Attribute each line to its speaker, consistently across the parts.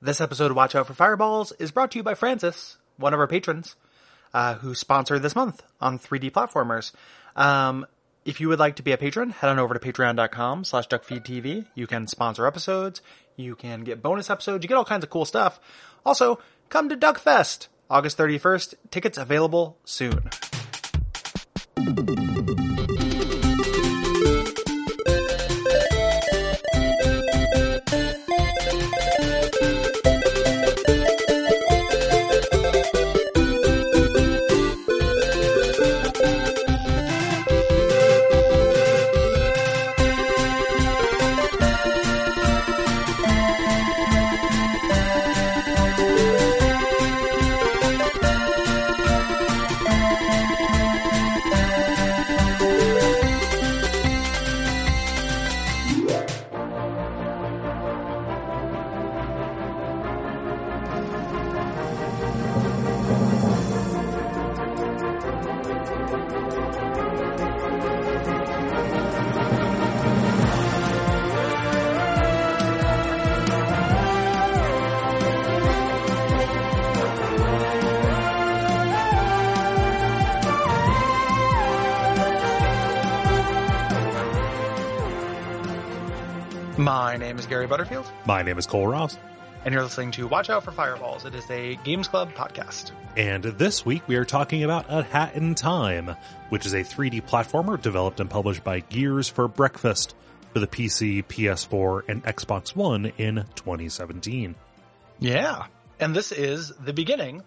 Speaker 1: This episode of Watch Out for Fireballs is brought to you by Francis, one of our patrons, uh, who sponsored this month on 3D platformers. Um, if you would like to be a patron, head on over to patreon.com slash duckfeedtv. You can sponsor episodes. You can get bonus episodes. You get all kinds of cool stuff. Also, come to Duckfest, August 31st. Tickets available soon. My name is Gary Butterfield,
Speaker 2: My name is Cole Ross,
Speaker 1: and you're listening to Watch Out for Fireballs. It is a Games Club podcast.
Speaker 2: and this week we are talking about A Hat in Time, which is a 3D platformer developed and published by Gears for Breakfast for the PC, PS4, and Xbox One in 2017.
Speaker 1: Yeah. And this is the beginning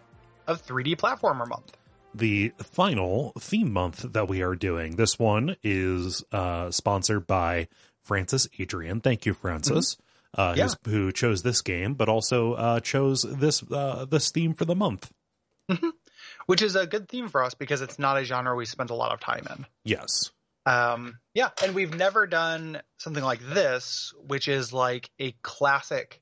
Speaker 1: of 3D Platformer Month.
Speaker 2: The final theme month that we are doing. This one is uh, sponsored by Francis Adrian. Thank you, Francis. Uh,
Speaker 1: Mm-hmm. Yeah.
Speaker 2: who's- who chose this game, but also uh, chose this uh, this theme for the month.
Speaker 1: which is a good theme for us because it's not a genre we spend a lot of time in.
Speaker 2: Yes,
Speaker 1: Um, yeah, and we've never done something like this, which is like a classic.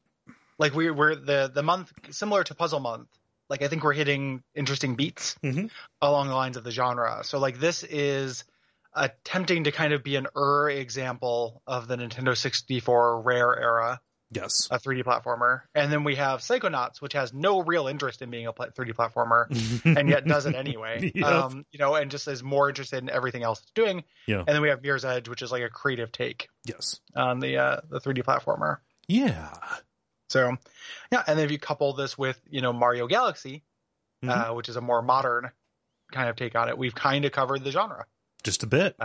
Speaker 1: Like we we're the the month similar to Puzzle Month. Like I think we're hitting interesting beats
Speaker 2: Mhm.
Speaker 1: along the lines of the genre. So like this is attempting to kind of be an er example of the Nintendo 64 rare era
Speaker 2: yes.
Speaker 1: of 3D platformer. And then we have Psychonauts, which has no real interest in being a pla- 3D platformer Uh, and yet does it anyway.
Speaker 2: Yep.
Speaker 1: Um, you know, and just is more interested in everything else it's doing.
Speaker 2: Yeah.
Speaker 1: And then we have Mirror's Edge, which is like a creative take
Speaker 2: yes.
Speaker 1: on the uh, the 3D platformer.
Speaker 2: Yeah.
Speaker 1: So, yeah, and then if you couple this with you know Mario Galaxy, uh,
Speaker 2: Mm-hmm.
Speaker 1: which is a more modern kind of take on it, we've kind of covered the genre.
Speaker 2: Just a bit.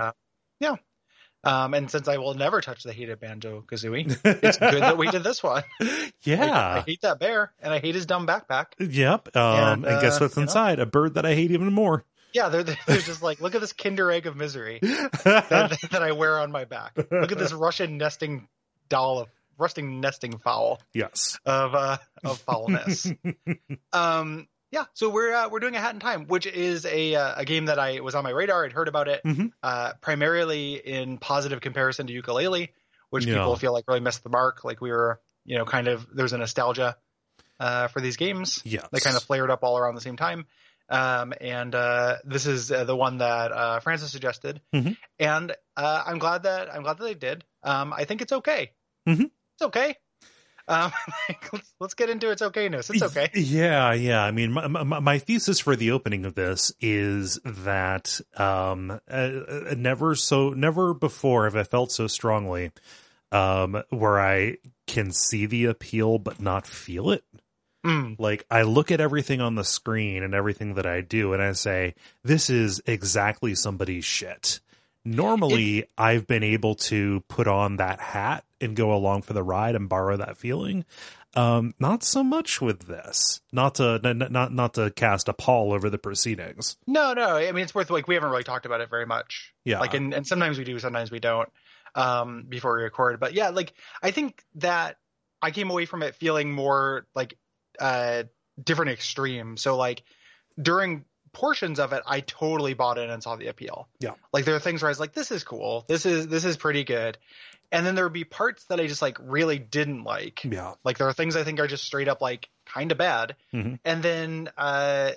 Speaker 1: Um, and since I will never touch the hated Banjo Kazooie, it's good that we did this one. Like, I
Speaker 2: yeah.
Speaker 1: hate that bear and I hate his dumb backpack.
Speaker 2: Yep.
Speaker 1: And,
Speaker 2: Um, and, guess
Speaker 1: uh,
Speaker 2: what's
Speaker 1: you know?
Speaker 2: inside? A bird that I hate even more.
Speaker 1: Yeah, they're, they're just like, look at this Kinder Egg of misery that,
Speaker 2: yeah.
Speaker 1: that I wear on my back. Look at this Russian nesting doll of rusting nesting fowl
Speaker 2: Yes.
Speaker 1: of uh, of foulness. um, yeah, so we're uh, we're doing a Hat in Time, which is a uh, a game that I was on my radar. I'd heard about it
Speaker 2: Mhm.
Speaker 1: uh, primarily in positive comparison to Ukulele, which
Speaker 2: Yeah.
Speaker 1: people feel like really missed the mark. Like we were, you know, kind of there's a nostalgia uh, for these games
Speaker 2: Yes.
Speaker 1: they kind of flared up all around the same time. Um, and uh, this is uh, the one that uh, Francis suggested,
Speaker 2: Mhm.
Speaker 1: and uh, I'm glad that I'm glad that they did. Um, I think it's okay.
Speaker 2: Mhm.
Speaker 1: It's okay. Um, let's, let's get into its okayness. It's okay.
Speaker 2: Yeah, yeah. I mean, my, my, my thesis for the opening of this is that um, uh, uh, never so never before have I felt so strongly um, where I can see the appeal but not feel it.
Speaker 1: Mm,
Speaker 2: like I look at everything on the screen and everything that I do and I say this is exactly somebody's shit. Normally I've been able to put on that hat and go along for the ride and borrow that feeling. Um not so much with this. Not to n- n- not not to cast a pall over the proceedings.
Speaker 1: no, no. I mean, it's worth like we haven't really talked about it very much.
Speaker 2: Yeah.
Speaker 1: Like, and, and sometimes we do, sometimes we don't. Um, before we record, but yeah, like I think that I came away from it feeling more like uh different extreme. So like during portions of it, I totally bought in and saw the appeal.
Speaker 2: Yeah.
Speaker 1: Like there are things where I was like, this is cool. This is this is pretty good. And then there would be parts that I just like really didn't like.
Speaker 2: yeah.
Speaker 1: Like there are things I think are just straight up like kind of bad.
Speaker 2: Mhm.
Speaker 1: And then uh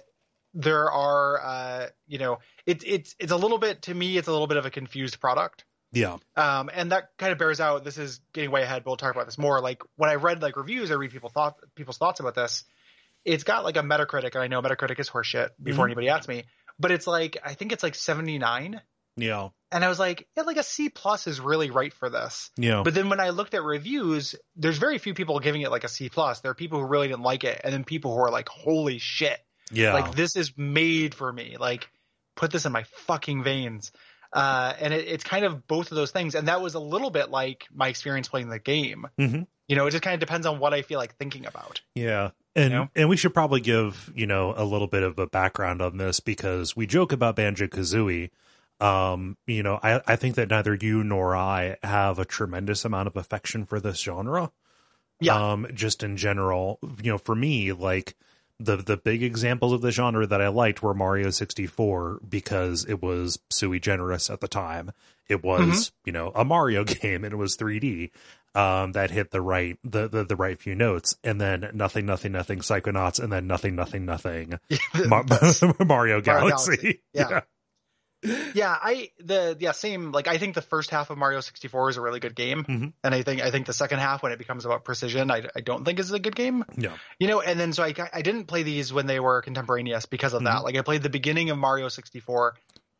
Speaker 1: there are uh you know, it's it's it's a little bit to me it's a little bit of a confused product
Speaker 2: Yeah.
Speaker 1: Um, and that kind of bears out. This is getting way ahead. But we'll talk about this more. Like when I read like reviews, I read people thought people's thoughts about this. It's got like a Metacritic, and I know Metacritic is horseshit. Before
Speaker 2: Mhm.
Speaker 1: anybody asks me, but it's like I think it's like seventy nine,
Speaker 2: Yeah.
Speaker 1: and I was like, yeah, like a C plus is really right for this.
Speaker 2: Yeah.
Speaker 1: But then when I looked at reviews, there's very few people giving it like a C plus. There are people who really didn't like it, and then people who are like, holy shit,
Speaker 2: yeah.
Speaker 1: like this is made for me. Like put this in my fucking veins. Uh, and it, it's kind of both of those things. And that was a little bit like my experience playing the game.
Speaker 2: Mhm.
Speaker 1: You know, it just kind of depends on what I feel like thinking about.
Speaker 2: Yeah. And
Speaker 1: know?
Speaker 2: and we should probably give, you know, a little bit of a background on this because we joke about Banjo Kazooie. Um, you know, I, I think that neither you nor I have a tremendous amount of affection for this genre.
Speaker 1: Yeah.
Speaker 2: Um, just in general. You know, for me, like the the big examples of the genre that I liked were Mario sixty four because it was sui generis at the time. It was,
Speaker 1: Mm-hmm.
Speaker 2: you know, a Mario game and it was three D um, that hit the right the, the the right few notes, and then nothing, nothing, nothing, Psychonauts, and then nothing, nothing, nothing, Ma- Mario Galaxy.
Speaker 1: Galaxy, yeah. yeah. I, the, yeah, same. Like, I think the first half of Mario 64 is a really good game.
Speaker 2: Mhm.
Speaker 1: And I think, I think the second half when it becomes about precision, I, I don't think is a good game.
Speaker 2: No.
Speaker 1: You know, and then so I, I didn't play these when they were contemporaneous because of that. Like I played the beginning of Mario 64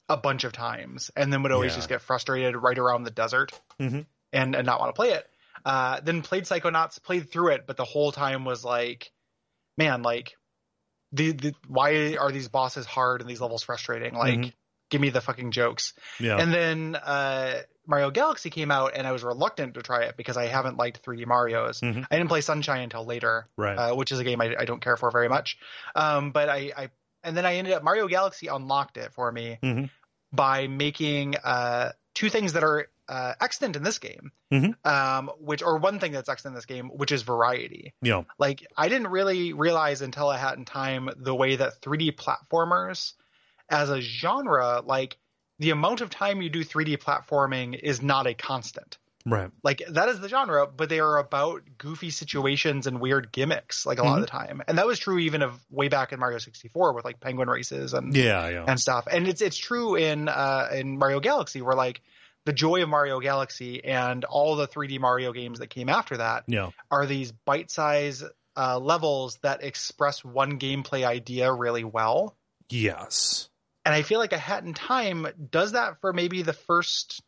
Speaker 1: a bunch of times, and then would always
Speaker 2: Yeah.
Speaker 1: just get frustrated right around the desert
Speaker 2: Mhm.
Speaker 1: and and not want to play it. Uh, then played Psychonauts, played through it, but the whole time was like, man, like the, the why are these bosses hard and these levels frustrating? Like,
Speaker 2: Mhm.
Speaker 1: give me the fucking jokes.
Speaker 2: yeah,
Speaker 1: And then uh, Mario Galaxy came out, and I was reluctant to try it because I haven't liked 3D Mario's.
Speaker 2: Mhm.
Speaker 1: I didn't play Sunshine until later,
Speaker 2: right,
Speaker 1: uh, which is a game I, I don't care for very much. Um, but I, I and then I ended up Mario Galaxy unlocked it for me
Speaker 2: Mhm.
Speaker 1: by making uh, two things that are uh, extant in this game,
Speaker 2: Mhm.
Speaker 1: um, which or one thing that's extant in this game, which is variety.
Speaker 2: yeah,
Speaker 1: Like I didn't really realize until I had in time the way that 3D platformers as a genre, like the amount of time you do 3D platforming is not a constant
Speaker 2: right,
Speaker 1: like that is the genre but they are about goofy situations and weird gimmicks like a lot of the time and that was true even of way back in mario 64 with like penguin races and
Speaker 2: yeah, yeah,
Speaker 1: and stuff and it's it's true in uh in mario galaxy where like the joy of mario galaxy and all the 3d mario games that came after that
Speaker 2: yeah,
Speaker 1: are these bite-sized uh, levels that express one gameplay idea really well
Speaker 2: yes,
Speaker 1: and i feel like a hat in time does that for maybe the first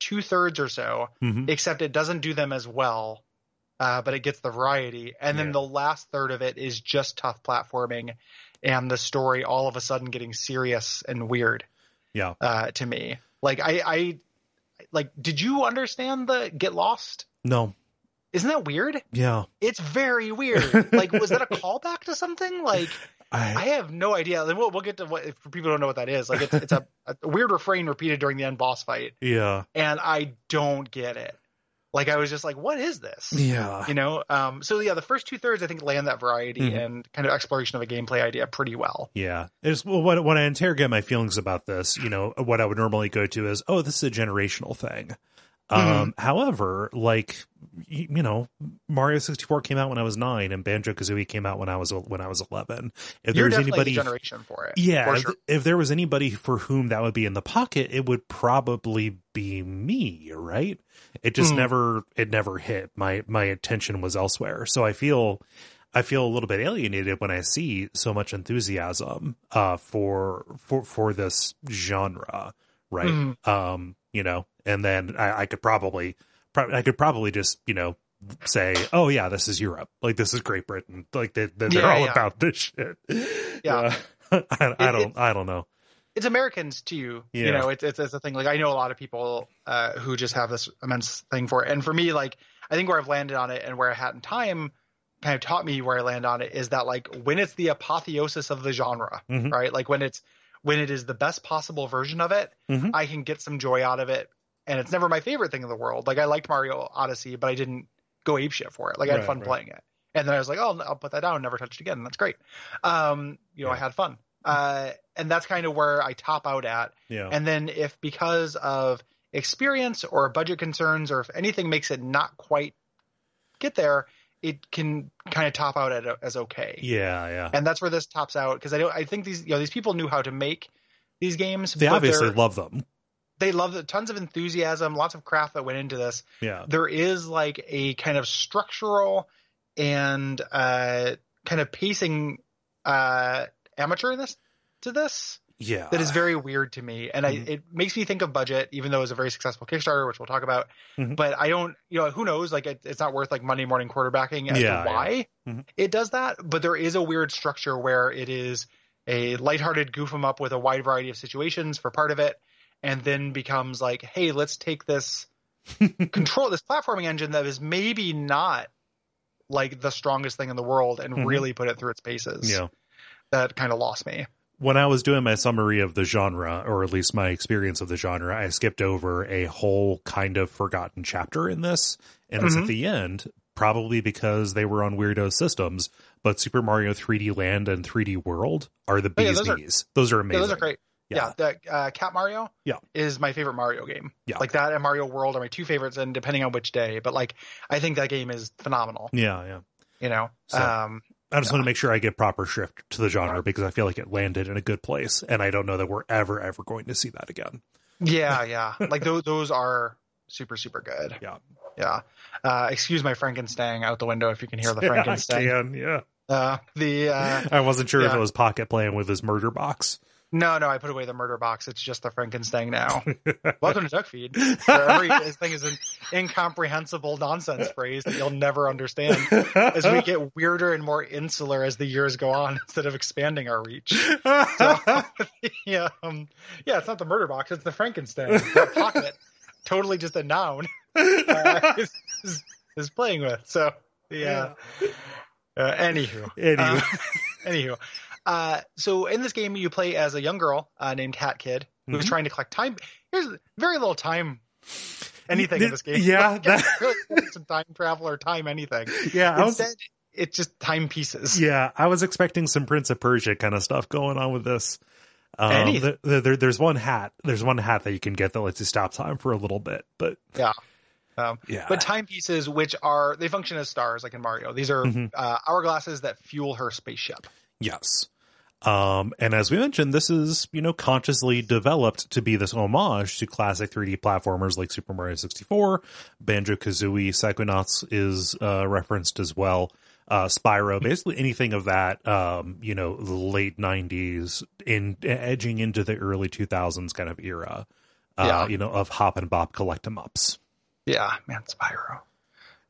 Speaker 1: two-thirds or so
Speaker 2: hmm
Speaker 1: except it doesn't do them as well, uh, but it gets the variety. And then
Speaker 2: Yeah.
Speaker 1: the last third of it is just tough platforming and the story all of a sudden getting serious and weird
Speaker 2: yeah.
Speaker 1: uh, to me. Like, I, I, like, did you understand the get lost?
Speaker 2: No,
Speaker 1: Isn't that weird?
Speaker 2: yeah,
Speaker 1: It's very weird. like, was that a callback to something? Like,
Speaker 2: I,
Speaker 1: I have no idea. Then we'll, we'll get to what, if people don't know what that is. Like, it's, it's a, a weird refrain repeated during the end boss fight,
Speaker 2: yeah,
Speaker 1: and I don't get it. Like, I was just like, what is this?
Speaker 2: yeah,
Speaker 1: you know um so yeah the first two thirds i think land that variety
Speaker 2: Mhm.
Speaker 1: and kind of exploration of a gameplay idea pretty well
Speaker 2: Yeah. It's well, when, when I interrogate my feelings about this, you know, what I would normally go to is, oh, this is a generational thing. Um,
Speaker 1: Mm-hmm.
Speaker 2: however, like, y- you know, Mario 64 came out when I was nine and Banjo Kazooie came out when I was, when I was 11. If
Speaker 1: you're
Speaker 2: there's
Speaker 1: definitely
Speaker 2: anybody,
Speaker 1: the generation for it
Speaker 2: yeah,
Speaker 1: for
Speaker 2: if,
Speaker 1: sure
Speaker 2: if there was anybody for whom that would be in the pocket, it would probably be me, right? It just
Speaker 1: Hmm.
Speaker 2: never, it never hit. My, my attention was elsewhere. So I feel, I feel a little bit alienated when I see so much enthusiasm, uh, for, for, for this genre, right?
Speaker 1: Mm-hmm.
Speaker 2: Um, you know, and then I, I could probably, pro- I could probably just, you know, say, oh yeah, this is Europe. Like this is Great Britain. Like they, they're
Speaker 1: Yeah,
Speaker 2: all
Speaker 1: yeah.
Speaker 2: about this shit.
Speaker 1: Yeah.
Speaker 2: Uh, I, I
Speaker 1: It-
Speaker 2: don't, I don't know.
Speaker 1: it's americans too
Speaker 2: Yeah.
Speaker 1: you know it's, it's it's a thing like i know a lot of people uh who just have this immense thing for it and for me like i think where i've landed on it and where i had in time kind of taught me where i land on it is that like when it's the apotheosis of the genre
Speaker 2: Mhm.
Speaker 1: right like when it's when it is the best possible version of it
Speaker 2: Mhm.
Speaker 1: i can get some joy out of it and it's never my favorite thing in the world like i liked mario odyssey but i didn't go apeshit for it like i had
Speaker 2: Right,
Speaker 1: fun
Speaker 2: right.
Speaker 1: playing it and then i was like oh i'll put that down never touch it again that's great um you know i
Speaker 2: Yeah.
Speaker 1: had fun uh and that's kind of where i top out at
Speaker 2: Yeah.
Speaker 1: and then if because of experience or budget concerns or if anything makes it not quite get there, it can kind of top out at, as okay.
Speaker 2: yeah. Yeah.
Speaker 1: And that's where this tops out because I don't. I think these you know these people knew how to make these games.
Speaker 2: They
Speaker 1: but
Speaker 2: obviously
Speaker 1: they're-
Speaker 2: love them.
Speaker 1: they love the tons of enthusiasm, lots of craft that went into this.
Speaker 2: Yeah.
Speaker 1: There is like a kind of structural and uh, kind of pacing uh, amateurness to this
Speaker 2: Yeah.
Speaker 1: that is very weird to me, and
Speaker 2: Mhm.
Speaker 1: I, it makes me think of budget, even though it was a very successful Kickstarter, which we'll talk about.
Speaker 2: Mhm.
Speaker 1: But I don't, you know, who knows? Like, it, it's not worth like Monday morning quarterbacking as
Speaker 2: Yeah,
Speaker 1: to why
Speaker 2: yeah. Mhm.
Speaker 1: it does that. But there is a weird structure where it is a lighthearted goof 'em up with a wide variety of situations for part of it, and then becomes like, hey, let's take this control, this platforming engine that is maybe not like the strongest thing in the world, and
Speaker 2: Mhm.
Speaker 1: really put it through its paces.
Speaker 2: Yeah.
Speaker 1: That kind of lost me.
Speaker 2: when I was doing my summary of the genre, or at least my experience of the genre, I skipped over a whole kind of forgotten chapter in this, and it's at
Speaker 1: Mhm.
Speaker 2: the end, probably because they were on weirdo systems. But Super Mario 3D Land and 3D World are the
Speaker 1: Oh, yeah,
Speaker 2: bees
Speaker 1: those are-
Speaker 2: knees. Those are
Speaker 1: Yeah,
Speaker 2: amazing.
Speaker 1: those are great.
Speaker 2: Yeah.
Speaker 1: yeah, the uh, Cat Mario
Speaker 2: Yeah.
Speaker 1: is my favorite Mario game.
Speaker 2: Yeah.
Speaker 1: Like that and Mario World are my two favorites, and depending on which day, but like I think that game is phenomenal.
Speaker 2: yeah, yeah.
Speaker 1: You know,
Speaker 2: So-
Speaker 1: um,
Speaker 2: I just want to make sure I get proper shift to the genre because I feel like it landed in a good place, and I don't know that we're ever ever going to see that again.
Speaker 1: yeah, yeah. like those those are super super good.
Speaker 2: Yeah.
Speaker 1: yeah. Uh, excuse my Frankenstein out the window if you can hear the
Speaker 2: I
Speaker 1: Frankenstein.
Speaker 2: can, yeah.
Speaker 1: uh, the uh,
Speaker 2: I wasn't sure if
Speaker 1: yeah.
Speaker 2: it was Pocket playing with his murder box.
Speaker 1: no, no, I put away the murder box. It's just the Frankenstein now. Welcome to Duck Feed. Where every thing is an incomprehensible nonsense phrase that you'll never understand. as we get weirder and more insular as the years go on instead of expanding our reach. So, yeah, um, yeah, it's not the murder box, it's the Frankenstein. That pocket, totally just a noun, uh, is, is, is playing with. So, yeah. Uh, anywho.
Speaker 2: Anyway.
Speaker 1: Uh, anywho. Uh, so in this game, you play as a young girl uh, named Hat Kid who's
Speaker 2: Mhm.
Speaker 1: trying to collect time. There's very little time anything in this game.
Speaker 2: Yeah, that-
Speaker 1: really some time travel or time anything.
Speaker 2: yeah, I was,
Speaker 1: Instead, it's just timepieces.
Speaker 2: yeah, I was expecting some Prince of Persia kind of stuff going on with this. Um,
Speaker 1: Any-
Speaker 2: there- there- there's one hat. There's one hat that you can get that lets you stop time for a little bit, but
Speaker 1: Yeah. Um,
Speaker 2: yeah,
Speaker 1: But timepieces, which are they function as stars, like in Mario. These are
Speaker 2: Mhm.
Speaker 1: uh, hourglasses that fuel her spaceship.
Speaker 2: yes. Um, and as we mentioned, this is you know consciously developed to be this homage to classic 3D platformers like Super Mario 64, Banjo Kazooie, Psychonauts is uh, referenced as well. Uh, Spyro, basically anything of that, um, you know, the late '90s, in edging into the early 2000s kind of era, uh,
Speaker 1: Yeah.
Speaker 2: you know, of hop and bop collect 'em ups.
Speaker 1: Yeah, man, Spyro.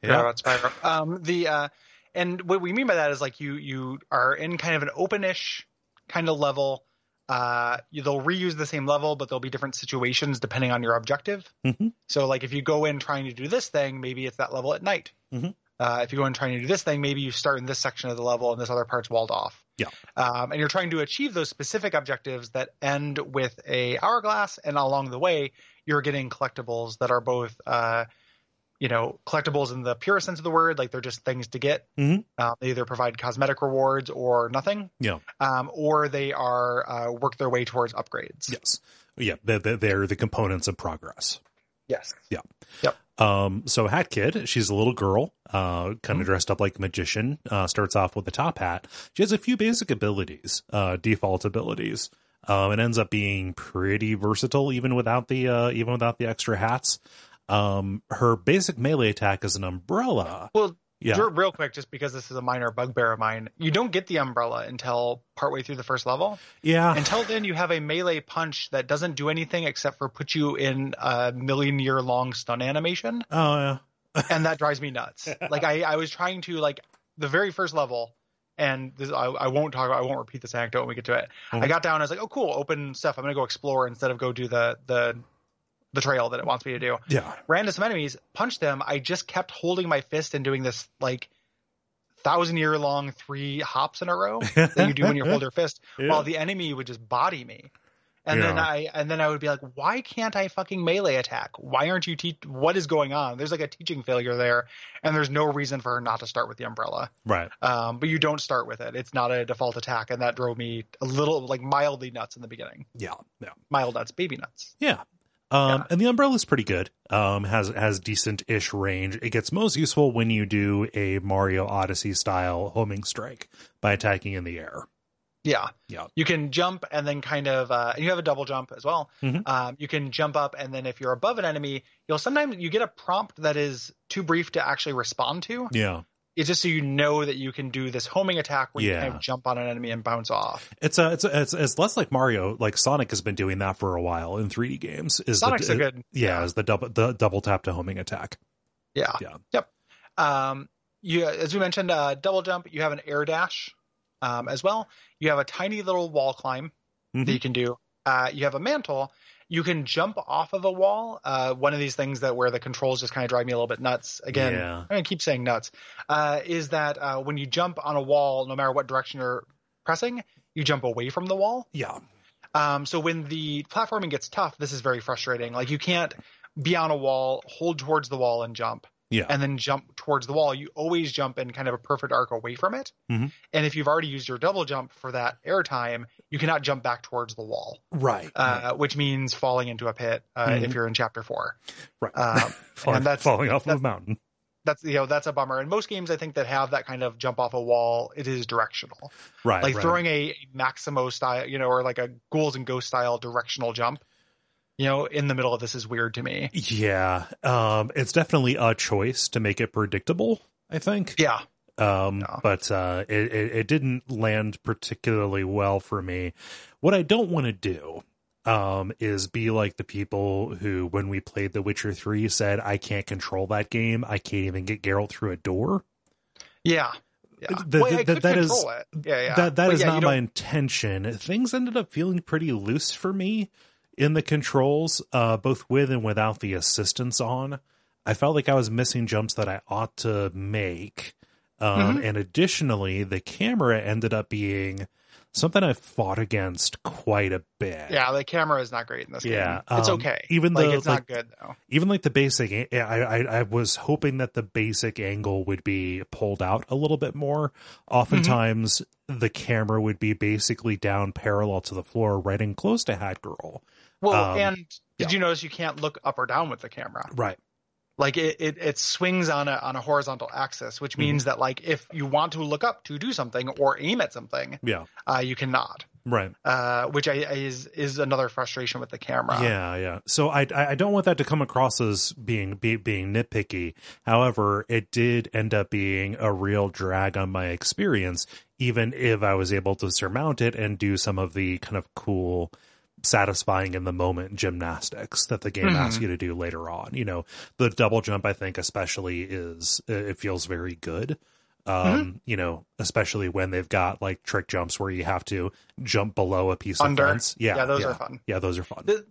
Speaker 1: Yeah, about Spyro. Um, the uh, and what we mean by that is like you you are in kind of an openish kind of level. Uh, you, they'll reuse the same level, but there'll be different situations depending on your objective.
Speaker 2: Mhm.
Speaker 1: So, like if you go in trying to do this thing, maybe it's that level at night.
Speaker 2: Mhm.
Speaker 1: Uh, if you go in trying to do this thing, maybe you start in this section of the level and this other part's walled off.
Speaker 2: Yeah.
Speaker 1: Um, and you're trying to achieve those specific objectives that end with a hourglass, and along the way, you're getting collectibles that are both uh, you know collectibles in the purest sense of the word like they're just things to get
Speaker 2: Mhm.
Speaker 1: Uh, they either provide cosmetic rewards or nothing
Speaker 2: Yeah.
Speaker 1: um, or they are uh, work their way towards upgrades
Speaker 2: Yes, yeah, they're, they're- they're the components of progress.
Speaker 1: yes
Speaker 2: Um, so Hat Kid, she's a little girl, uh, kind of
Speaker 1: Mm-hmm.
Speaker 2: dressed up like a magician, uh, starts off with a top hat. She has a few basic abilities, uh, default abilities. Um, and ends up being pretty versatile even without the, uh, even without the extra hats. Um, her basic melee attack is an umbrella.
Speaker 1: well
Speaker 2: Yeah.
Speaker 1: ju- real quick just because this is a minor bugbear of mine you don't get the umbrella until partway through the first level
Speaker 2: yeah.
Speaker 1: until then you have a melee punch that doesn't do anything except for put you in a million year long stun animation
Speaker 2: Oh, yeah.
Speaker 1: and that drives me nuts. Like I, I was trying to like the very first level, and this, I, I won't talk. about I won't repeat this anecdote when we get to it.
Speaker 2: Mhm.
Speaker 1: I got down. I was like, oh cool, open stuff. I'm gonna go explore instead of go do the the the trail that it wants me to do.
Speaker 2: Yeah.
Speaker 1: Ran into some enemies, punched them. I just kept holding my fist and doing this like thousand year long three hops in a row that you do when you hold your fist
Speaker 2: Yeah.
Speaker 1: while the enemy would just body me. And then
Speaker 2: Yeah.
Speaker 1: I and then I would be like, why can't I fucking melee attack? Why aren't you teach? What is going on? There's like a teaching failure there, and there's no reason for her not to start with the umbrella.
Speaker 2: right.
Speaker 1: Um, but you don't start with it; it's not a default attack, and that drove me a little like mildly nuts in the beginning.
Speaker 2: Yeah. Yeah.
Speaker 1: Mild nuts, baby nuts.
Speaker 2: Yeah. Um,
Speaker 1: Yeah.
Speaker 2: and the umbrella's pretty good. Um, has, has decent ish range. It gets most useful when you do a Mario Odyssey style homing strike by attacking in the air.
Speaker 1: Yeah.
Speaker 2: Yeah.
Speaker 1: You can jump and then kind of, uh, and you have a double jump as well.
Speaker 2: Mhm.
Speaker 1: Um, you can jump up and then if you're above an enemy, you'll sometimes you get a prompt that is too brief to actually respond to.
Speaker 2: Yeah.
Speaker 1: It's just so you know that you can do this homing attack where you
Speaker 2: Yeah.
Speaker 1: kind of jump on an enemy and bounce off.
Speaker 2: It's a, it's a, it's it's less like Mario, like Sonic has been doing that for a while in 3D games. Is the-
Speaker 1: Sonic's a good.
Speaker 2: Yeah, is the double the double tap to homing attack.
Speaker 1: Yeah.
Speaker 2: Yeah.
Speaker 1: Yep. Um, you, as we mentioned, uh, double jump. You have an air dash, um, as well. You have a tiny little wall climb that
Speaker 2: Mhm.
Speaker 1: you can do. Uh, you have a mantle. You can jump off of a wall. Uh, one of these things that where the controls just kind of drive me a little bit nuts. Again,
Speaker 2: Yeah.
Speaker 1: I keep saying nuts. Uh, is that uh, when you jump on a wall, no matter what direction you're pressing, you jump away from the wall.
Speaker 2: Yeah.
Speaker 1: Um, so when the platforming gets tough, this is very frustrating. Like you can't be on a wall, hold towards the wall, and jump
Speaker 2: Yeah.
Speaker 1: and then jump towards the wall, you always jump in kind of a perfect arc away from it.
Speaker 2: Mhm.
Speaker 1: And if you've already used your double jump for that air time, you cannot jump back towards the wall,
Speaker 2: right. Mm-hmm.
Speaker 1: uh, which means falling into a pit uh, if you're in chapter four.
Speaker 2: Right.
Speaker 1: Um,
Speaker 2: falling,
Speaker 1: and that's-
Speaker 2: falling off
Speaker 1: that's-
Speaker 2: of a mountain.
Speaker 1: that's you know that's a bummer. In most games, I think that have that kind of jump off a wall, it is directional,
Speaker 2: Right.
Speaker 1: like
Speaker 2: right.
Speaker 1: throwing a Maximo style, you know, or like a Ghouls and Ghost style directional jump. You know, in the middle of this is weird to me.
Speaker 2: Yeah. Um it's definitely a choice to make it predictable, I think.
Speaker 1: Yeah,
Speaker 2: um
Speaker 1: No.
Speaker 2: but uh it, it it didn't land particularly well for me what i don't want to do um is be like the people who when we played the witcher 3 said i can't control that game i can't even get Geralt through a door
Speaker 1: yeah, yeah.
Speaker 2: The-
Speaker 1: well,
Speaker 2: the-
Speaker 1: I could
Speaker 2: that is-
Speaker 1: control it. Yeah, yeah.
Speaker 2: that that
Speaker 1: But
Speaker 2: is
Speaker 1: yeah, you
Speaker 2: not
Speaker 1: don't-
Speaker 2: my intention things ended up feeling pretty loose for me in the controls uh both with and without the assistance on i felt like i was missing jumps that i ought to make um
Speaker 1: Mm-hmm.
Speaker 2: and additionally the camera ended up being something i fought against quite a bit
Speaker 1: Yeah, the camera is not great in this
Speaker 2: Yeah,
Speaker 1: game. It's
Speaker 2: um,
Speaker 1: okay.
Speaker 2: even
Speaker 1: like
Speaker 2: though,
Speaker 1: it's not
Speaker 2: like-
Speaker 1: good though.
Speaker 2: even like the basic I, I i was hoping that the basic angle would be pulled out a little bit more oftentimes the camera would be basically down parallel to the floor right in close to hat girl
Speaker 1: Well,
Speaker 2: um,
Speaker 1: and did
Speaker 2: yeah.
Speaker 1: you notice you can't look up or down with the camera?
Speaker 2: right
Speaker 1: Like it, it, it swings on a on a horizontal axis,
Speaker 2: Hmm.
Speaker 1: which means that like if you want to look up to do something or aim at something,
Speaker 2: yeah
Speaker 1: uh, you cannot.
Speaker 2: right
Speaker 1: Uh, which I, I is is another frustration with the camera.
Speaker 2: yeah yeah so I, I i don't want that to come across as being be, being nitpicky however it did end up being a real drag on my experience even if i was able to surmount it and do some of the kind of cool satisfying in the moment gymnastics that the game
Speaker 1: Mhm.
Speaker 2: asks you to do later on you know the double jump i think especially is it feels very good um
Speaker 1: Mm-hmm.
Speaker 2: you know especially when they've got like trick jumps where you have to jump below a piece
Speaker 1: Under.
Speaker 2: of fence yeah
Speaker 1: yeah, those
Speaker 2: yeah.
Speaker 1: are fun.
Speaker 2: yeah those are fun
Speaker 1: The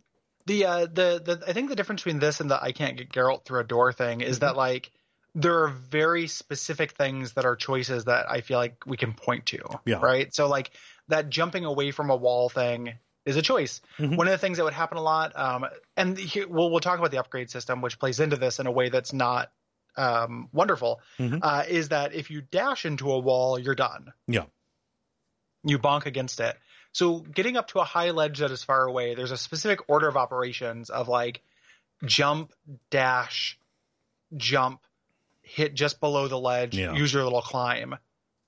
Speaker 1: the, uh, the the I think the difference between this and the I can't get Geralt through a door thing is that like there are very specific things that are choices that I feel like we can point to.
Speaker 2: Yeah.
Speaker 1: Right. So like that jumping away from a wall thing is a choice.
Speaker 2: Mhm.
Speaker 1: One of the things that would happen a lot, um, and he, we'll we'll talk about the upgrade system, which plays into this in a way that's not um, wonderful,
Speaker 2: Mhm.
Speaker 1: uh, is that if you dash into a wall, you're done.
Speaker 2: Yeah.
Speaker 1: You bonk against it. So getting up to a high ledge that is far away, there's a specific order of operations of like jump, dash, jump, hit just below the ledge,
Speaker 2: Yeah.
Speaker 1: use your little climb.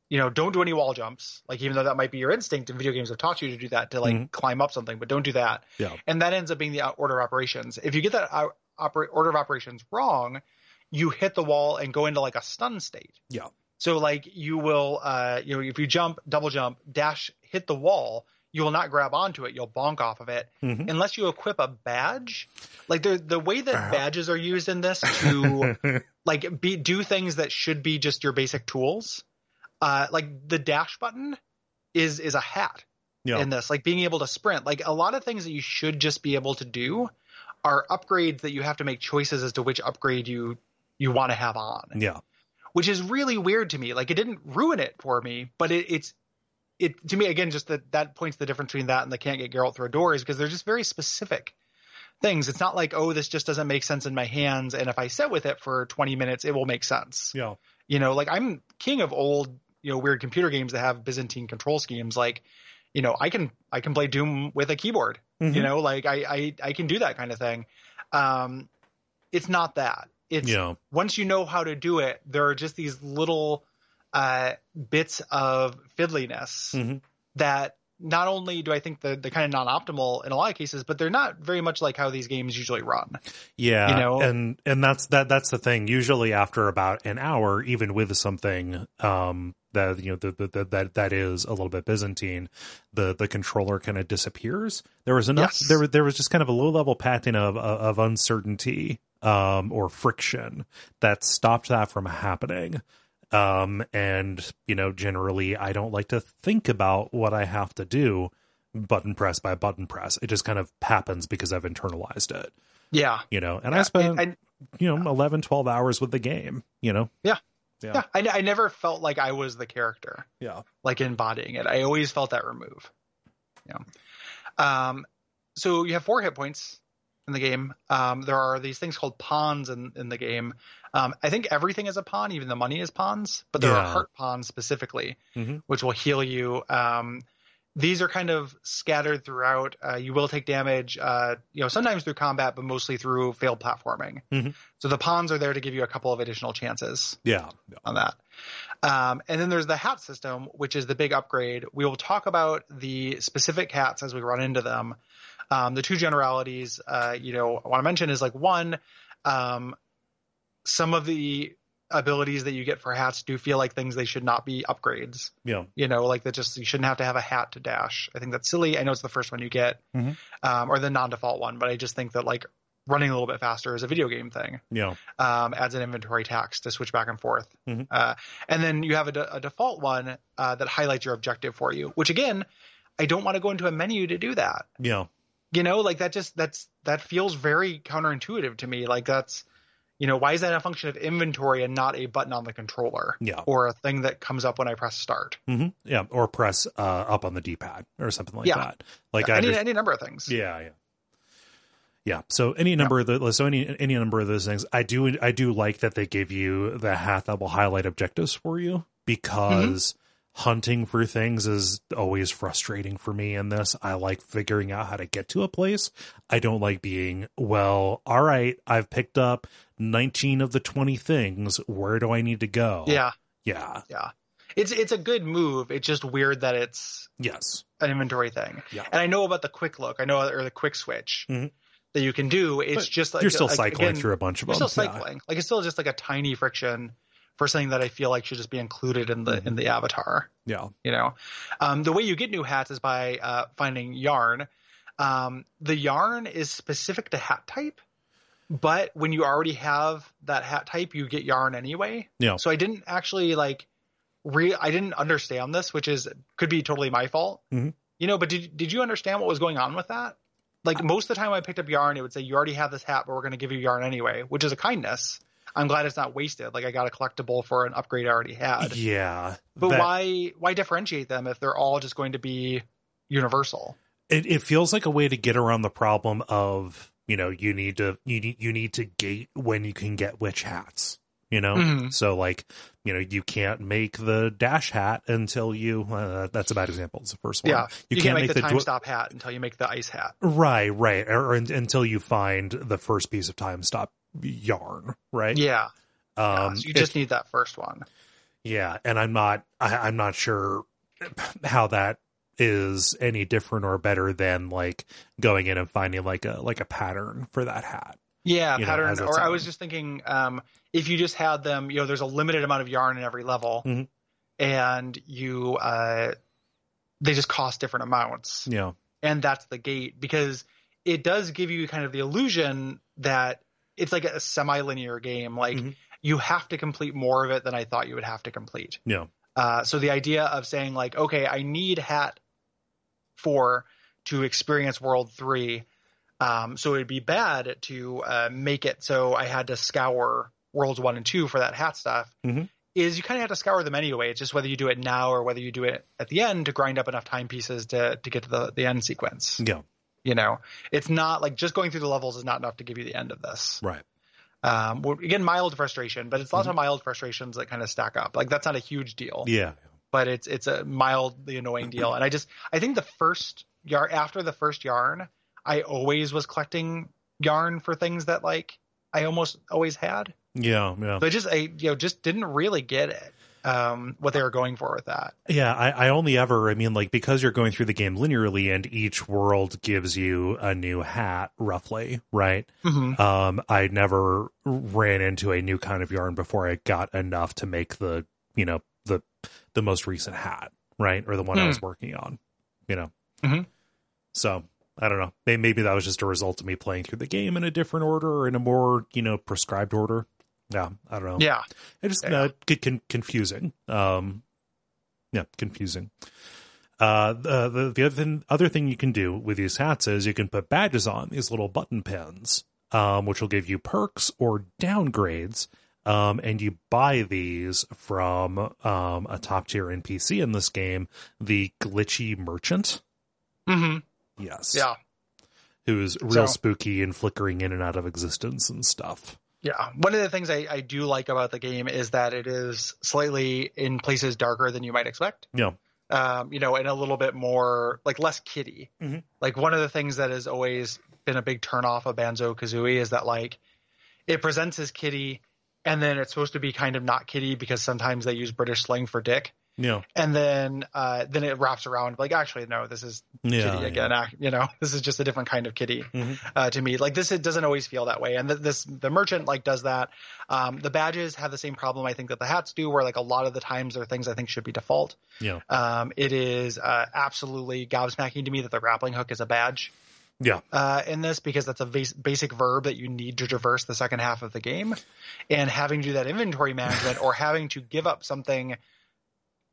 Speaker 1: You know, don't do any wall jumps. Like even though that might be your instinct, and video games have taught you to do that to like
Speaker 2: Mhm.
Speaker 1: climb up something, but don't do that.
Speaker 2: Yeah.
Speaker 1: And that ends up being the uh, order of operations. If you get that uh, oper- order of operations wrong, you hit the wall and go into like a stun state.
Speaker 2: Yeah.
Speaker 1: So like you will, uh, you know, if you jump, double jump, dash, hit the wall, you will not grab onto it. You'll bonk off of it
Speaker 2: Mhm.
Speaker 1: unless you equip a badge. Like the the way
Speaker 2: Uh-huh.
Speaker 1: that badges are used in this to like be do things that should be just your basic tools. Uh, like the dash button is is a hat
Speaker 2: yeah.
Speaker 1: in this. Like being able to sprint. Like a lot of things that you should just be able to do are upgrades that you have to make choices as to which upgrade you you want to have on
Speaker 2: yeah.
Speaker 1: which is really weird to me. Like it didn't ruin it for me, but it, it's it to me again. Just that that points the difference between that and the can't get Geralt through a door is because they're just very specific things. It's not like oh this just doesn't make sense in my hands, and if I sit with it for twenty minutes, it will make sense.
Speaker 2: Yeah.
Speaker 1: You know, like I'm king of old you know weird computer games that have Byzantine control schemes. Like you know I can I can play Doom with a keyboard
Speaker 2: Mm-hmm.
Speaker 1: you know like I, I i can do that kind of thing um it's not that it's
Speaker 2: Yeah.
Speaker 1: once you know how to do it there are just these little uh bits of fiddliness
Speaker 2: Mhm.
Speaker 1: that not only do I think that they're kind of not optimal in a lot of cases, but they're not very much like how these games usually run.
Speaker 2: Yeah,
Speaker 1: You know?
Speaker 2: and and that's that that's the thing. Usually, after about an hour, even with something um that you know the, the, the, that that is a little bit Byzantine, the the controller kind of disappears. There was enough.
Speaker 1: Yes.
Speaker 2: There was there was just kind of a low level patting of of, of uncertainty um or friction that stopped that from happening. Um and you know generally I don't like to think about what I have to do button press by button press. It just kind of happens because I've internalized it
Speaker 1: Yeah.
Speaker 2: you know and i spent
Speaker 1: I,
Speaker 2: you know 11 12 hours with the game you know Yeah.
Speaker 1: yeah, I, I never felt like I was the character.
Speaker 2: yeah
Speaker 1: like embodying it. I always felt that remove. Yeah. Um, so you have four hit points in the game. Um, there are these things called pawns in, in the game. Um, I think everything is a pawn, even the money is pawns, but there are
Speaker 2: Yeah.
Speaker 1: heart pawns specifically,
Speaker 2: Mhm.
Speaker 1: which will heal you. Um, these are kind of scattered throughout. Uh, you will take damage, uh, you know, sometimes through combat, but mostly through failed platforming.
Speaker 2: Mhm.
Speaker 1: So the pawns are there to give you a couple of additional chances
Speaker 2: yeah
Speaker 1: on that. Um, and then there's the hat system, which is the big upgrade. We will talk about the specific hats as we run into them. Um, the two generalities, uh, you know, I want to mention is like one, um, some of the abilities that you get for hats do feel like things they should not be upgrades.
Speaker 2: yeah
Speaker 1: You know, like that just you shouldn't have to have a hat to dash. I think that's silly. I know it's the first one you get,
Speaker 2: Mhm.
Speaker 1: um, or the non-default one, but I just think that like running a little bit faster is a video game thing
Speaker 2: yeah
Speaker 1: um, adds an inventory tax to switch back and forth.
Speaker 2: Mhm.
Speaker 1: Uh, and then you have a, de- a default one uh, that highlights your objective for you, which again, I don't want to go into a menu to do that.
Speaker 2: yeah
Speaker 1: You know, like that just that's that feels very counterintuitive to me. Like that's, you know, why is that a function of inventory and not a button on the controller
Speaker 2: yeah
Speaker 1: or a thing that comes up when I press start?
Speaker 2: hmm yeah or press uh up on the d-pad or something like
Speaker 1: Yeah.
Speaker 2: that like i
Speaker 1: any
Speaker 2: under-
Speaker 1: any number of things.
Speaker 2: yeah yeah yeah so any number of the so any any number of those things i do i do like that they give you the hat that will highlight objectives for you
Speaker 1: Mm-hmm.
Speaker 2: because hunting for things is always frustrating for me in this i like figuring out how to get to a place i don't like being well all right i've picked up 19 of the 20 things where do i need to go
Speaker 1: yeah,
Speaker 2: yeah
Speaker 1: yeah. It's it's a good move. It's just weird that it's
Speaker 2: yes
Speaker 1: an inventory thing.
Speaker 2: Yeah.
Speaker 1: And I know about the quick look. I know or the quick switch
Speaker 2: Mhm.
Speaker 1: that you can do. It's
Speaker 2: But
Speaker 1: just like
Speaker 2: you're still
Speaker 1: like,
Speaker 2: cycling
Speaker 1: again,
Speaker 2: through a bunch of them
Speaker 1: You're still
Speaker 2: Yeah.
Speaker 1: cycling. Like it's still just like a tiny friction for something that I feel like should just be included in the
Speaker 2: Mm-hmm.
Speaker 1: in the avatar.
Speaker 2: yeah
Speaker 1: You know, um, the way you get new hats is by uh, finding yarn. Um, the yarn is specific to hat type, but when you already have that hat type, you get yarn anyway.
Speaker 2: Yeah.
Speaker 1: So I didn't actually like re I didn't understand this, which is could be totally my fault.
Speaker 2: Mhm.
Speaker 1: You know, but did did you understand what was going on with that? Like most of the time, when I picked up yarn, it would say you already have this hat, but we're going to give you yarn anyway, which is a kindness. I'm glad it's not wasted. Like I got a collectible for an upgrade I already had.
Speaker 2: yeah
Speaker 1: But
Speaker 2: That-
Speaker 1: why why differentiate them if they're all just going to be universal?
Speaker 2: it, it feels like a way to get around the problem of you know you need to you need you need to gate when you can get which hats you know
Speaker 1: Mhm.
Speaker 2: so like you know you can't make the dash hat until you uh, that's a bad example it's the first one
Speaker 1: Yeah.
Speaker 2: you,
Speaker 1: You,
Speaker 2: can't, make, the,
Speaker 1: time
Speaker 2: dw-
Speaker 1: stop hat until you make the ice hat.
Speaker 2: right right or, or un- until you find the first piece of time stop yarn right
Speaker 1: Yeah. yeah.
Speaker 2: um
Speaker 1: so you
Speaker 2: it-
Speaker 1: just need that first one.
Speaker 2: yeah and i'm not I, i'm not sure how that is any different or better than like going in and finding like a like a pattern for that hat
Speaker 1: Yeah,
Speaker 2: you know,
Speaker 1: pattern.
Speaker 2: as its
Speaker 1: or I
Speaker 2: own.
Speaker 1: was just thinking, um, if you just had them, you know, there's a limited amount of yarn in every level,
Speaker 2: Mhm.
Speaker 1: and you, uh, they just cost different amounts,
Speaker 2: Yeah.
Speaker 1: and that's the gate because it does give you kind of the illusion that it's like a semi-linear game. Like
Speaker 2: Mhm.
Speaker 1: you have to complete more of it than I thought you would have to complete.
Speaker 2: Yeah.
Speaker 1: Uh, so the idea of saying like, okay, I need hat four to experience world three. Um, so it'd be bad to uh, make it so I had to scour worlds one and two for that hat stuff.
Speaker 2: Mhm.
Speaker 1: Is you kind of have to scour them anyway. It's just whether you do it now or whether you do it at the end to grind up enough timepieces to to get to the the end sequence.
Speaker 2: Yeah.
Speaker 1: You know, it's not like just going through the levels is not enough to give you the end of this.
Speaker 2: Right.
Speaker 1: Um, well, again, mild frustration, but it's lots of mild frustrations that kind of stack up. Like that's not a huge deal
Speaker 2: Yeah.
Speaker 1: but it's it's a mildly annoying deal. And I just I think the first yarn after the first yarn, I always was collecting yarn for things that like I almost always had.
Speaker 2: Yeah. Yeah.
Speaker 1: But just I you know just didn't really get it. um, what they were going for with that.
Speaker 2: Yeah, I, I only ever, I mean, like, because you're going through the game linearly and each world gives you a new hat, roughly, right?
Speaker 1: Mhm.
Speaker 2: Um, I never ran into a new kind of yarn before I got enough to make the, you know, the the most recent hat, right? Or the one I
Speaker 1: Hmm.
Speaker 2: was working on, you know.
Speaker 1: Mhm.
Speaker 2: So I don't know. May- Maybe that was just a result of me playing through the game in a different order or in a more, you know, prescribed order. Yeah, I don't know.
Speaker 1: Yeah.
Speaker 2: It just
Speaker 1: Yeah.
Speaker 2: uh, get con- confusing. Um, yeah, confusing. Uh, the, the the other thing, other thing you can do with these hats is you can put badges on these little button pins, um, which will give you perks or downgrades. Um, and you buy these from um, a top tier NPC in this game, the Glitchy Merchant.
Speaker 1: hmm
Speaker 2: Yes,
Speaker 1: Yeah.
Speaker 2: who's real
Speaker 1: So-
Speaker 2: spooky and flickering in and out of existence and stuff.
Speaker 1: Yeah, one of the things I, I do like about the game is that it is slightly in places darker than you might expect.
Speaker 2: Yeah.
Speaker 1: Um, you know, and a little bit more like less kiddie.
Speaker 2: Mhm.
Speaker 1: Like one of the things that has always been a big turnoff of Banjo Kazooie is that like it presents as kiddie, and then it's supposed to be kind of not kiddie because sometimes they use British slang for dick,
Speaker 2: Yeah,
Speaker 1: and then uh, then it wraps around like actually no, this is
Speaker 2: yeah,
Speaker 1: kitty
Speaker 2: yeah.
Speaker 1: again. ac- You know, this is just a different kind of kitty
Speaker 2: Mhm.
Speaker 1: uh, to me. Like this, it doesn't always feel that way. And th- this, the merchant like does that. Um, the badges have the same problem I think that the hats do, where like a lot of the times they're things I think should be default.
Speaker 2: Yeah.
Speaker 1: Um, it is uh, absolutely gobsmacking to me that the grappling hook is a badge.
Speaker 2: Yeah.
Speaker 1: Uh, in this, because that's a vas- basic verb that you need to traverse the second half of the game, and having to do that inventory management or having to give up something,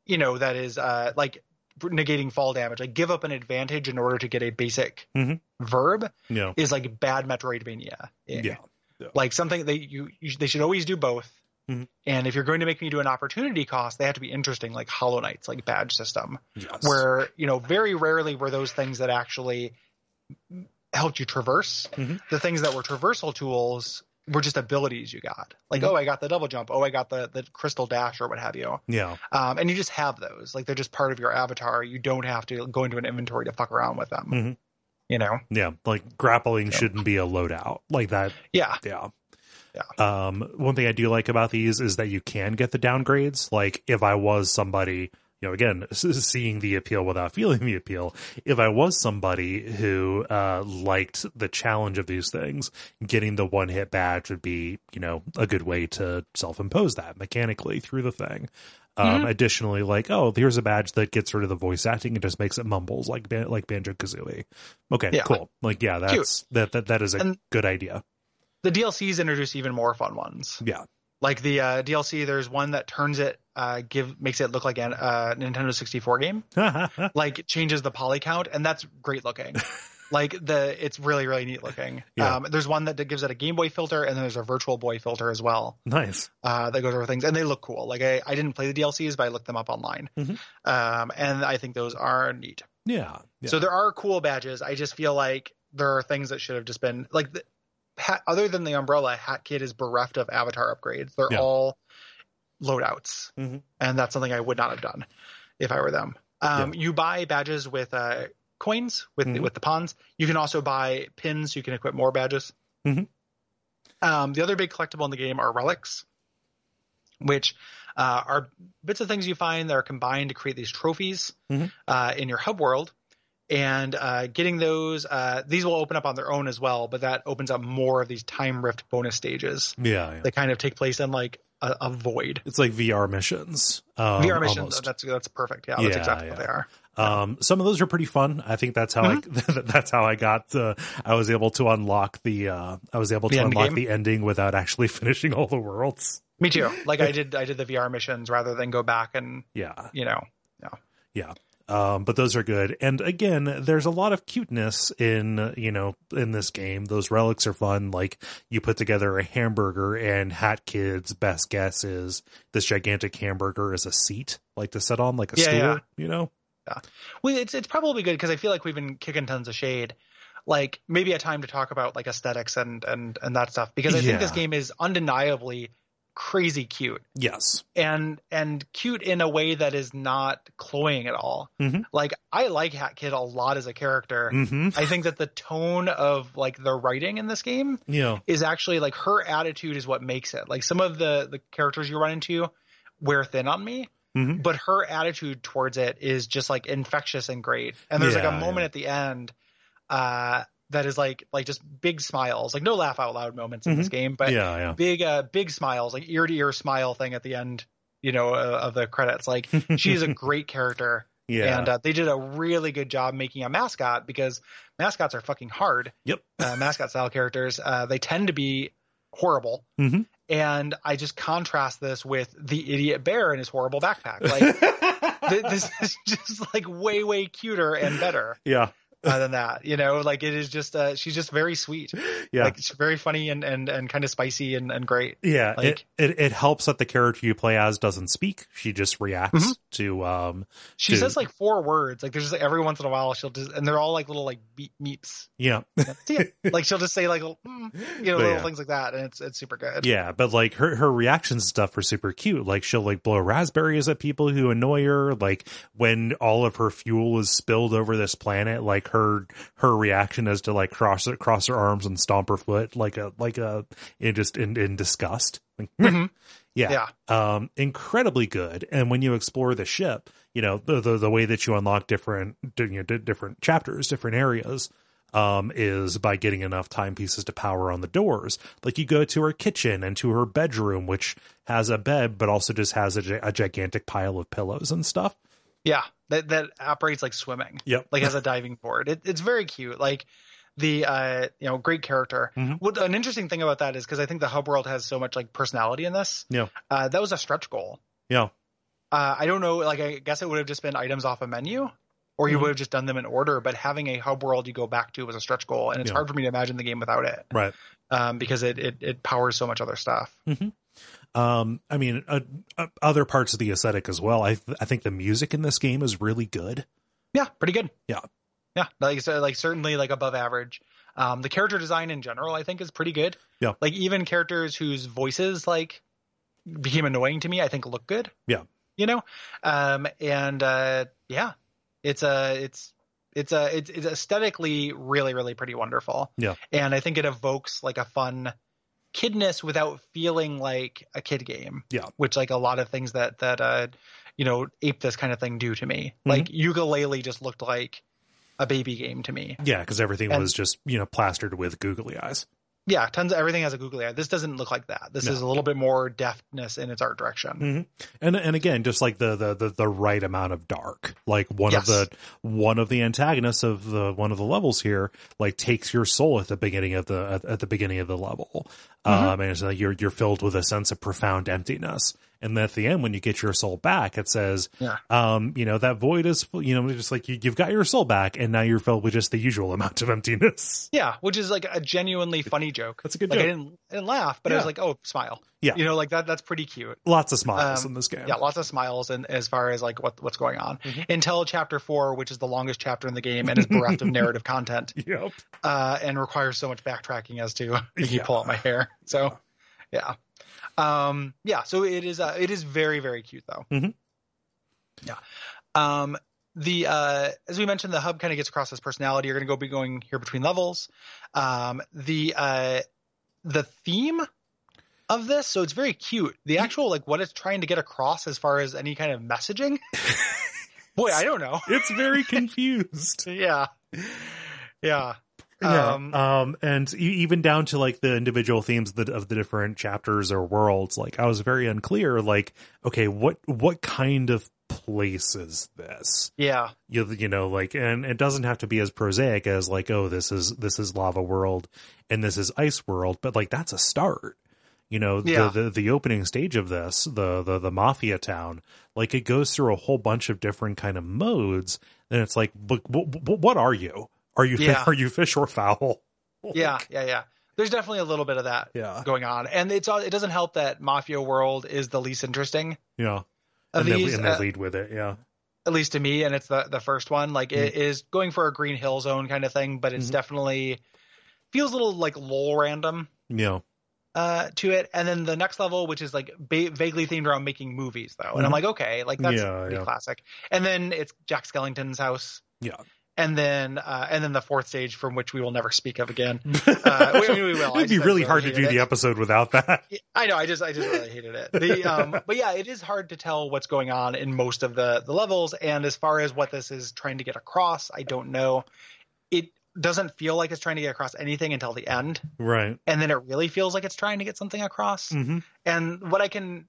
Speaker 1: you know, that is uh, like negating fall damage, like give up an advantage in order to get a basic
Speaker 2: Mhm.
Speaker 1: verb
Speaker 2: yeah.
Speaker 1: is like bad Metroidvania.
Speaker 2: Yeah.
Speaker 1: Like something that you, you sh- they should always do both.
Speaker 2: Mhm.
Speaker 1: And if you're going to make me do an opportunity cost, they have to be interesting, like Hollow Knight's like badge system,
Speaker 2: Yes.
Speaker 1: where you know very rarely were those things that actually helped you traverse.
Speaker 2: Mhm.
Speaker 1: The things that were traversal tools were just abilities you got, like
Speaker 2: Mhm.
Speaker 1: oh I got the double jump, oh I got the the crystal dash or what have you
Speaker 2: yeah.
Speaker 1: um, and you just have those like they're just part of your avatar you don't have to go into an inventory to fuck around with them
Speaker 2: Mhm.
Speaker 1: you know
Speaker 2: Yeah, like grappling
Speaker 1: So-
Speaker 2: shouldn't be a loadout like that.
Speaker 1: yeah
Speaker 2: Yeah.
Speaker 1: Yeah.
Speaker 2: Um, one thing I do like about these is that you can get the downgrades. Like if I was somebody, you know, again, seeing the appeal without feeling the appeal, if I was somebody who uh liked the challenge of these things, getting the one hit badge would be, you know, a good way to self impose that mechanically through the thing. Um,
Speaker 1: Mm-hmm.
Speaker 2: additionally, like, oh, here's a badge that gets rid of the voice acting and just makes it mumbles like Ban- like Banjo Kazooie. Okay,
Speaker 1: Yeah.
Speaker 2: cool. Like, yeah, that's that that that is a
Speaker 1: And-
Speaker 2: good idea.
Speaker 1: the dlc's introduce even more fun ones
Speaker 2: Yeah.
Speaker 1: like the uh, dlc there's one that turns it uh, give makes it look like an uh, nintendo 64 game like changes the poly count and that's great looking like the it's really really neat looking
Speaker 2: Yeah.
Speaker 1: um, there's one that gives it a game boy filter and then there's a virtual boy filter as well
Speaker 2: nice.
Speaker 1: uh, that goes over things, and they look cool. Like I, I didn't play the DLCs, but I looked them up online,
Speaker 2: Mhm.
Speaker 1: um, and I think those are neat.
Speaker 2: Yeah. yeah.
Speaker 1: So there are cool badges. I just feel like there are things that should have just been like, the, hat, other than the umbrella, Hat Kid is bereft of avatar upgrades. They're
Speaker 2: Yeah.
Speaker 1: all loadouts,
Speaker 2: Mhm.
Speaker 1: and that's something I would not have done if I were them. Um, You buy badges with uh, coins with
Speaker 2: Mhm.
Speaker 1: with the pawns. You can also buy pins. You can equip more badges.
Speaker 2: Mhm.
Speaker 1: Um, the other big collectible in the game are relics, which uh, are bits of things you find that are combined to create these trophies
Speaker 2: Mhm.
Speaker 1: uh, in your hub world. And uh, getting those, uh, these will open up on their own as well, but that opens up more of these time rift bonus stages
Speaker 2: yeah, yeah.
Speaker 1: that kind of take place in like a, a void.
Speaker 2: it's like VR missions. Um,
Speaker 1: VR missions,
Speaker 2: almost.
Speaker 1: that's that's perfect. Yeah, that's
Speaker 2: Yeah,
Speaker 1: exactly
Speaker 2: yeah.
Speaker 1: what they are.
Speaker 2: Um, some of those are pretty fun. I think that's how
Speaker 1: Mm-hmm.
Speaker 2: I that's how I got. Uh, I was able to unlock the. Uh, I was able
Speaker 1: The
Speaker 2: to
Speaker 1: end
Speaker 2: unlock
Speaker 1: game?
Speaker 2: the ending without actually finishing all the worlds.
Speaker 1: Me too. Like I did, I did the VR missions rather than go back and
Speaker 2: Yeah.
Speaker 1: you know.
Speaker 2: Um, but those are good. And again, there's a lot of cuteness in, uh, you know, in this game. Those relics are fun. Like you put together a hamburger and Hat Kid's best guess is this gigantic hamburger is a seat, like to sit on, like a
Speaker 1: Yeah,
Speaker 2: stool,
Speaker 1: yeah.
Speaker 2: you know?
Speaker 1: Well, it's it's probably good because I feel like we've been kicking tons of shade. Like maybe a time to talk about like aesthetics and and and that stuff because I think this
Speaker 2: Yeah.
Speaker 1: game is undeniably crazy cute.
Speaker 2: Yes.
Speaker 1: and and cute in a way that is not cloying at all.
Speaker 2: Mhm.
Speaker 1: Like I like Hat Kid a lot as a character.
Speaker 2: Mm-hmm.
Speaker 1: I think that the tone of like the writing in this game
Speaker 2: Yeah.
Speaker 1: is actually like her attitude is what makes it. Like some of the the characters you run into wear thin on me.
Speaker 2: Mhm.
Speaker 1: But her attitude towards it is just like infectious and great. And there's like
Speaker 2: Yeah,
Speaker 1: a moment at the end uh, that is like like just big smiles, like no laugh out loud moments in this game, but
Speaker 2: Mm-hmm. yeah, yeah.
Speaker 1: big uh, big smiles, like ear to ear smile thing at the end. You know uh, of the credits, like she's a great character.
Speaker 2: yeah.
Speaker 1: And uh, they did a really good job making a mascot because mascots are fucking hard.
Speaker 2: Yep.
Speaker 1: Uh, mascot style characters, uh, they tend to be horrible.
Speaker 2: Mhm.
Speaker 1: And I just contrast this with the idiot bear in his horrible backpack. Like, th- this is just like way, way cuter and better
Speaker 2: yeah,
Speaker 1: uh, than that. You know, like it is just, uh, she's just very sweet.
Speaker 2: yeah.
Speaker 1: Like, she's very funny and, and, and kind of spicy and, and great.
Speaker 2: Yeah,
Speaker 1: Like-
Speaker 2: it, it it helps that the character you play as doesn't speak. She just reacts
Speaker 1: Mhm.
Speaker 2: to um
Speaker 1: She
Speaker 2: Dude.
Speaker 1: says like four words. Like, there's just like, every once in a while she'll just, and they're all like little like beep meeps.
Speaker 2: yeah.
Speaker 1: See ya. like she'll just say like little, mm, you know
Speaker 2: But
Speaker 1: little
Speaker 2: yeah.
Speaker 1: things like that, and it's it's super good.
Speaker 2: Yeah, but like her her reactions and stuff were super cute. Like she'll like blow raspberries at people who annoy her. Like when all of her fuel is spilled over this planet, like her her reaction is to like cross cross her arms and stomp her foot like a like a in just in, in disgust. Like,
Speaker 1: Mhm.
Speaker 2: yeah.
Speaker 1: Yeah.
Speaker 2: um incredibly good and when you explore the ship you know the the, the way that you unlock different di- you know, di- different chapters different areas um is by getting enough timepieces to power on the doors like you go to her kitchen and to her bedroom which has a bed but also just has a, gi- a gigantic pile of pillows and stuff
Speaker 1: Yeah, that that operates like swimming,
Speaker 2: yep
Speaker 1: like has a diving board. It, it's very cute. Like the uh you know great character.
Speaker 2: Mhm.
Speaker 1: What an interesting thing about that is because I think the hub world has so much like personality in this.
Speaker 2: Yeah.
Speaker 1: uh, that was a stretch goal.
Speaker 2: Yeah.
Speaker 1: uh, I don't know. Like I guess it would have just been items off a menu. Or you
Speaker 2: Mhm.
Speaker 1: would have just done them in order, but having a hub world you go back to was a stretch goal, and it's
Speaker 2: Yeah.
Speaker 1: hard for me to imagine the game without it,
Speaker 2: right
Speaker 1: um, because it, it it powers so much other stuff.
Speaker 2: um i mean uh, uh, other parts of the aesthetic as well i th- i think the music in this game is really good
Speaker 1: Yeah, pretty good.
Speaker 2: Yeah.
Speaker 1: yeah. Like so, like certainly like above average. Um, the character design in general, I think, is pretty good.
Speaker 2: Yeah.
Speaker 1: Like even characters whose voices like became annoying to me, I think look good.
Speaker 2: Yeah.
Speaker 1: You know, um, and uh, yeah, it's a it's it's a it's, it's aesthetically really really pretty wonderful.
Speaker 2: Yeah.
Speaker 1: And I think it evokes like a fun kidness without feeling like a kid game.
Speaker 2: Yeah.
Speaker 1: Which like a lot of things that that uh you know ape this kind of thing do to me.
Speaker 2: Mm-hmm.
Speaker 1: Like ukulele just looked like a baby game to me.
Speaker 2: yeah because everything
Speaker 1: And-
Speaker 2: was just you know plastered with googly eyes
Speaker 1: Yeah, tons of everything has a googly eye. This doesn't look like that. This
Speaker 2: No. Mm.
Speaker 1: is a little bit more deftness in its art direction.
Speaker 2: and and again just like the the the, the right amount of dark like one
Speaker 1: Yes.
Speaker 2: of the one of the antagonists of the one of the levels here like takes your soul at the beginning of the at, at the beginning of the level
Speaker 1: Mm-hmm.
Speaker 2: um and it's like you're you're filled with a sense of profound emptiness and then at the end when you get your soul back it says
Speaker 1: Yeah.
Speaker 2: um you know that void is you know just like you, you've got your soul back and now you're filled with just the usual amount of emptiness
Speaker 1: Yeah, which is like a genuinely funny joke.
Speaker 2: that's a good
Speaker 1: Like I
Speaker 2: joke
Speaker 1: didn't, I didn't laugh, but I was
Speaker 2: Yeah.
Speaker 1: like, oh, smile.
Speaker 2: Yeah.
Speaker 1: you know, like that. That's pretty cute.
Speaker 2: lots of smiles
Speaker 1: Um,
Speaker 2: in this game
Speaker 1: yeah, lots of smiles and as far as like what what's going on
Speaker 2: Mhm.
Speaker 1: until chapter four, which is the longest chapter in the game and is bereft of narrative content
Speaker 2: yep
Speaker 1: uh, and requires so much backtracking as to if you
Speaker 2: Yeah.
Speaker 1: pull out my hair. So, yeah, um, yeah. So it is uh, it is very very cute though.
Speaker 2: Mhm.
Speaker 1: Yeah. Um, the uh, as we mentioned, the hub kind of gets across this personality. You're going to go be going here between levels. Um, the uh, the theme of this so it's very cute
Speaker 2: Mm-hmm.
Speaker 1: the actual like what it's trying to get across as far as any kind of messaging boy i don't know
Speaker 2: it's very confused
Speaker 1: yeah yeah
Speaker 2: Yeah.
Speaker 1: Um,
Speaker 2: Um, and e- even down to like the individual themes of the, of the different chapters or worlds, like I was very unclear, like, okay, what, what kind of place is this?
Speaker 1: yeah
Speaker 2: You, you know, like, and it doesn't have to be as prosaic as like, oh, this is, this is lava world and this is ice world, but like, that's a start. You know,
Speaker 1: Yeah.
Speaker 2: the, the, the opening stage of this, the, the, the mafia town, like it goes through a whole bunch of different kind of modes. And it's like, but, but, but what are you? Are you, fi-
Speaker 1: Yeah.
Speaker 2: are you fish or fowl?
Speaker 1: yeah yeah yeah there's definitely a little bit of that
Speaker 2: Yeah.
Speaker 1: going on and it's all it doesn't help that mafia world is the least interesting
Speaker 2: Yeah.
Speaker 1: of
Speaker 2: and,
Speaker 1: these
Speaker 2: they, and they
Speaker 1: uh,
Speaker 2: lead with it. Yeah.
Speaker 1: at least to me and it's the the first one like it
Speaker 2: Mm.
Speaker 1: is going for a green hill zone kind of thing but it's
Speaker 2: Mhm.
Speaker 1: definitely feels a little like lol random
Speaker 2: Yeah.
Speaker 1: uh to it and then the next level which is like ba- vaguely themed around making movies though and i'm
Speaker 2: Mhm.
Speaker 1: like okay like that's
Speaker 2: Yeah,
Speaker 1: pretty
Speaker 2: yeah.
Speaker 1: classic and then it's jack skellington's house
Speaker 2: Yeah.
Speaker 1: and then uh, and then the fourth stage from which we will never speak of again. Uh, we, we will. I
Speaker 2: It'd
Speaker 1: just- I
Speaker 2: be really
Speaker 1: really
Speaker 2: hard to
Speaker 1: hated
Speaker 2: do the
Speaker 1: it.
Speaker 2: episode without that.
Speaker 1: I know. I just I just really hated it. The um, but yeah, it is hard to tell what's going on in most of the the levels. And as far as what this is trying to get across, I don't know. It doesn't feel like it's trying to get across anything until the end,
Speaker 2: Right.
Speaker 1: and then it really feels like it's trying to get something across.
Speaker 2: hmm
Speaker 1: And what I can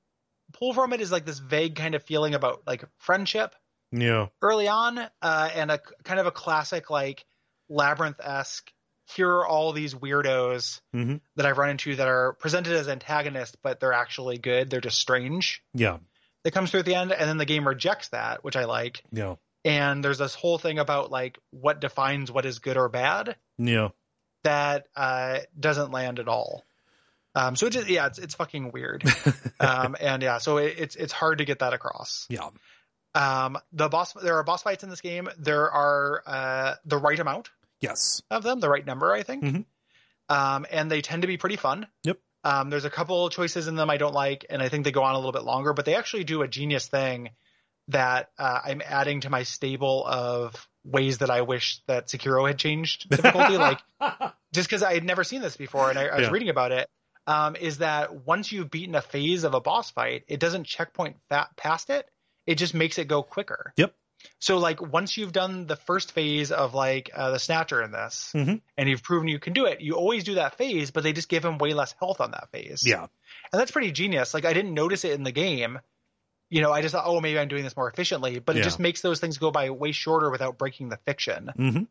Speaker 1: pull from it is like this vague kind of feeling about like friendship
Speaker 2: Yeah.
Speaker 1: early on, uh, and a kind of a classic like labyrinth esque. Here are all these weirdos
Speaker 2: Mhm.
Speaker 1: that I've run into that are presented as antagonists, but they're actually good. They're just strange.
Speaker 2: Yeah.
Speaker 1: That comes through at the end, and then the game rejects that, which I like.
Speaker 2: Yeah.
Speaker 1: And there's this whole thing about like what defines what is good or bad
Speaker 2: Yeah.
Speaker 1: that uh, doesn't land at all. Um, so it just yeah, it's it's fucking weird. um, and yeah, so it, it's it's hard to get that across.
Speaker 2: Yeah.
Speaker 1: Um, the boss, there are boss fights in this game. There are uh, the right amount
Speaker 2: Yes.
Speaker 1: of them, the right number, I think.
Speaker 2: Mhm.
Speaker 1: Um, and they tend to be pretty fun.
Speaker 2: Yep.
Speaker 1: Um, there's a couple choices in them I don't like, and I think they go on a little bit longer. But they actually do a genius thing that uh, I'm adding to my stable of ways that I wish that Sekiro had changed difficulty. like just because I had never seen this before and I, I was
Speaker 2: Yeah.
Speaker 1: reading about it, um, is that once you've beaten a phase of a boss fight, it doesn't checkpoint fa- past it. It just makes it go quicker.
Speaker 2: Yep.
Speaker 1: So like once you've done the first phase of like uh, the snatcher in this,
Speaker 2: Mhm.
Speaker 1: and you've proven you can do it, you always do that phase, but they just give him way less health on that phase.
Speaker 2: yeah.
Speaker 1: and that's pretty genius. Like I didn't notice it in the game. You know, I just thought, oh, maybe I'm doing this more efficiently, but it
Speaker 2: Yeah.
Speaker 1: just makes those things go by way shorter without breaking the fiction.
Speaker 2: hmm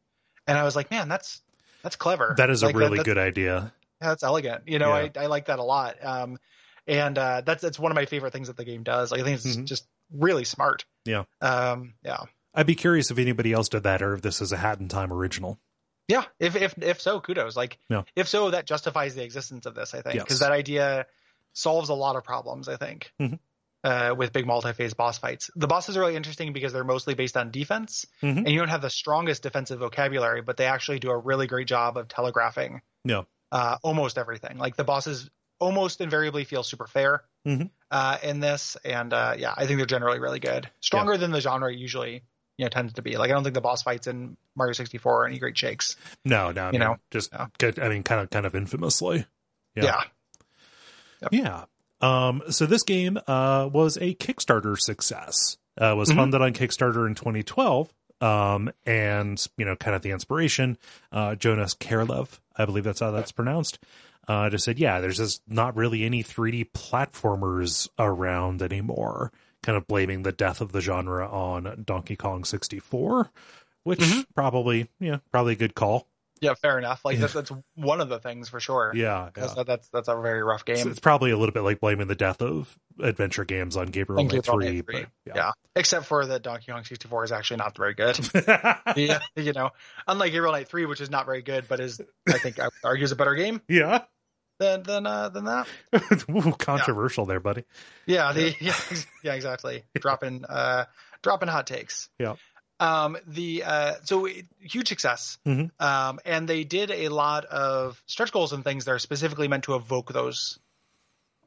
Speaker 1: And I was like, man, that's that's clever.
Speaker 2: That is
Speaker 1: Like,
Speaker 2: a really
Speaker 1: that's-
Speaker 2: good idea.
Speaker 1: yeah, that's elegant. You know,
Speaker 2: Yeah.
Speaker 1: I, I like that a lot. Um, and uh, that's that's one of my favorite things that the game does. Like, I think it's
Speaker 2: Mhm.
Speaker 1: just really smart.
Speaker 2: Yeah.
Speaker 1: Um, yeah.
Speaker 2: I'd be curious if anybody else did that or if this is a Hat in Time original.
Speaker 1: Yeah. If if if so, kudos. Like,
Speaker 2: Yeah.
Speaker 1: if so, that justifies the existence of this. I think
Speaker 2: Yes.
Speaker 1: because that idea solves a lot of problems. I think.
Speaker 2: Mhm.
Speaker 1: Uh, with big multi-phase boss fights, the bosses are really interesting because they're mostly based on defense,
Speaker 2: Mhm.
Speaker 1: and you don't have the strongest defensive vocabulary, but they actually do a really great job of telegraphing
Speaker 2: Yeah.
Speaker 1: uh, almost everything. Like the bosses almost invariably feel super fair
Speaker 2: Mhm.
Speaker 1: uh, in this, and uh, yeah, I think they're generally really good, stronger than the genre usually you know tends to be. Like I don't think the boss fights in Mario 64 are any great shakes.
Speaker 2: No, no, I
Speaker 1: You
Speaker 2: mean,
Speaker 1: know,
Speaker 2: just
Speaker 1: yeah.
Speaker 2: good. I mean, kind of, kind of infamously. Yeah.
Speaker 1: Yeah.
Speaker 2: Yeah. Um, so this game uh, was a Kickstarter success. Uh, was
Speaker 1: Mhm.
Speaker 2: funded on Kickstarter in 2012. Um, and you know, kind of the inspiration, uh, Jonas Kerlev, I believe that's how that's pronounced. Uh, just said, yeah, there's just not really any 3D platformers around anymore. Kind of blaming the death of the genre on Donkey Kong 64, which
Speaker 1: Mhm.
Speaker 2: probably, yeah, probably a good call.
Speaker 1: Yeah, fair enough. Like
Speaker 2: Yeah.
Speaker 1: that's that's one of the things for sure.
Speaker 2: Yeah, yeah.
Speaker 1: 'Cause that- that's that's a very rough game.
Speaker 2: So it's probably a little bit like blaming the death of adventure games on Gabriel
Speaker 1: Thank
Speaker 2: Knight
Speaker 1: you, probably
Speaker 2: 3.
Speaker 1: agree.
Speaker 2: But,
Speaker 1: yeah. Except for that Donkey Kong 64 is actually not very good.
Speaker 2: yeah.
Speaker 1: yeah, you know, unlike Hero Knight 3, which is not very good, but is I think I would argue is a better game
Speaker 2: Yeah.
Speaker 1: than than uh, than that.
Speaker 2: Ooh, controversial there, buddy.
Speaker 1: Yeah, the yeah, ex- yeah exactly. dropping uh dropping hot takes.
Speaker 2: Yeah.
Speaker 1: Um the uh so it, huge success.
Speaker 2: Mhm.
Speaker 1: Um and they did a lot of stretch goals and things that are specifically meant to evoke those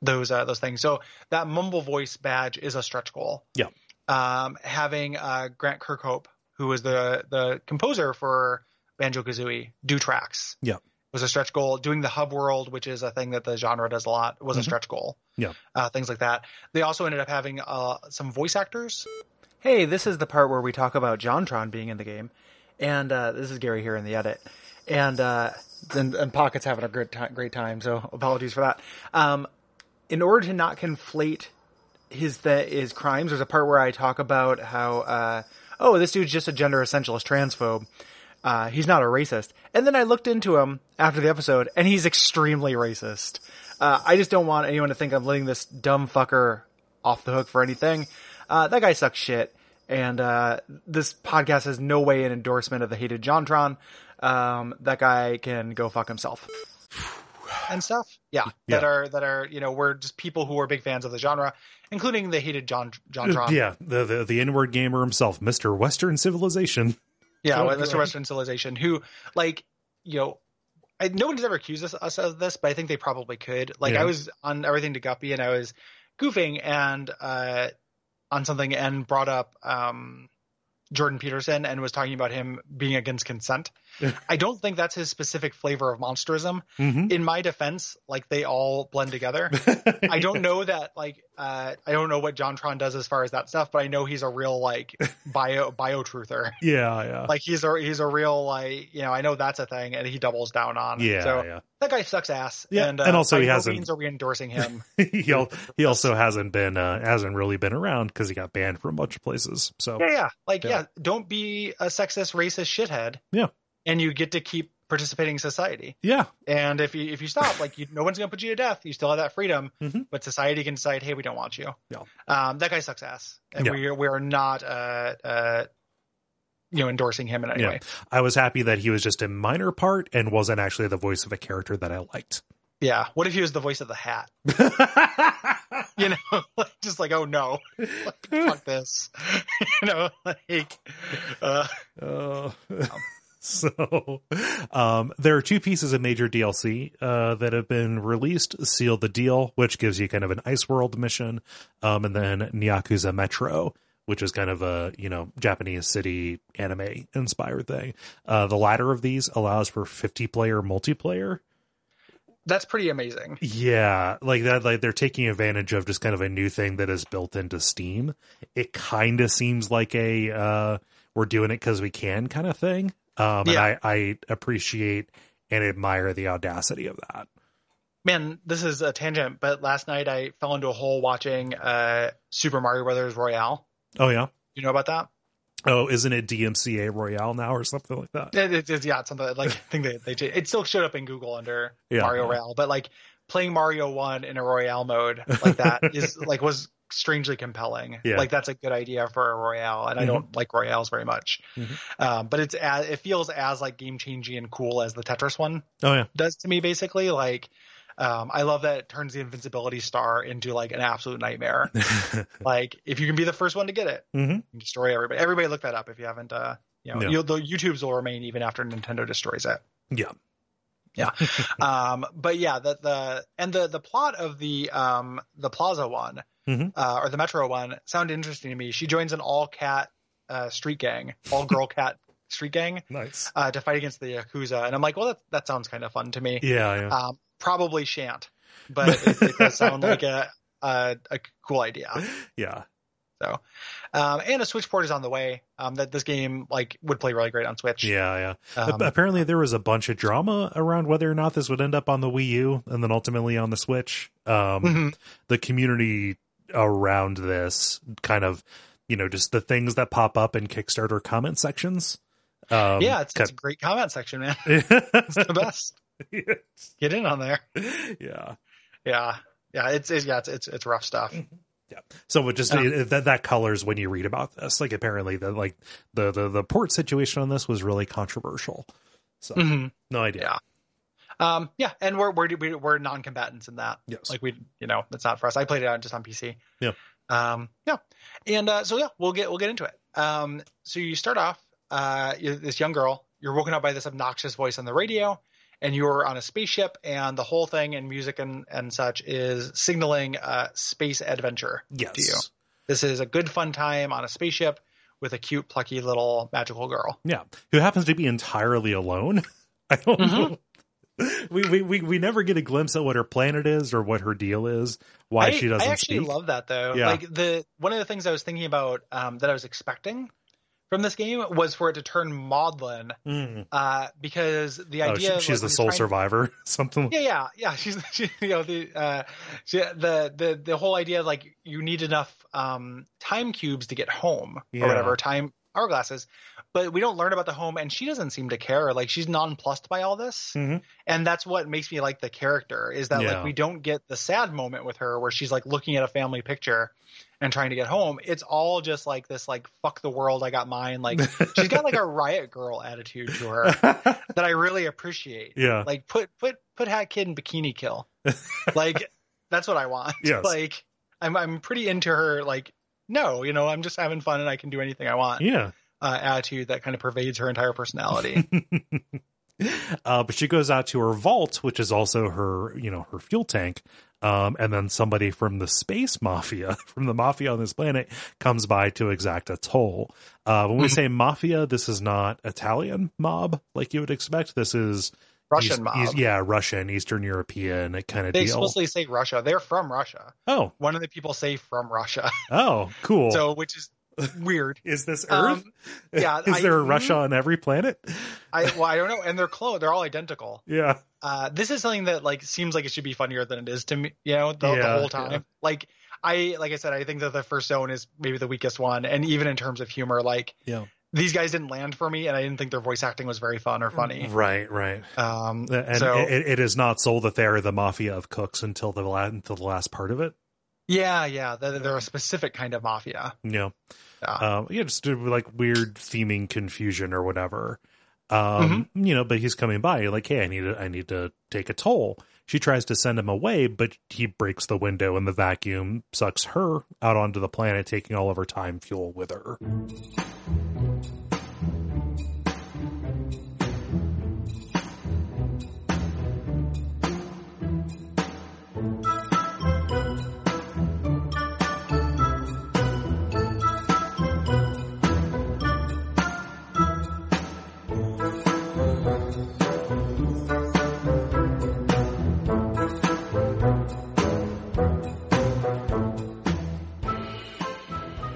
Speaker 1: those uh those things. So that mumble voice badge is a stretch goal.
Speaker 2: Yeah.
Speaker 1: Um having uh Grant Kirkhope, who was the the composer for Banjo Kazooie, do tracks.
Speaker 2: Yeah.
Speaker 1: Was a stretch goal. Doing the hub world, which is a thing that the genre does a lot, was a
Speaker 2: Mhm.
Speaker 1: stretch goal
Speaker 2: Yeah.
Speaker 1: uh, things like that. They also ended up having uh, some voice actors.
Speaker 3: Hey, this is the part where we talk about JonTron being in the game, and uh, this is Gary here in the edit, and uh, and, and Pocket's having a great time, great time. So apologies for that. Um, in order to not conflate his th- his crimes, there's a part where I talk about how uh, oh this dude's just a gender essentialist transphobe. Uh, he's not a racist. And then I looked into him after the episode, and he's extremely racist. Uh, I just don't want anyone to think I'm letting this dumb fucker off the hook for anything. Uh, that guy sucks shit, and uh, this podcast is no way an endorsement of the hated JonTron. Um, that guy can go fuck himself.
Speaker 1: and stuff. Yeah, that
Speaker 2: Yeah.
Speaker 1: are that are you know we're just people who are big fans of the genre, including the hated John John Tron.
Speaker 2: Yeah, the, the the inward gamer himself, Mr. Western Civilization.
Speaker 1: yeah,
Speaker 2: Oh,
Speaker 1: with Mr.
Speaker 2: right.
Speaker 1: Western Civilization, who like you know. I, nobody's ever accused us, us of this, but I think they probably could. Like
Speaker 2: Yeah.
Speaker 1: I was on everything to Guppy, and I was goofing and uh, on something, and brought up um, Jordan Peterson and was talking about him being against consent. I don't think that's his specific flavor of monsterism.
Speaker 2: Mhm.
Speaker 1: In my defense, like they all blend together. I don't know that like uh, I don't know what JonTron does as far as that stuff, but I know he's a real like bio bio truther.
Speaker 2: Yeah, yeah.
Speaker 1: Like he's a he's a real like you know I know that's a thing, and he doubles down on. it.
Speaker 2: yeah,
Speaker 1: so
Speaker 2: yeah.
Speaker 1: that guy sucks ass.
Speaker 2: Yeah,
Speaker 1: and, uh,
Speaker 2: and also
Speaker 1: by
Speaker 2: he
Speaker 1: no
Speaker 2: hasn't-
Speaker 1: means Are we endorsing him?
Speaker 2: he, al- he also hasn't been uh, hasn't really been around because he got banned from a bunch of places. So
Speaker 1: yeah, yeah. Like
Speaker 2: Yeah.
Speaker 1: yeah. don't be a sexist, racist shithead.
Speaker 2: Yeah.
Speaker 1: and you get to keep participating in society.
Speaker 2: yeah,
Speaker 1: And if you if you stop, like you, no one's gonna put you to death. You still have that freedom,
Speaker 2: Mhm.
Speaker 1: but society can decide, hey, we don't want you.
Speaker 2: Yeah.
Speaker 1: Um, that guy sucks ass, and
Speaker 2: Yeah.
Speaker 1: we are we are not uh uh you know endorsing him in any
Speaker 2: Yeah.
Speaker 1: way.
Speaker 2: I was happy that he was just a minor part and wasn't actually the voice of a character that I liked.
Speaker 1: Yeah. What if he was the voice of the hat? You know, Like, just like oh no, fuck this. you know, like uh,
Speaker 2: Uh, so um, there are two pieces of major DLC uh, that have been released Seal the Deal, which gives you kind of an Ice World mission, um, and then Nyakuza Metro. Which is kind of a you know Japanese city anime inspired thing. Uh, the latter of these allows for fifty player multiplayer,
Speaker 1: that's pretty amazing.
Speaker 2: yeah, like that. Like they're taking advantage of just kind of a new thing that is built into Steam. It kind of seems like a uh, we're doing it because we can kind of thing. Um,
Speaker 1: Yeah.
Speaker 2: And I, I appreciate and admire the audacity of that.
Speaker 1: Man, this is a tangent, but last night I fell into a hole watching uh Super Mario Brothers Royale.
Speaker 2: Oh yeah.
Speaker 1: You know about that?
Speaker 2: Oh, isn't it DMCA Royale now or something like that?
Speaker 1: It, it, it's- yeah, it's something like I think they they changed. it still showed up in Google under
Speaker 2: Yeah.
Speaker 1: Mario Royale, but like playing Mario One in a Royale mode like that is like was strangely compelling.
Speaker 2: Yeah.
Speaker 1: Like that's a good idea for a Royale, and I
Speaker 2: Mhm.
Speaker 1: don't like Royales very much.
Speaker 2: Mhm.
Speaker 1: Um, but it's as, it feels as like game changing and cool as the Tetris one
Speaker 2: Oh yeah.
Speaker 1: does to me. Basically, like um, I love that it turns the invincibility star into like an absolute nightmare. like if you can be the first one to get it,
Speaker 2: Mhm.
Speaker 1: and destroy everybody. Everybody look that up if you haven't. Uh, you know,
Speaker 2: Yeah.
Speaker 1: you'll, the YouTube's will remain even after Nintendo destroys it.
Speaker 2: Yeah.
Speaker 1: yeah. um, but yeah, the the and the the plot of the um the Plaza one
Speaker 2: Mhm.
Speaker 1: uh, or the Metro one sounded interesting to me. She joins an all cat uh, street gang, all girl cat street gang
Speaker 2: Nice.
Speaker 1: uh, to fight against the yakuza, and I'm like, well, that that sounds kind of fun to me.
Speaker 2: Yeah. Yeah.
Speaker 1: Um, probably shan't, but it, it does sound like a a, a cool idea.
Speaker 2: yeah.
Speaker 1: Um, and a Switch port is on the way. Um, that this game like would play really great on Switch.
Speaker 2: Yeah. Yeah.
Speaker 1: Um,
Speaker 2: Ap- Apparently, there was a bunch of drama around whether or not this would end up on the Wii U and then ultimately on the Switch. Um,
Speaker 1: mhm.
Speaker 2: the community around this kind of you know just the things that pop up in kickstarter comment sections um
Speaker 1: yeah, it's, it's a
Speaker 2: kind-
Speaker 1: great comment section, man. It's the best. Get in on there.
Speaker 2: yeah
Speaker 1: Yeah, yeah. It's, it's yeah, it's it's, it's rough stuff.
Speaker 2: so it just
Speaker 1: Yeah.
Speaker 2: it- that that colors when you read about this like apparently the like the the, the port situation on this was really controversial so
Speaker 1: Mhm.
Speaker 2: no idea
Speaker 1: Yeah. Um, yeah, and we're we're we- we're non-combatants in that.
Speaker 2: yes
Speaker 1: Like we, you know, that's not for us. I played it on just on PC.
Speaker 2: Yeah.
Speaker 1: Um, yeah, and uh, so yeah, we'll get we'll get into it. Um, so you start off, uh, you this young girl. You're woken up by this obnoxious voice on the radio, and you're on a spaceship, and the whole thing and music and and such is signaling uh, space adventure.
Speaker 2: yes
Speaker 1: to you. This is a good fun time on a spaceship with a cute, plucky little magical girl.
Speaker 2: Yeah, who happens to be entirely alone. I don't
Speaker 1: Mhm.
Speaker 2: know. We, we we we never get a glimpse at what her planet is or what her deal is. Why
Speaker 1: I,
Speaker 2: she doesn't
Speaker 1: I actually
Speaker 2: speak.
Speaker 1: love that though.
Speaker 2: Yeah.
Speaker 1: Like the one of the things I was thinking about um, that I was expecting from this game was for it to turn maudlin
Speaker 2: Mm.
Speaker 1: uh, because the
Speaker 2: Oh,
Speaker 1: idea
Speaker 2: she-
Speaker 1: of,
Speaker 2: she's
Speaker 1: like,
Speaker 2: the
Speaker 1: when
Speaker 2: sole
Speaker 1: you're trying-
Speaker 2: survivor. Something. like-
Speaker 1: Yeah, yeah, yeah. She's she, you know the uh, she, the the the whole idea of, like you need enough um, time cubes to get home
Speaker 2: Yeah.
Speaker 1: or whatever time hourglasses, but we don't learn about the home, and she doesn't seem to care. Like she's nonplussed by all this,
Speaker 2: Mhm.
Speaker 1: and that's what makes me like the character is that
Speaker 2: Yeah.
Speaker 1: like we don't get the sad moment with her where she's like looking at a family picture and trying to get home. It's all just like this like fuck the world, I got mine. Like she's got like a riot girl attitude to her that I really appreciate
Speaker 2: yeah.
Speaker 1: like put put put hat kid in bikini kill like that's what i want
Speaker 2: Yes.
Speaker 1: like i'm i'm pretty into her like no you know i'm just having fun and i can do anything i want
Speaker 2: yeah.
Speaker 1: uh, attitude that kind of pervades her entire personality
Speaker 2: Uh, but she goes out to her vault, which is also her, you know, her fuel tank, Um, and then somebody from the space mafia, from the mafia on this planet, comes by to exact a toll. Uh, when we
Speaker 1: Mm-hmm.
Speaker 2: say mafia, this is not Italian mob like you would expect. This is
Speaker 1: Russian
Speaker 2: East-
Speaker 1: mob.
Speaker 2: East- yeah, Russian, Eastern European kind of
Speaker 1: They
Speaker 2: deal.
Speaker 1: explicitly say Russia. They're from Russia.
Speaker 2: oh,
Speaker 1: One of the people say from Russia.
Speaker 2: oh, cool.
Speaker 1: So, which is weird.
Speaker 2: is this
Speaker 1: Um,
Speaker 2: Earth?
Speaker 1: yeah,
Speaker 2: is
Speaker 1: I- Mhm.
Speaker 2: there a Russia on every planet?
Speaker 1: I well, I don't know. And they're close. They're all identical.
Speaker 2: Yeah,
Speaker 1: Uh, this is something that like seems like it should be funnier than it is to me. You know, the,
Speaker 2: Yeah,
Speaker 1: the whole time.
Speaker 2: yeah.
Speaker 1: Like I, like I said, I think that the first zone is maybe the weakest one. And even in terms of humor, like
Speaker 2: yeah.
Speaker 1: these guys didn't land for me, and I didn't think their voice acting was very fun or funny.
Speaker 2: Right, right.
Speaker 1: Um,
Speaker 2: And
Speaker 1: so
Speaker 2: it, it is not sold that they are the mafia of cooks until the la- until the last part of it.
Speaker 1: yeah, yeah, they're, they're a specific kind of mafia.
Speaker 2: Yeah.
Speaker 1: Yeah.
Speaker 2: Um, yeah, just uh, like weird theming confusion or whatever. Um,
Speaker 1: Mm-hmm.
Speaker 2: you know, but he's coming by you're like, Hey, I need to, I need to take a toll. She tries to send him away, but he breaks the window and the vacuum sucks her out onto the planet, taking all of her time fuel with her.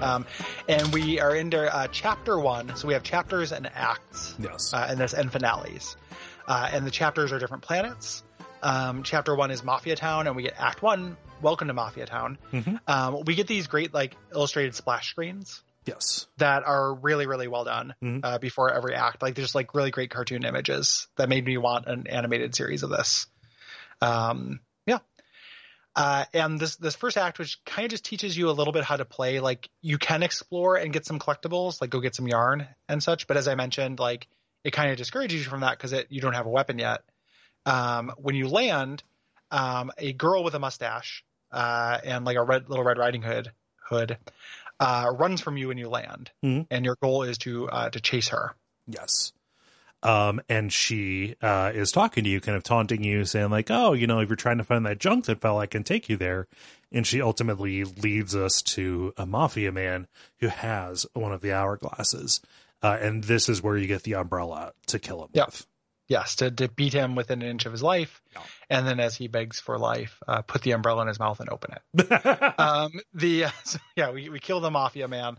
Speaker 1: Um, and we are into uh, chapter one, so we have chapters and acts.
Speaker 2: Yes.
Speaker 1: uh, and this and finales. Uh, and the chapters are different planets. Um, chapter one is Mafia Town, and we get Act One, Welcome to Mafia Town.
Speaker 2: Mhm.
Speaker 1: Um, we get these great like illustrated splash screens
Speaker 2: yes.
Speaker 1: that are really really well done
Speaker 2: Mhm.
Speaker 1: uh, before every act. Like there's like really great cartoon images that made me want an animated series of this. Um, yeah. Uh, and this this first act, which kind of just teaches you a little bit how to play, like you can explore and get some collectibles, like go get some yarn and such. But as I mentioned, like it kind of discourages you from that because it you don't have a weapon yet. Um, when you land, um, a girl with a mustache uh, and like a red little Red Riding Hood hood uh, runs from you when you land,
Speaker 2: Mhm.
Speaker 1: and your goal is to uh, to chase her.
Speaker 2: Yes. Um, and she uh, is talking to you, kind of taunting you, saying like, "Oh, you know, if you're trying to find that junk that fell, I can take you there." And she ultimately leads us to a mafia man who has one of the hourglasses, uh, and this is where you get the umbrella to kill him.
Speaker 1: Yeah.
Speaker 2: with.
Speaker 1: Yes, to, to beat him within an inch of his life,
Speaker 2: Yeah.
Speaker 1: and then as he begs for life, uh, put the umbrella in his mouth and open it. um, the so, yeah, we we kill the mafia man,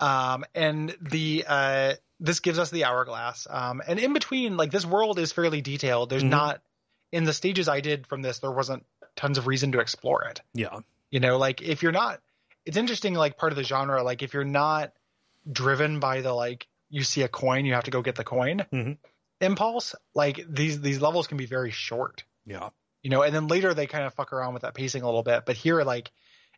Speaker 1: um, and the uh, this gives us the hourglass. Um, and in between, like this world is fairly detailed. There's
Speaker 2: Mhm.
Speaker 1: not in the stages I did from this, there wasn't tons of reason to explore it.
Speaker 2: yeah,
Speaker 1: You know, like if you're not, it's interesting. Like part of the genre, like if you're not driven by the like you see a coin, you have to go get the coin
Speaker 2: Mhm.
Speaker 1: impulse. Like these these levels can be very short
Speaker 2: yeah,
Speaker 1: you know and then later they kind of fuck around with that pacing a little bit but here like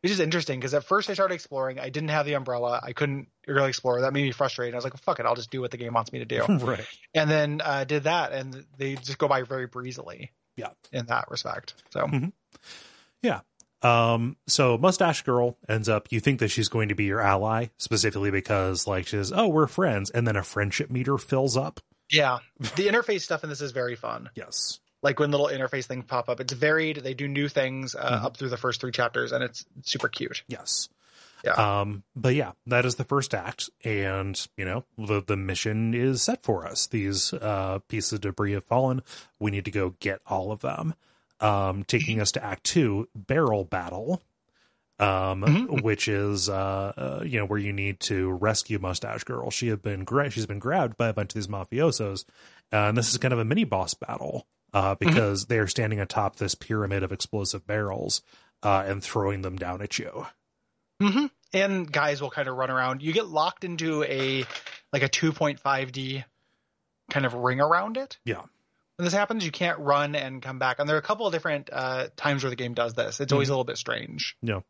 Speaker 1: it's just interesting because at first i started exploring i didn't have the umbrella i couldn't really explore that made me frustrated i was like fuck it i'll just do what the game wants me to do
Speaker 2: right,
Speaker 1: and then uh, did that and they just go by very breezily
Speaker 2: yeah.
Speaker 1: in that respect so
Speaker 2: Um, so Mustache Girl ends up, you think that she's going to be your ally, specifically because like she says, Oh, we're friends. And then a friendship meter fills up.
Speaker 1: yeah the interface stuff in this is very fun
Speaker 2: Yes.
Speaker 1: like when little interface things pop up it's varied they do new things uh,
Speaker 2: Mhm.
Speaker 1: up through the first three chapters and it's super cute
Speaker 2: Yes.
Speaker 1: Yeah.
Speaker 2: Um, but yeah, that is the first act, and you know the the mission is set for us. These uh, pieces of debris have fallen. We need to go get all of them. Um, taking us to Act Two, Barrel Battle, um,
Speaker 1: Mhm.
Speaker 2: which is uh, uh, you know where you need to rescue Mustache Girl. She had been gra- she's been grabbed by a bunch of these mafiosos, uh, and this is kind of a mini boss battle uh, because they are standing atop this pyramid of explosive barrels uh, and throwing them down at you.
Speaker 1: hmm and guys will kind of run around you get locked into a like a 2.5d kind of ring around it
Speaker 2: Yeah.
Speaker 1: when this happens you can't run and come back and there are a couple of different uh, times where the game does this it's always a little bit strange
Speaker 2: Mm-hmm. Yeah.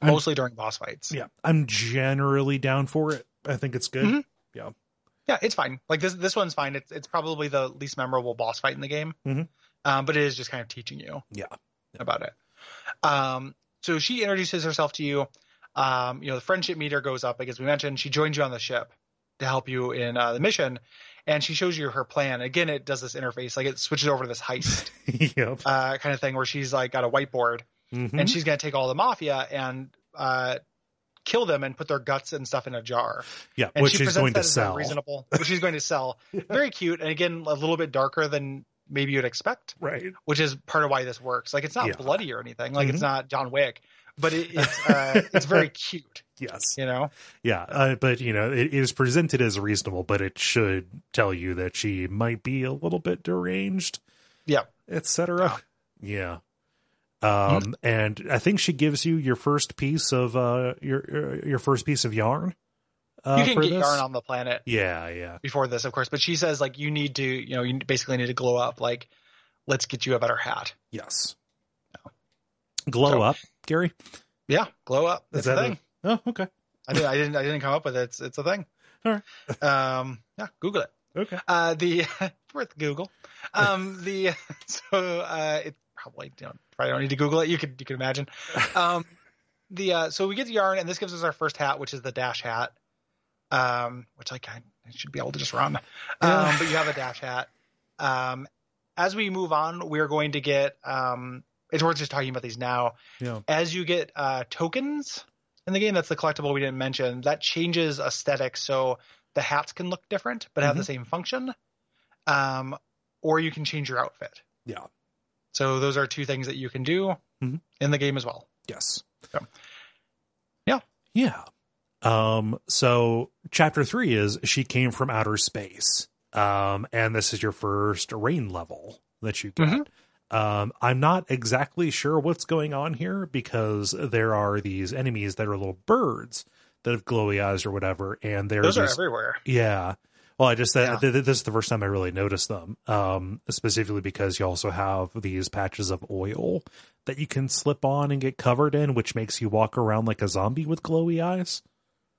Speaker 2: I'm-
Speaker 1: mostly during boss fights
Speaker 2: Yeah. I'm generally down for it. I think it's good.
Speaker 1: Mhm. Yeah, it's fine like this this one's fine it's, it's probably the least memorable boss fight in the game
Speaker 2: Mhm.
Speaker 1: um, but it is just kind of teaching you
Speaker 2: Yeah.
Speaker 1: about it um, so she introduces herself to you um, you know the friendship meter goes up like as we mentioned she joins you on the ship to help you in uh, the mission and she shows you her plan. Again, it does this interface, like it switches over to this heist
Speaker 2: yep.
Speaker 1: uh, kind of thing where she's like got a whiteboard
Speaker 2: Mhm.
Speaker 1: and she's going to take all the mafia and uh, kill them and put their guts and stuff in a jar.
Speaker 2: yeah,
Speaker 1: And
Speaker 2: which
Speaker 1: she
Speaker 2: she's
Speaker 1: presents
Speaker 2: going
Speaker 1: that
Speaker 2: to
Speaker 1: as a
Speaker 2: sell.
Speaker 1: Reasonable, which she's going to sell. Very cute, and again, a little bit darker than maybe you'd expect,
Speaker 2: Right.
Speaker 1: which is part of why this works. Like it's not
Speaker 2: Yeah.
Speaker 1: bloody or anything. Like
Speaker 2: Mhm.
Speaker 1: it's not John Wick, but it, it's uh, it's very cute.
Speaker 2: Yes.
Speaker 1: You know,
Speaker 2: Yeah. Uh, but, you know, it is presented as reasonable, but it should tell you that she might be a little bit deranged.
Speaker 1: Yeah.
Speaker 2: Etc. Yeah.
Speaker 1: Mm-hmm.
Speaker 2: Um, and I think she gives you your first piece of, uh, your, your, your first piece of yarn. Uh,
Speaker 1: you can
Speaker 2: for
Speaker 1: get
Speaker 2: this.
Speaker 1: yarn on the planet
Speaker 2: Yeah. Yeah.
Speaker 1: before this, of course. But she says like you need to, you know, you basically need to glow up. Like let's get you a better hat.
Speaker 2: Yes. Glow
Speaker 1: So-
Speaker 2: up, Gary.
Speaker 1: Yeah, glow up.
Speaker 2: Is
Speaker 1: It's
Speaker 2: that
Speaker 1: a
Speaker 2: a-
Speaker 1: thing.
Speaker 2: Oh, okay.
Speaker 1: I didn't, I didn't. I didn't come up with it. It's, it's a thing.
Speaker 2: All
Speaker 1: Um. Yeah. Google it.
Speaker 2: Okay.
Speaker 1: Uh. The worth Google. Um. The so uh. It probably you know, probably don't need to Google it. You could you could imagine. Um. The uh. So we get the yarn, and this gives us our first hat, which is the dash hat. Um. Which like I I should be able to just run. Um.
Speaker 2: Yeah.
Speaker 1: But you have a dash hat. Um. As we move on, we're going to get um. It's worth just talking about these now
Speaker 2: Yeah.
Speaker 1: as you get uh, tokens in the game, that's the collectible we didn't mention. That changes aesthetics, so the hats can look different but have
Speaker 2: Mm-hmm.
Speaker 1: the same function, um, or you can change your outfit.
Speaker 2: Yeah.
Speaker 1: So those are two things that you can do
Speaker 2: Mhm.
Speaker 1: in the game as well.
Speaker 2: Yes.
Speaker 1: So- Yeah.
Speaker 2: Yeah. Um, so chapter three is she came from outer space. Um, and this is your first rain level that you get.
Speaker 1: Mm-hmm.
Speaker 2: Um, I'm not exactly sure what's going on here because there are these enemies that are little birds that have glowy eyes or whatever, and they're
Speaker 1: Those are
Speaker 2: these-
Speaker 1: everywhere.
Speaker 2: Yeah. Well, I just that
Speaker 1: Yeah.
Speaker 2: th- th- this is the first time I really noticed them. Um, specifically because you also have these patches of oil that you can slip on and get covered in, which makes you walk around like a zombie with glowy eyes.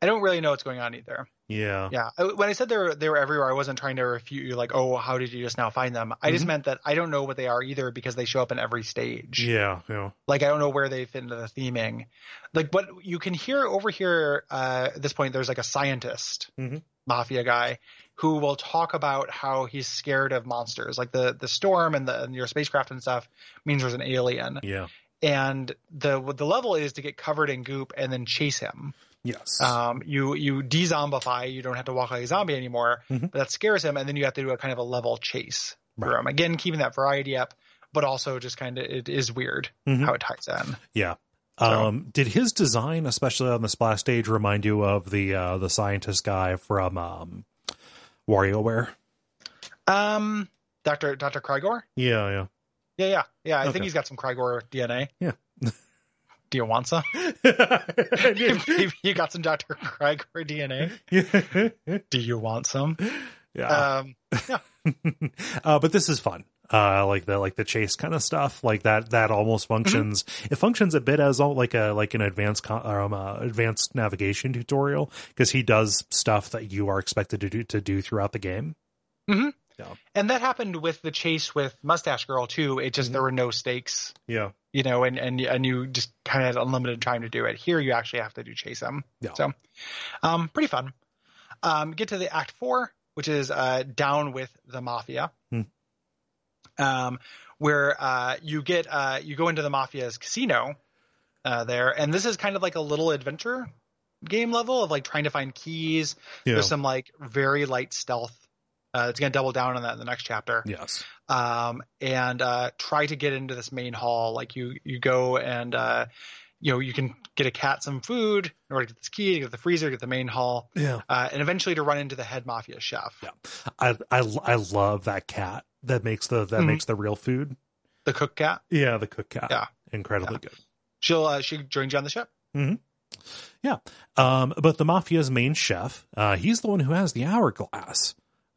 Speaker 1: I don't really know what's going on either.
Speaker 2: Yeah.
Speaker 1: Yeah, I- when I said they were they were everywhere, I wasn't trying to refute you like, oh, how did you just now find them? I just
Speaker 2: Mm-hmm.
Speaker 1: meant that I don't know what they are either because they show up in every stage.
Speaker 2: Yeah. Yeah.
Speaker 1: Like I don't know where they fit into the theming. Like what you can hear over here uh, at this point, there's like a scientist,
Speaker 2: Mhm.
Speaker 1: mafia guy, who will talk about how he's scared of monsters. Like the the storm and the and your spacecraft and stuff means there's an alien,
Speaker 2: Yeah.
Speaker 1: and the what the level is to get covered in goop and then chase him.
Speaker 2: Yes.
Speaker 1: Um, you you de-zombify. You don't have to walk like a zombie anymore,
Speaker 2: Mhm.
Speaker 1: but that scares him, and then you have to do a kind of a level chase for
Speaker 2: Right.
Speaker 1: him. Again, keeping that variety up, but also just kind of it is weird
Speaker 2: Mhm.
Speaker 1: how it ties in.
Speaker 2: yeah.
Speaker 1: so-
Speaker 2: Um, did his design, especially on the splash stage, remind you of the uh, the scientist guy from um, WarioWare?
Speaker 1: Um, Doctor Doctor Krygor.
Speaker 2: Yeah, yeah.
Speaker 1: Yeah, yeah, yeah. I
Speaker 2: Okay.
Speaker 1: think he's got some Krygor DNA.
Speaker 2: Yeah.
Speaker 1: Do you want some? Maybe you got some Doctor Krygor DNA. Do you want some?
Speaker 2: yeah.
Speaker 1: Um,
Speaker 2: uh, but this is fun. Uh, like the like the chase kind of stuff, like that that almost functions. It functions a bit as all, like a like an advanced co- um, uh, advanced navigation tutorial because he does stuff that you are expected to do to do throughout the game.
Speaker 1: and that happened with the chase with Mustache Girl too. It just there were no stakes,
Speaker 2: Yeah,
Speaker 1: you know, and and and you just kind of had unlimited time to do it. Here, you actually have to do chase them.
Speaker 2: Yeah.
Speaker 1: So, um, pretty fun. Um, get to the Act Four, which is uh, down with the mafia.
Speaker 2: Hmm.
Speaker 1: Um, where uh, you get uh, you go into the mafia's casino uh, there, and this is kind of like a little adventure game level of like trying to find keys.
Speaker 2: yeah,
Speaker 1: There's some like very light stealth. Uh, it's gonna double down on that in the next chapter
Speaker 2: yes,
Speaker 1: um, and uh, try to get into this main hall. Like you, you go and uh, you know you can get a cat some food in order to get this key, to get the freezer, get the main hall,
Speaker 2: yeah.
Speaker 1: uh, and eventually to run into the head mafia chef,
Speaker 2: Yeah. I I I love that cat that makes the that
Speaker 1: Mhm.
Speaker 2: makes the real food.
Speaker 1: the cook cat.
Speaker 2: Mm-hmm. Yeah, the cook cat.
Speaker 1: Yeah.
Speaker 2: incredibly good.
Speaker 1: She'll uh, she joins you on the ship.
Speaker 2: Um, but the mafia's main chef, uh, he's the one who has the hourglass.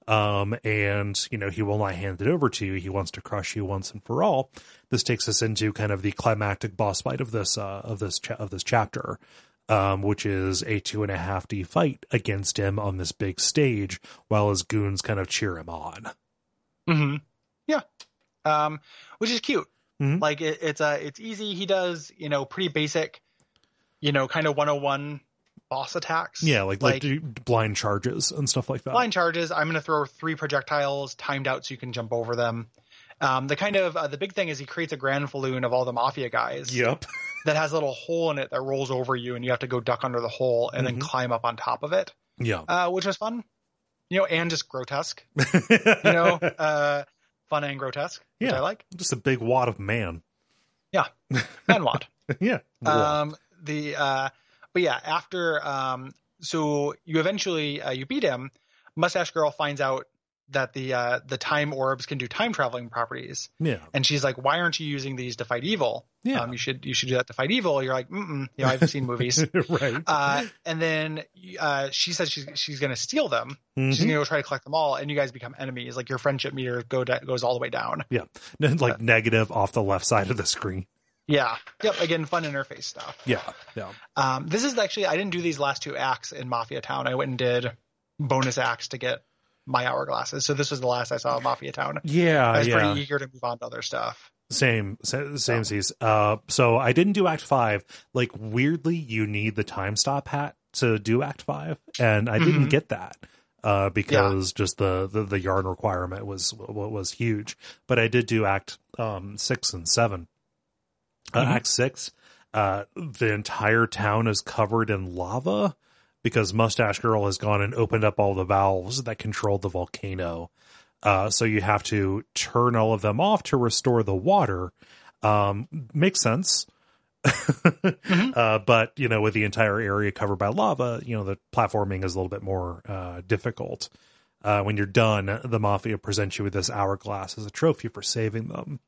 Speaker 2: Um, and you know, he will not hand it over to you. He wants to crush you once and for all. This takes us into kind of the climactic boss fight of this, uh, of this, cha- of this chapter, um, which is a two and a half D fight against him on this big stage while his goons kind of cheer him on.
Speaker 1: Mm-hmm. Yeah, um, which is cute.
Speaker 2: Mhm.
Speaker 1: Like it, it's uh, it's easy. He does you know pretty basic, you know kind of 101 boss attacks.
Speaker 2: Yeah, like like, do blind charges and stuff like that.
Speaker 1: line charges. I'm going to throw three projectiles timed out so you can jump over them. Um, the kind of uh, the big thing is he creates a grand falloon of all the mafia guys
Speaker 2: Yep.
Speaker 1: that has a little hole in it that rolls over you, and you have to go duck under the hole and then climb up on top of it,
Speaker 2: Yeah.
Speaker 1: uh, which was fun. You know, and just grotesque. You know, uh, fun and grotesque, which
Speaker 2: Yeah.
Speaker 1: I like.
Speaker 2: Just a big wad of man.
Speaker 1: Manwad.
Speaker 2: yeah.
Speaker 1: um the uh but yeah after um so you eventually uh, you beat him mustache girl finds out that the uh the time orbs can do time traveling properties
Speaker 2: yeah.
Speaker 1: and she's like why aren't you using these to fight evil
Speaker 2: Yeah.
Speaker 1: um you should you should do that to fight evil you're like mm you know i've seen movies
Speaker 2: right.
Speaker 1: uh and then uh she says she's she's gonna steal them she's
Speaker 2: Mhm.
Speaker 1: gonna go try to collect them all and you guys become enemies like your friendship meter go da- goes all the way down
Speaker 2: Yeah. No, Like negative off the left side of the screen.
Speaker 1: yeah yep again fun interface stuff
Speaker 2: Yeah. Yeah.
Speaker 1: Um, this is actually I didn't do these last two acts in Mafia Town. I went and did bonus acts to get my hourglasses. So this was the last I saw of Mafia Town.
Speaker 2: Yeah.
Speaker 1: I was
Speaker 2: Uh, yeah.
Speaker 1: pretty eager to move on to other stuff.
Speaker 2: Same, same, same Uh, so I didn't do Act Five. Like weirdly, you need the time stop hat to do Act Five, and I didn't
Speaker 1: Mhm.
Speaker 2: get that uh, because just the, the the yarn requirement was was huge. But I did do Act um six and seven. Uh,
Speaker 1: Mhm.
Speaker 2: Act six, uh, the entire town is covered in lava because Mustache Girl has gone and opened up all the valves that controlled the volcano. Uh, so you have to turn all of them off to restore the water. Um, makes sense. Uh, but you know, with the entire area covered by lava, you know, the platforming is a little bit more, uh, difficult. Uh, when you're done, the mafia presents you with this hourglass as a trophy for saving them.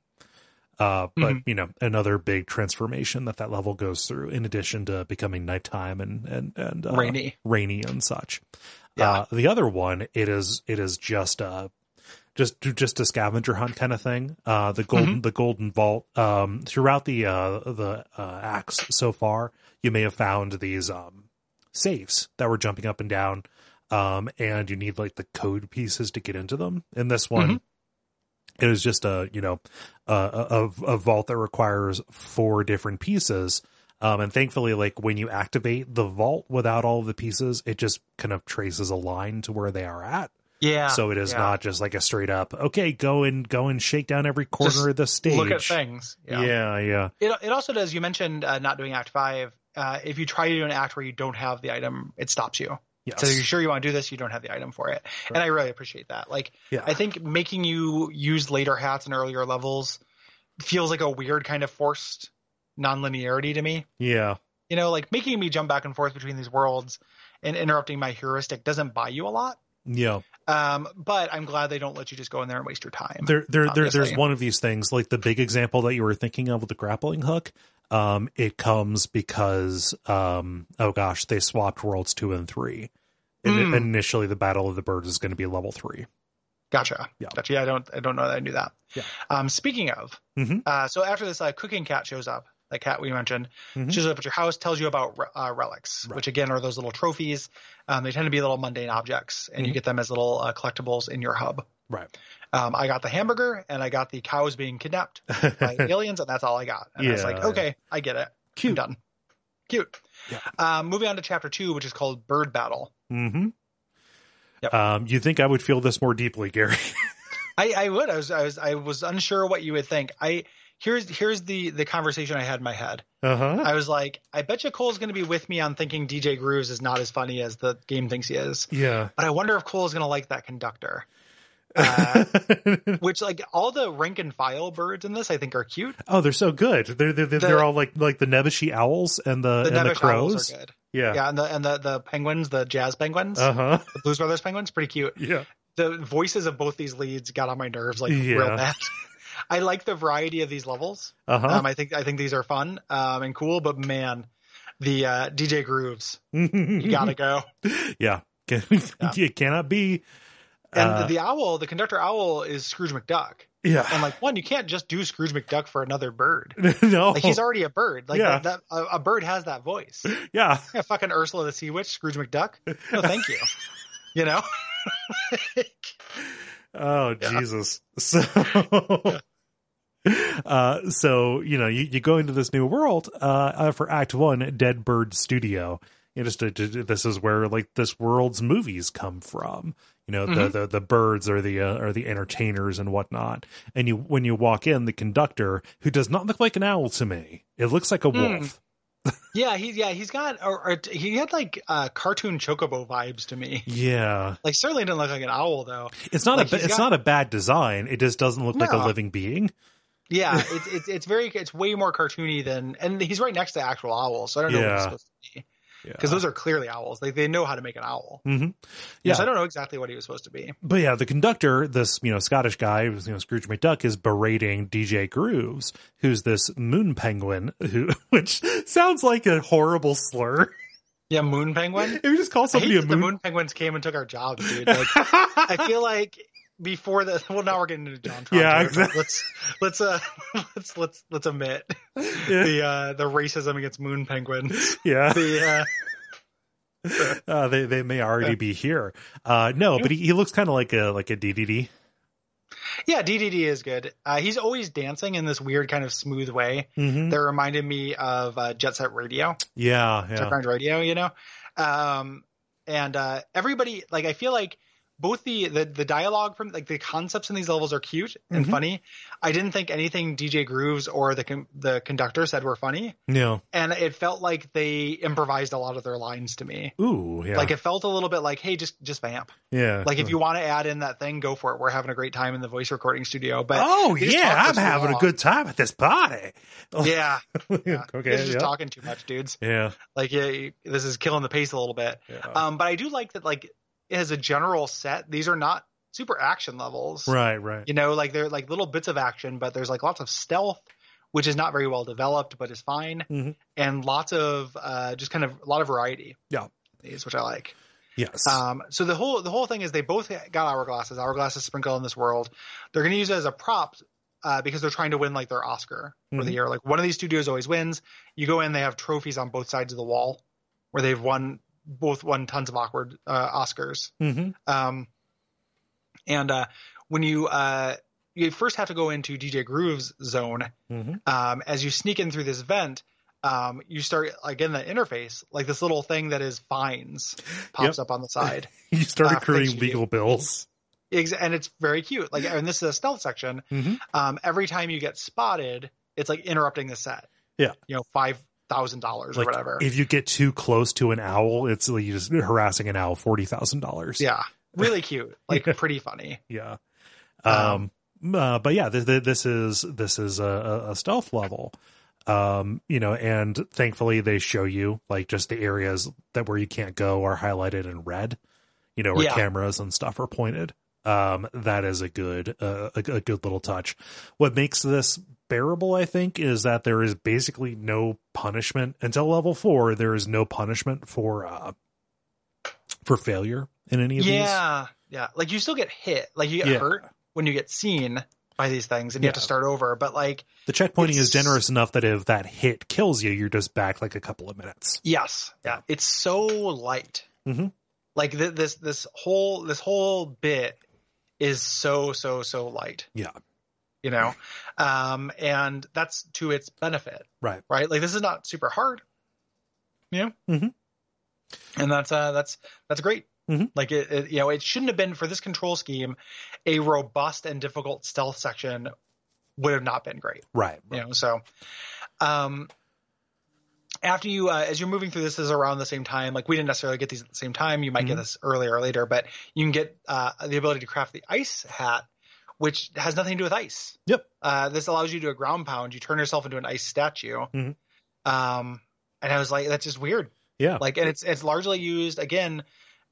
Speaker 2: Uh, but you know, another big transformation that that level goes through in addition to becoming nighttime and, and, and, uh,
Speaker 1: Rainy.
Speaker 2: rainy and such.
Speaker 1: Yeah.
Speaker 2: Uh, the other one, it is it is just a just just a scavenger hunt kind of thing. Uh, the golden the golden vault. Um, throughout the uh, the uh, acts so far, you may have found these um safes that were jumping up and down. Um, and you need like the code pieces to get into them. In this one, it is just a you know a, a a vault that requires four different pieces. Um, and thankfully, like when you activate the vault without all of the pieces, it just kind of traces a line to where they are at.
Speaker 1: Yeah.
Speaker 2: so it is
Speaker 1: yeah.
Speaker 2: not just like a straight up, okay, go and go and shake down every corner
Speaker 1: Just
Speaker 2: of the stage.
Speaker 1: look at things. Yeah.
Speaker 2: yeah, yeah.
Speaker 1: It it also does. You mentioned uh, not doing Act Five. Uh, if you try to do an act where you don't have the item, it stops you.
Speaker 2: Yes.
Speaker 1: So you're sure you want to do this, you don't have the item for it. And I really appreciate that. Like
Speaker 2: Yeah.
Speaker 1: I think making you use later hats in earlier levels feels like a weird kind of forced nonlinearity to me.
Speaker 2: yeah.
Speaker 1: You know, like making me jump back and forth between these worlds and interrupting my heuristic doesn't buy you a lot.
Speaker 2: Yeah.
Speaker 1: Um, but I'm glad they don't let you just go in there and waste your time.
Speaker 2: There, there, there, there's
Speaker 1: Obviously.
Speaker 2: one of these things, like the big example that you were thinking of with the grappling hook. Um, it comes because, um, oh gosh, they swapped worlds two and three. And
Speaker 1: Hmm.
Speaker 2: initially, the Battle of the Birds is going to be level three.
Speaker 1: Gotcha.
Speaker 2: Yeah.
Speaker 1: Gotcha. Yeah, I don't I don't know that I knew that.
Speaker 2: Yeah.
Speaker 1: Um speaking of,
Speaker 2: Mhm.
Speaker 1: uh so after this uh, cooking cat shows up, the cat we mentioned,
Speaker 2: Mhm.
Speaker 1: shows up at your house, tells you about re- uh, relics,
Speaker 2: Right.
Speaker 1: which again are those little trophies. Um, they tend to be little mundane objects and you
Speaker 2: Mhm.
Speaker 1: get them as little uh, collectibles in your hub.
Speaker 2: Right.
Speaker 1: Um, I got the hamburger and I got the cows being kidnapped by aliens and that's all I got. And I was
Speaker 2: Yeah,
Speaker 1: like,
Speaker 2: yeah.
Speaker 1: okay, I get it. I'm
Speaker 2: Cute.
Speaker 1: done. Cute.
Speaker 2: Yeah.
Speaker 1: Um, moving on to chapter two, which is called Bird Battle.
Speaker 2: hmm
Speaker 1: Yep.
Speaker 2: Um, you think I would feel this more deeply, Gary?
Speaker 1: I, I would. I was, I was, I was unsure what you would think. I here's here's the the conversation I had in my head.
Speaker 2: Uh huh.
Speaker 1: I was like, I bet you Cole's going to be with me on thinking DJ Grooves is not as funny as the game thinks he is.
Speaker 2: Yeah.
Speaker 1: But I wonder if Cole's going to like that conductor. Uh, which like all the rank and file birds in this, I think are cute.
Speaker 2: oh, they're so good. They're they're, they're,
Speaker 1: The-
Speaker 2: they're all like like the Nebuchadnezzar owls and
Speaker 1: The
Speaker 2: the, Uh, and the
Speaker 1: Nevish owls
Speaker 2: crows.
Speaker 1: are good.
Speaker 2: Yeah.
Speaker 1: Yeah, and the and the, the penguins, the jazz penguins,
Speaker 2: Uh huh.
Speaker 1: the Blues Brothers penguins, pretty cute.
Speaker 2: Yeah.
Speaker 1: The voices of both these leads got on my nerves like
Speaker 2: Yeah.
Speaker 1: real bad. I like the variety of these levels.
Speaker 2: Uh huh.
Speaker 1: Um, I think I think these are fun um, and cool, but man, the uh, DJ grooves, Um, you gotta go.
Speaker 2: yeah. It cannot be.
Speaker 1: And
Speaker 2: Uh,
Speaker 1: the owl, the conductor owl, is Scrooge McDuck.
Speaker 2: yeah.
Speaker 1: And like one, you can't just do Scrooge McDuck for another bird.
Speaker 2: no.
Speaker 1: Like he's already a bird. Like
Speaker 2: Yeah.
Speaker 1: that, that, a, a bird has that voice.
Speaker 2: yeah.
Speaker 1: Yeah, fucking Ursula the Sea Witch, Scrooge McDuck. No, thank you. You know,
Speaker 2: Oh
Speaker 1: Yeah.
Speaker 2: Jesus. So uh so you know you, you go into this new world uh, uh for act 1 Dead Bird Studio. you know, just to, to- this is where like this world's movies come from. You know,
Speaker 1: Mm-hmm.
Speaker 2: the, the the birds are the uh, are the entertainers and whatnot. And you when you walk in, the conductor who does not look like an owl to me, it looks like a
Speaker 1: Mm.
Speaker 2: wolf.
Speaker 1: Yeah, he's yeah he's got or, or he had like uh, cartoon chocobo vibes to me.
Speaker 2: Yeah,
Speaker 1: Like certainly didn't look like an owl though.
Speaker 2: it's not
Speaker 1: Like,
Speaker 2: a ba-
Speaker 1: he's
Speaker 2: it's
Speaker 1: got-
Speaker 2: not a bad design. It just doesn't look like a
Speaker 1: No.
Speaker 2: living being.
Speaker 1: Yeah, it's it's it's very it's way more cartoony than and he's right next to actual owls. So I don't know what
Speaker 2: Yeah.
Speaker 1: it's supposed to be
Speaker 2: Yeah.
Speaker 1: because those are clearly owls. Like they know how to make an owl.
Speaker 2: hmm
Speaker 1: Yeah,
Speaker 2: Yeah.
Speaker 1: so I don't know exactly what he was supposed to be.
Speaker 2: but yeah, the conductor, this you know Scottish guy, you know Scrooge McDuck, is berating DJ Grooves, who's this moon penguin, who which sounds like a horrible slur.
Speaker 1: Yeah, moon penguin.
Speaker 2: If you just call
Speaker 1: I hate
Speaker 2: somebody a
Speaker 1: that
Speaker 2: moon,
Speaker 1: the moon penguins came and took our jobs, dude. Like, I feel like before the well, now we're getting into John. Tron
Speaker 2: Yeah,
Speaker 1: territory.
Speaker 2: exactly.
Speaker 1: Let's let's uh let's let's let's admit
Speaker 2: yeah,
Speaker 1: the uh the racism against moon penguins.
Speaker 2: yeah.
Speaker 1: The uh,
Speaker 2: Uh, they they may already be here. Uh, no, but he, he looks kind of like a like a DDD.
Speaker 1: yeah, DDD is good. Uh, he's always dancing in this weird kind of smooth way.
Speaker 2: Mm-hmm.
Speaker 1: That reminded me of uh, Jet Set Radio.
Speaker 2: Yeah, yeah.
Speaker 1: underground radio, you know. Um, and uh, everybody, like, I feel like both the, the the dialogue from like the concepts in these levels are cute and
Speaker 2: Mhm.
Speaker 1: funny. I didn't think anything DJ Grooves or the con- the conductor said were funny,
Speaker 2: No,
Speaker 1: and it felt like they improvised a lot of their lines to me.
Speaker 2: ooh, yeah,
Speaker 1: Like it felt a little bit like, hey, just just vamp.
Speaker 2: yeah.
Speaker 1: Like if you want to add in that thing, go for it. We're having a great time in the voice recording studio. But
Speaker 2: oh
Speaker 1: they just talk
Speaker 2: yeah,
Speaker 1: for
Speaker 2: I'm
Speaker 1: so
Speaker 2: having a
Speaker 1: long.
Speaker 2: good time at this party.
Speaker 1: yeah, yeah. They're
Speaker 2: Oh. okay,
Speaker 1: just
Speaker 2: yeah.
Speaker 1: talking too much, dudes.
Speaker 2: yeah,
Speaker 1: Like yeah, this is killing the pace a little bit.
Speaker 2: yeah.
Speaker 1: Um, but I do like that, like as a general set, these are not super action levels.
Speaker 2: right, right.
Speaker 1: You know, like they're like little bits of action, but there's like lots of stealth, which is not very well developed, but is fine,
Speaker 2: Mhm.
Speaker 1: and lots of uh, just kind of a lot of variety.
Speaker 2: Yeah.
Speaker 1: is which I like.
Speaker 2: Yes.
Speaker 1: Um, so the whole the whole thing is they both got hourglasses. Hourglasses sprinkle in this world. They're going to use it as a prop uh, because they're trying to win like their Oscar for the
Speaker 2: Mhm.
Speaker 1: year. Like one of these studios always wins. You go in, they have trophies on both sides of the wall where they've won both won tons of awkward uh, Oscars.
Speaker 2: hmm
Speaker 1: Um, and uh, when you uh, you first have to go into DJ Groove's zone,
Speaker 2: hmm
Speaker 1: um, as you sneak in through this vent, um, you start like in the interface, like this little thing that is fines pops up on the side.
Speaker 2: You start
Speaker 1: Uh,
Speaker 2: accruing
Speaker 1: thanks,
Speaker 2: legal bills.
Speaker 1: Ex- and it's very cute. Like, and this is a stealth section.
Speaker 2: Mhm.
Speaker 1: Um, every time you get spotted, it's like interrupting the set.
Speaker 2: Yeah.
Speaker 1: you know, five thousand dollars or
Speaker 2: Like,
Speaker 1: whatever.
Speaker 2: If you get too close to an owl, it's like you just harassing an owl forty thousand dollars.
Speaker 1: yeah, really cute. Like, pretty funny.
Speaker 2: yeah. Um, uh, but yeah, this, this is this is a- a, a stealth level. Um, you know, and thankfully they show you like just the areas that where you can't go are highlighted in red. You know, where
Speaker 1: Yeah.
Speaker 2: cameras and stuff are pointed. Um, that is a good uh, a, a good little touch. What makes this bearable, I think, is that there is basically no punishment until level four. There is no punishment for uh for failure in any of these.
Speaker 1: Yeah, yeah. Like, you still get hit. Like, you get
Speaker 2: Yeah.
Speaker 1: hurt when you get seen by these things, and you have to
Speaker 2: Yeah.
Speaker 1: start over. But like,
Speaker 2: The checkpointing
Speaker 1: It's-
Speaker 2: is generous enough that if that hit kills you, you're just back like a couple of minutes.
Speaker 1: yes, yeah, it's so light.
Speaker 2: Mhm.
Speaker 1: Like th- this, this whole this whole bit is so so so light.
Speaker 2: Yeah.
Speaker 1: you know um and that's to its benefit
Speaker 2: Right.
Speaker 1: right like this is not super hard you know
Speaker 2: Mhm.
Speaker 1: and that's uh that's that's great
Speaker 2: Mhm.
Speaker 1: like it, it you know it shouldn't have been for this control scheme a robust and difficult stealth section would have not been great
Speaker 2: Right.
Speaker 1: you know so um after you uh, as you're moving through this is around the same time like we didn't necessarily get these at the same time you might get
Speaker 2: Mhm.
Speaker 1: this earlier or later but you can get uh, the ability to craft the ice hat which has nothing to do with ice
Speaker 2: Yep.
Speaker 1: uh, this allows you to do a ground pound you turn yourself into an ice statue
Speaker 2: Mhm.
Speaker 1: um and i was like that's just weird
Speaker 2: Yeah.
Speaker 1: like and it's it's largely used again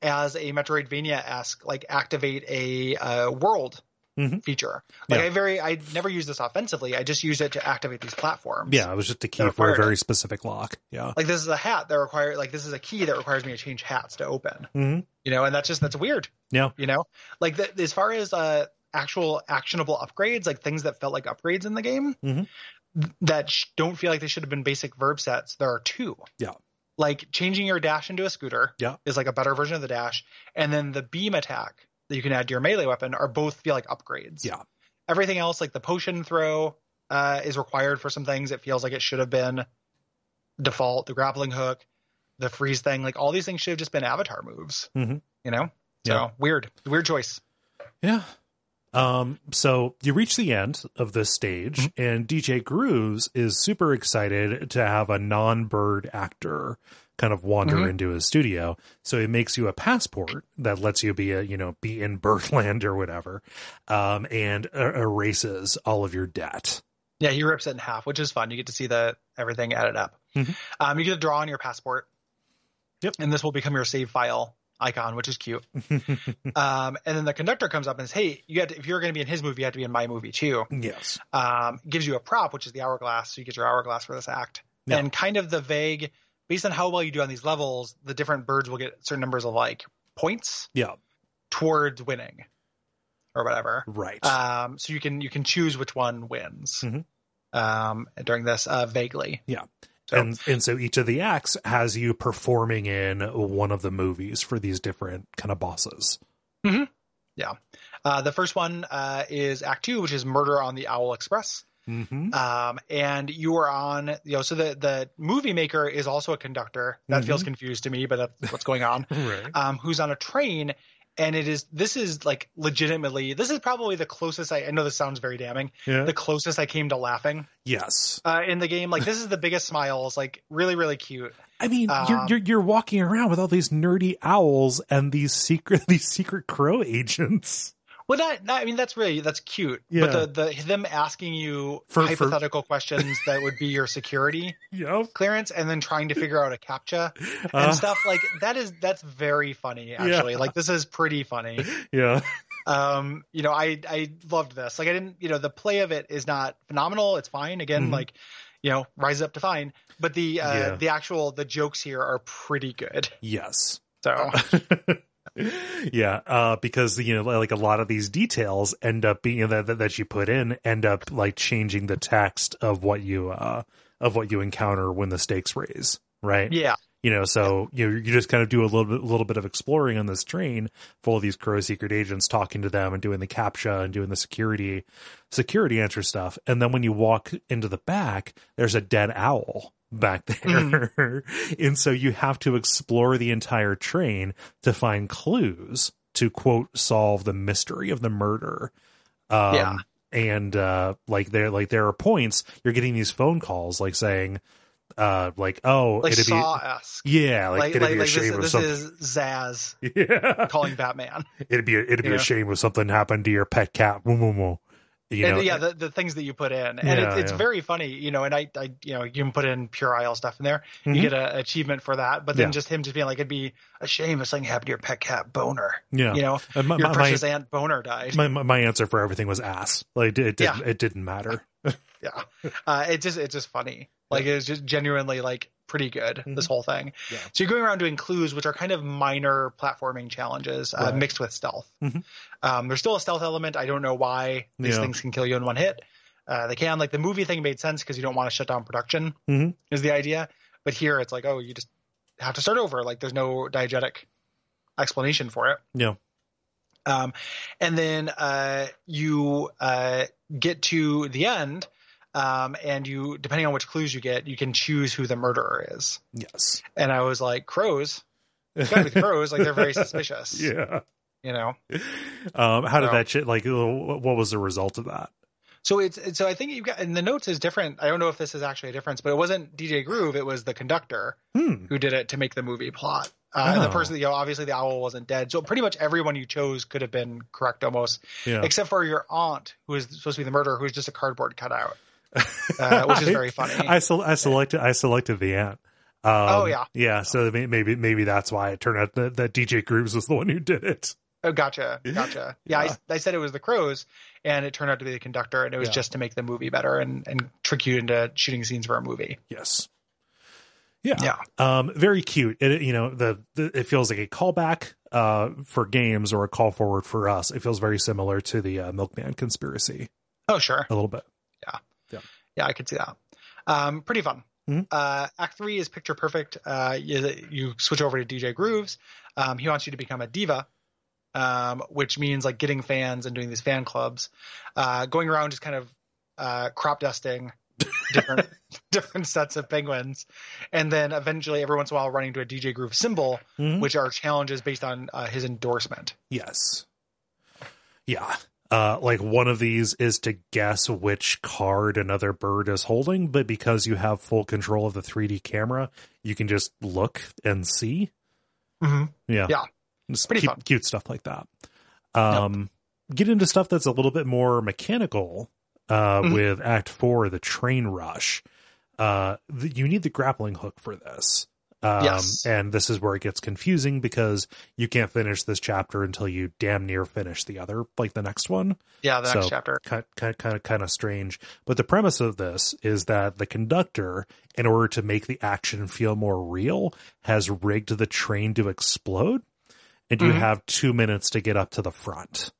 Speaker 1: as a metroidvania-esque like activate a uh, world
Speaker 2: Mhm.
Speaker 1: feature like
Speaker 2: Yeah.
Speaker 1: i very i never use this offensively i just use it to activate these platforms
Speaker 2: yeah. It was just a key
Speaker 1: They're
Speaker 2: for a
Speaker 1: required.
Speaker 2: very specific lock. Yeah.
Speaker 1: like this is a hat that require like this is a key that requires me to change hats to open
Speaker 2: Mhm.
Speaker 1: you know and that's just that's weird
Speaker 2: Yeah.
Speaker 1: you know like the, as far as uh actual actionable upgrades like things that felt like upgrades in the game
Speaker 2: Mhm.
Speaker 1: th- that sh- don't feel like they should have been basic verb sets there are two
Speaker 2: Yeah.
Speaker 1: like changing your dash into a scooter
Speaker 2: Yeah.
Speaker 1: is like a better version of the dash and then the beam attack that you can add to your melee weapon are both feel like upgrades
Speaker 2: Yeah.
Speaker 1: everything else like the potion throw uh, is required for some things it feels like it should have been default the grappling hook the freeze thing. Like all these things should have just been Avatar moves.
Speaker 2: Mhm.
Speaker 1: You know. So
Speaker 2: Yeah.
Speaker 1: weird, weird choice.
Speaker 2: Yeah. Um, so you reach the end of this stage,
Speaker 1: Mm-hmm.
Speaker 2: and DJ Grooves is super excited to have a non bird actor kind of wander
Speaker 1: Mhm.
Speaker 2: into his studio. So he makes you a passport that lets you be a, you know, be in birdland or whatever, um, and er- erases all of your debt.
Speaker 1: Yeah, he rips it in half, which is fun. You get to see the everything added up.
Speaker 2: Mhm.
Speaker 1: Um, you get to draw on your passport.
Speaker 2: Yep.
Speaker 1: And this will become your save file icon, which is cute. um, and then the conductor comes up and says, "Hey, you have to, if you're going to be in his movie, you have to be in my movie too."
Speaker 2: Yes.
Speaker 1: Um, gives you a prop, which is the hourglass, so you get your hourglass for this act.
Speaker 2: Yeah.
Speaker 1: And kind of the vague, based on how well you do on these levels, the different birds will get certain numbers of like points
Speaker 2: Yeah.
Speaker 1: towards winning, or whatever.
Speaker 2: Right.
Speaker 1: Um, so you can you can choose which one wins
Speaker 2: Mhm.
Speaker 1: um, during this uh, vaguely.
Speaker 2: Yeah.
Speaker 1: So-
Speaker 2: and and so each of the acts has you performing in one of the movies for these different kind of bosses.
Speaker 1: Uh, the first one uh, is Act Two, which is Murder on the Owl Express.
Speaker 2: Mm-hmm.
Speaker 1: Um, and you are on, you know, so the the movie maker is also a conductor. That feels confused to me, but that's what's going on.
Speaker 2: Right.
Speaker 1: um, who's on a train, and it is this is like legitimately this is probably the closest I, I know this sounds very damning
Speaker 2: Yeah.
Speaker 1: the closest I came to laughing
Speaker 2: yes.
Speaker 1: uh, in the game. Like this is the biggest smiles, like really really cute.
Speaker 2: I mean, you're,
Speaker 1: Um,
Speaker 2: you're you're walking around with all these nerdy owls and these secret these secret crow agents.
Speaker 1: Well, not, not I mean that's really that's cute.
Speaker 2: Yeah.
Speaker 1: But the, the them asking you
Speaker 2: For- for-
Speaker 1: hypothetical questions that would be your security
Speaker 2: Yep.
Speaker 1: clearance, and then trying to figure out a captcha
Speaker 2: Uh,
Speaker 1: and stuff like that is that's very funny actually. Like this is pretty funny.
Speaker 2: Yeah.
Speaker 1: um you know i i loved this like i didn't you know the play of it is not phenomenal it's fine again
Speaker 2: Mhm.
Speaker 1: like you know rises up to fine but the uh
Speaker 2: Yeah.
Speaker 1: the actual the jokes here are pretty good
Speaker 2: Yes.
Speaker 1: so
Speaker 2: yeah, uh, because you know, like a lot of these details end up being that that- that you put in end up like changing the text of what you uh of what you encounter when the stakes raise, right?
Speaker 1: yeah
Speaker 2: You know, so you you just kind of do a little bit little bit of exploring on this train full of these crow secret agents talking to them and doing the captcha and doing the security security answer stuff, and then when you walk into the back, there's a dead owl back there,
Speaker 1: Hmm.
Speaker 2: and so you have to explore the entire train to find clues to quote solve the mystery of the murder. Um,
Speaker 1: Yeah.
Speaker 2: And uh, like there, like there are points you're getting these phone calls, like saying, uh, like oh,
Speaker 1: like
Speaker 2: it'd
Speaker 1: saw esque
Speaker 2: be yeah,
Speaker 1: like
Speaker 2: like,
Speaker 1: like,
Speaker 2: it'd
Speaker 1: like,
Speaker 2: be a
Speaker 1: this,
Speaker 2: shame if
Speaker 1: this
Speaker 2: something.
Speaker 1: is zaz
Speaker 2: yeah,
Speaker 1: calling batman
Speaker 2: it'd be a, it'd be
Speaker 1: Yeah.
Speaker 2: a shame if something happened to your pet cat. Woo, woo, woo. You
Speaker 1: and
Speaker 2: know, uh,
Speaker 1: yeah the, the things that you put in and
Speaker 2: Yeah,
Speaker 1: it's, it's
Speaker 2: yeah.
Speaker 1: very funny you know and i i you know you can put in puerile stuff in there
Speaker 2: Mhm.
Speaker 1: you get a achievement for that but then
Speaker 2: Yeah.
Speaker 1: just him just being like it'd be a shame if something happened to your pet cat boner
Speaker 2: yeah.
Speaker 1: you know
Speaker 2: Uh, my,
Speaker 1: your
Speaker 2: my,
Speaker 1: precious aunt boner died
Speaker 2: my my my answer for everything was ass. Like it, it
Speaker 1: Yeah.
Speaker 2: didn't it didn't matter.
Speaker 1: yeah uh it's just it's just funny like it's just genuinely like pretty good this whole thing
Speaker 2: Mm-hmm. Yeah.
Speaker 1: so you're going around doing clues which are kind of minor platforming challenges uh,
Speaker 2: Right.
Speaker 1: mixed with stealth
Speaker 2: Mhm.
Speaker 1: um there's still a stealth element i don't know why these
Speaker 2: Yeah.
Speaker 1: things can kill you in one hit uh they can like the movie thing made sense because you don't want to shut down production
Speaker 2: Mhm.
Speaker 1: is the idea but here it's like oh you just have to start over like there's no diegetic explanation for it
Speaker 2: Yeah.
Speaker 1: um, and then uh, you uh, get to the end, um, and you, depending on which clues you get, you can choose who the murderer is.
Speaker 2: Yes.
Speaker 1: And I was like, crows, It's gotta be the crows, like they're very suspicious.
Speaker 2: yeah.
Speaker 1: You know,
Speaker 2: Um, how did
Speaker 1: So-
Speaker 2: that shit? Like, uh, wh- what was the result of that?
Speaker 1: so it's it's- so I think you've got and the notes is different. I don't know if this is actually a difference, but it wasn't DJ Groove; it was the conductor
Speaker 2: Hmm.
Speaker 1: who did it to make the movie plot. Uh, And the
Speaker 2: Oh.
Speaker 1: person, you know, obviously the owl wasn't dead, so pretty much everyone you chose could have been correct almost.
Speaker 2: Yeah.
Speaker 1: except for your aunt, who is supposed to be the murderer, who's just a cardboard cutout, uh, which is very funny.
Speaker 2: I, sel- I selected I selected the ant. Um,
Speaker 1: Oh, yeah.
Speaker 2: yeah. So may- maybe maybe that's why it turned out that, that DJ Grooves was the one who did it.
Speaker 1: oh, gotcha, gotcha. Yeah,
Speaker 2: Yeah.
Speaker 1: I, I said it was the crows, and it turned out to be the conductor, and it was
Speaker 2: Yeah.
Speaker 1: just to make the movie better and and trick you into shooting scenes for a movie.
Speaker 2: Yes. Yeah.
Speaker 1: Yeah.
Speaker 2: Um, very cute. It, you know, the, the, it feels like a callback, uh, for games or a call forward for us. It feels very similar to the uh, Milkman conspiracy
Speaker 1: Oh, sure.
Speaker 2: a little bit.
Speaker 1: Yeah, I could see that. Um, pretty fun.
Speaker 2: Mhm.
Speaker 1: Uh, act three is picture perfect. Uh, you, you switch over to DJ Grooves. Um, he wants you to become a diva, um, which means like getting fans and doing these fan clubs, uh, going around just kind of uh, crop dusting different different sets of penguins, and then eventually every once in a while running to a DJ Groove symbol,
Speaker 2: Mhm.
Speaker 1: which are challenges based on uh, his endorsement.
Speaker 2: Yes. Yeah. Uh, like one of these is to guess which card another bird is holding, but because you have full control of the 3D camera, you can just look and see.
Speaker 1: Mm-hmm.
Speaker 2: Yeah.
Speaker 1: Yeah.
Speaker 2: Just
Speaker 1: Pretty
Speaker 2: cute,
Speaker 1: fun.
Speaker 2: cute stuff like that. Um, Get into stuff that's a little bit more mechanical uh,
Speaker 1: Mhm.
Speaker 2: with Act Four, the train rush. Uh, th- you need the grappling hook for this. Um,
Speaker 1: Yes.
Speaker 2: And this is where it gets confusing because you can't finish this chapter until you damn near finish the other, like the next one
Speaker 1: Yeah, the next
Speaker 2: So-
Speaker 1: chapter.
Speaker 2: kind kind kind of kind of strange. But the premise of this is that the conductor, in order to make the action feel more real, has rigged the train to explode, and you
Speaker 1: Mhm.
Speaker 2: have two minutes to get up to the front.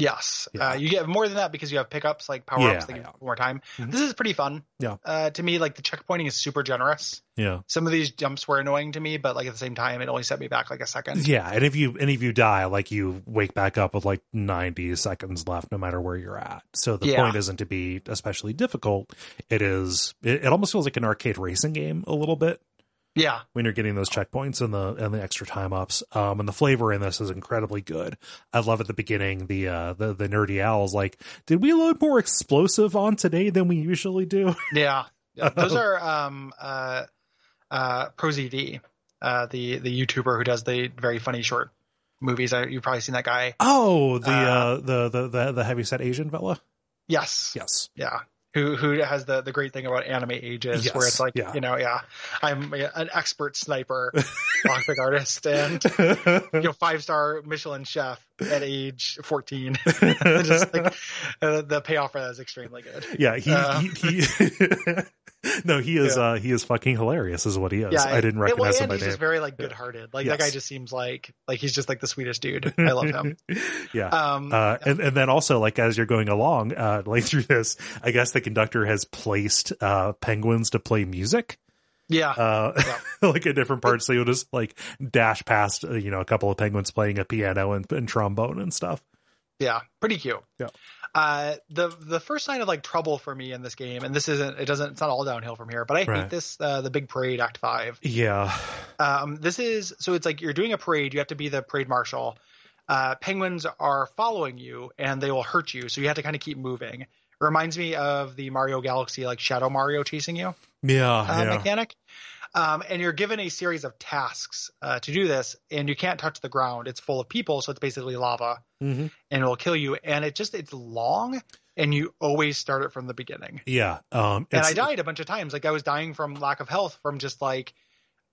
Speaker 1: Yes,
Speaker 2: Yeah.
Speaker 1: uh, you get more than that because you have pickups like power ups
Speaker 2: Yeah,
Speaker 1: that give
Speaker 2: yeah.
Speaker 1: more time.
Speaker 2: Mhm.
Speaker 1: This is pretty fun.
Speaker 2: Yeah.
Speaker 1: Uh, to me, like the checkpointing is super generous.
Speaker 2: Yeah,
Speaker 1: Some of these jumps were annoying to me, but like at the same time, it only set me back like a second.
Speaker 2: yeah. And if you and if you die, like you wake back up with like ninety seconds left, no matter where you're at. So the
Speaker 1: Yeah.
Speaker 2: point isn't to be especially difficult. It is. It, it almost feels like an arcade racing game a little bit.
Speaker 1: Yeah.
Speaker 2: when you're getting those checkpoints and the and the extra time ups. Um, and the flavor in this is incredibly good. I love at the beginning the uh the, the nerdy owls like, did we load more explosive on today than we usually do?
Speaker 1: Yeah. Yeah. Those are um uh uh ProZD, uh the the YouTuber who does the very funny short movies. I, you've probably seen that guy.
Speaker 2: Oh, the uh,
Speaker 1: Uh,
Speaker 2: the, the the the heavy set Asian fella.
Speaker 1: Yes.
Speaker 2: Yes,
Speaker 1: Yeah. Who who has the the great thing about anime ages
Speaker 2: Yes.
Speaker 1: where it's like
Speaker 2: Yeah.
Speaker 1: you know yeah I'm a- an expert sniper lockpick artist and you know five star Michelin chef at age 14. Just like uh, the payoff for that is extremely good.
Speaker 2: yeah, he
Speaker 1: uh,
Speaker 2: he. he No, he is
Speaker 1: Yeah.
Speaker 2: uh he is fucking hilarious is what he is.
Speaker 1: Yeah,
Speaker 2: I didn't
Speaker 1: Yeah, well,
Speaker 2: recognize him
Speaker 1: and
Speaker 2: by
Speaker 1: he's
Speaker 2: name.
Speaker 1: just very like good hearted. Like that
Speaker 2: Yes.
Speaker 1: guy just seems like like he's just like the sweetest dude. I love him.
Speaker 2: yeah.
Speaker 1: Um,
Speaker 2: uh, and, and then also like as you're going along uh like through this i guess the conductor has placed uh penguins to play music
Speaker 1: yeah,
Speaker 2: uh
Speaker 1: Yeah.
Speaker 2: like at different parts so you'll just like dash past uh, you know a couple of penguins playing a piano and, and trombone and stuff
Speaker 1: yeah, pretty cute.
Speaker 2: Yeah.
Speaker 1: Uh, the the first sign of like trouble for me in this game, and this isn't it doesn't it's not all downhill from here, but I
Speaker 2: Right.
Speaker 1: hate this uh, the big parade act five.
Speaker 2: yeah
Speaker 1: Um, this is so it's like you're doing a parade. You have to be the parade marshal. Uh, penguins are following you, and they will hurt you. So you have to kind of keep moving. Reminds me of the Mario Galaxy, like Shadow Mario chasing you
Speaker 2: yeah
Speaker 1: uh,
Speaker 2: yeah
Speaker 1: mechanic. Um, and you're given a series of tasks uh, to do this, and you can't touch the ground. It's full of people, so it's basically lava,
Speaker 2: Mhm.
Speaker 1: and it will kill you. And it just it's long, and you always start it from the beginning
Speaker 2: yeah um
Speaker 1: and
Speaker 2: it's-
Speaker 1: I died a bunch of times. Like I was dying from lack of health from just like,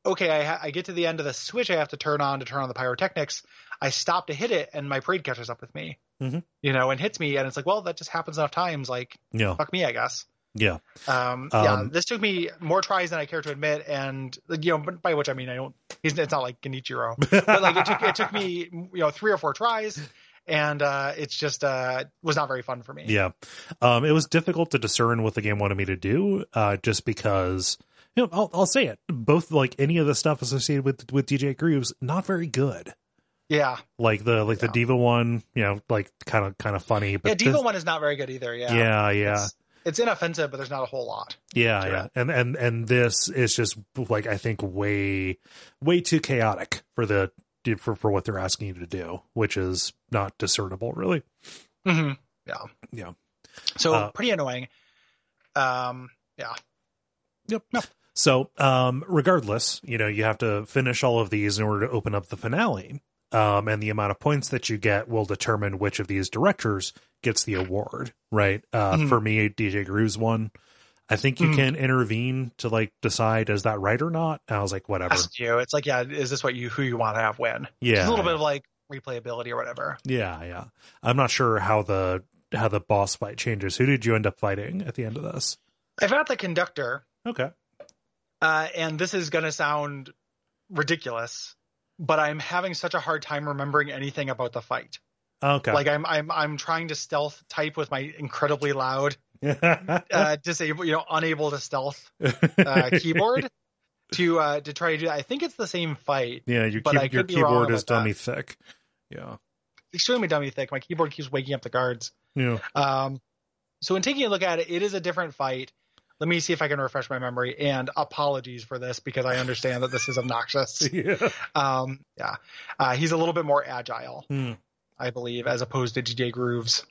Speaker 1: okay, I, ha- I get to the end of the switch I have to turn on to turn on the pyrotechnics. I stop to hit it, and my parade catches up with me,
Speaker 2: Mhm.
Speaker 1: you know, and hits me, and it's like, well, that just happens enough times. Like,
Speaker 2: yeah
Speaker 1: fuck me, I guess.
Speaker 2: yeah
Speaker 1: Um, yeah,
Speaker 2: Um,
Speaker 1: this took me more tries than I care to admit, and like, you know, but by which I mean I don't. He's, it's not like Genichiro, but like it took it took me you know three or four tries, and uh, it's just uh, was not very fun for me.
Speaker 2: Yeah. Um, it was difficult to discern what the game wanted me to do, uh, just because, you know, I'll, I'll say it. Both like any of the stuff associated with, with DJ Grooves, not very good.
Speaker 1: yeah,
Speaker 2: Like the, like the
Speaker 1: Yeah.
Speaker 2: Diva one, you know, like kind of, kind of funny, but
Speaker 1: yeah. Diva
Speaker 2: this-
Speaker 1: one is not very good either. Yeah,
Speaker 2: yeah, yeah,
Speaker 1: It's, it's inoffensive, but there's not a whole lot.
Speaker 2: yeah,
Speaker 1: to
Speaker 2: yeah. And, and, and this is just like, I think way, way too chaotic for the, for, for what they're asking you to do, which is not discernible really.
Speaker 1: Mm-hmm. Yeah.
Speaker 2: Yeah.
Speaker 1: So
Speaker 2: Uh,
Speaker 1: pretty annoying. Um. Yeah.
Speaker 2: So, um, regardless, you know, you have to finish all of these in order to open up the finale. Um, and the amount of points that you get will determine which of these directors gets the award, right? Uh,
Speaker 1: Mhm.
Speaker 2: For me, DJ Grooves won. I think you
Speaker 1: Mhm.
Speaker 2: can intervene to like decide is that right or not. And I was like, whatever.
Speaker 1: Asked you. It's like, yeah, is this what you who you want to have win?
Speaker 2: yeah,
Speaker 1: It's a little bit of like replayability or whatever.
Speaker 2: yeah, yeah. I'm not sure how the how the boss fight changes. Who did you end up fighting at the end of this?
Speaker 1: I found the conductor,
Speaker 2: Okay.
Speaker 1: uh, and this is gonna sound ridiculous, but I'm having such a hard time remembering anything about the fight.
Speaker 2: Okay.
Speaker 1: Like I'm I'm I'm trying to stealth type with my incredibly loud, uh, disabled, you know, unable to stealth uh, keyboard to uh, to try to do. That. I think it's the same fight.
Speaker 2: Yeah, your,
Speaker 1: But I
Speaker 2: key- your
Speaker 1: could be wrong
Speaker 2: keyboard is
Speaker 1: about that.
Speaker 2: dummy thick. Yeah.
Speaker 1: extremely dummy thick. My keyboard keeps waking up the guards.
Speaker 2: Yeah.
Speaker 1: Um, so in taking a look at it, it is a different fight. Let me see if I can refresh my memory. And apologies for this because I understand that this is obnoxious.
Speaker 2: Yeah.
Speaker 1: Um, yeah, uh, he's a little bit more agile,
Speaker 2: Hmm.
Speaker 1: I believe, as opposed to DJ Grooves.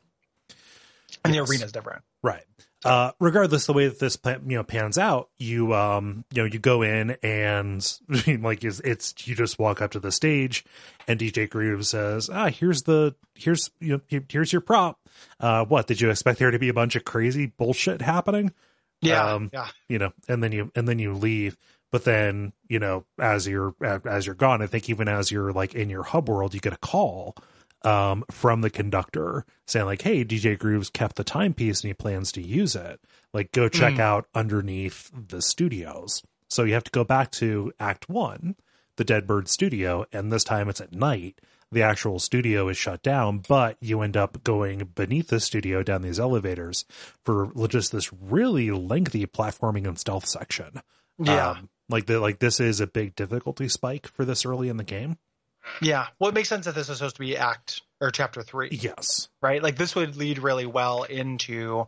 Speaker 1: And
Speaker 2: Yes.
Speaker 1: the arena's different.
Speaker 2: Right. Uh, regardless, the way that this plan, you know pans out, you um you know you go in and like it's, it's you just walk up to the stage, and DJ Groove says, "Ah, here's the here's you know, here- here's your prop. Uh, what did you expect there to be a bunch of crazy bullshit happening?
Speaker 1: Yeah,
Speaker 2: Um,
Speaker 1: yeah,
Speaker 2: You know, and then you and then you leave." But then, you know, as you're as you're gone, I think even as you're like in your hub world, you get a call um, from the conductor saying like, "Hey, DJ Grooves kept the timepiece and he plans to use it. Like, go check
Speaker 1: Mm.
Speaker 2: out underneath the studios." So you have to go back to Act One, the Dead Bird Studio, and this time it's at night. The actual studio is shut down, but you end up going beneath the studio down these elevators for just this really lengthy platforming and stealth section.
Speaker 1: yeah,
Speaker 2: Um, like the like this is a big difficulty spike for this early in the game.
Speaker 1: yeah. Well, it makes sense that this is supposed to be Act or Chapter Three,
Speaker 2: Yes.
Speaker 1: right? Like this would lead really well into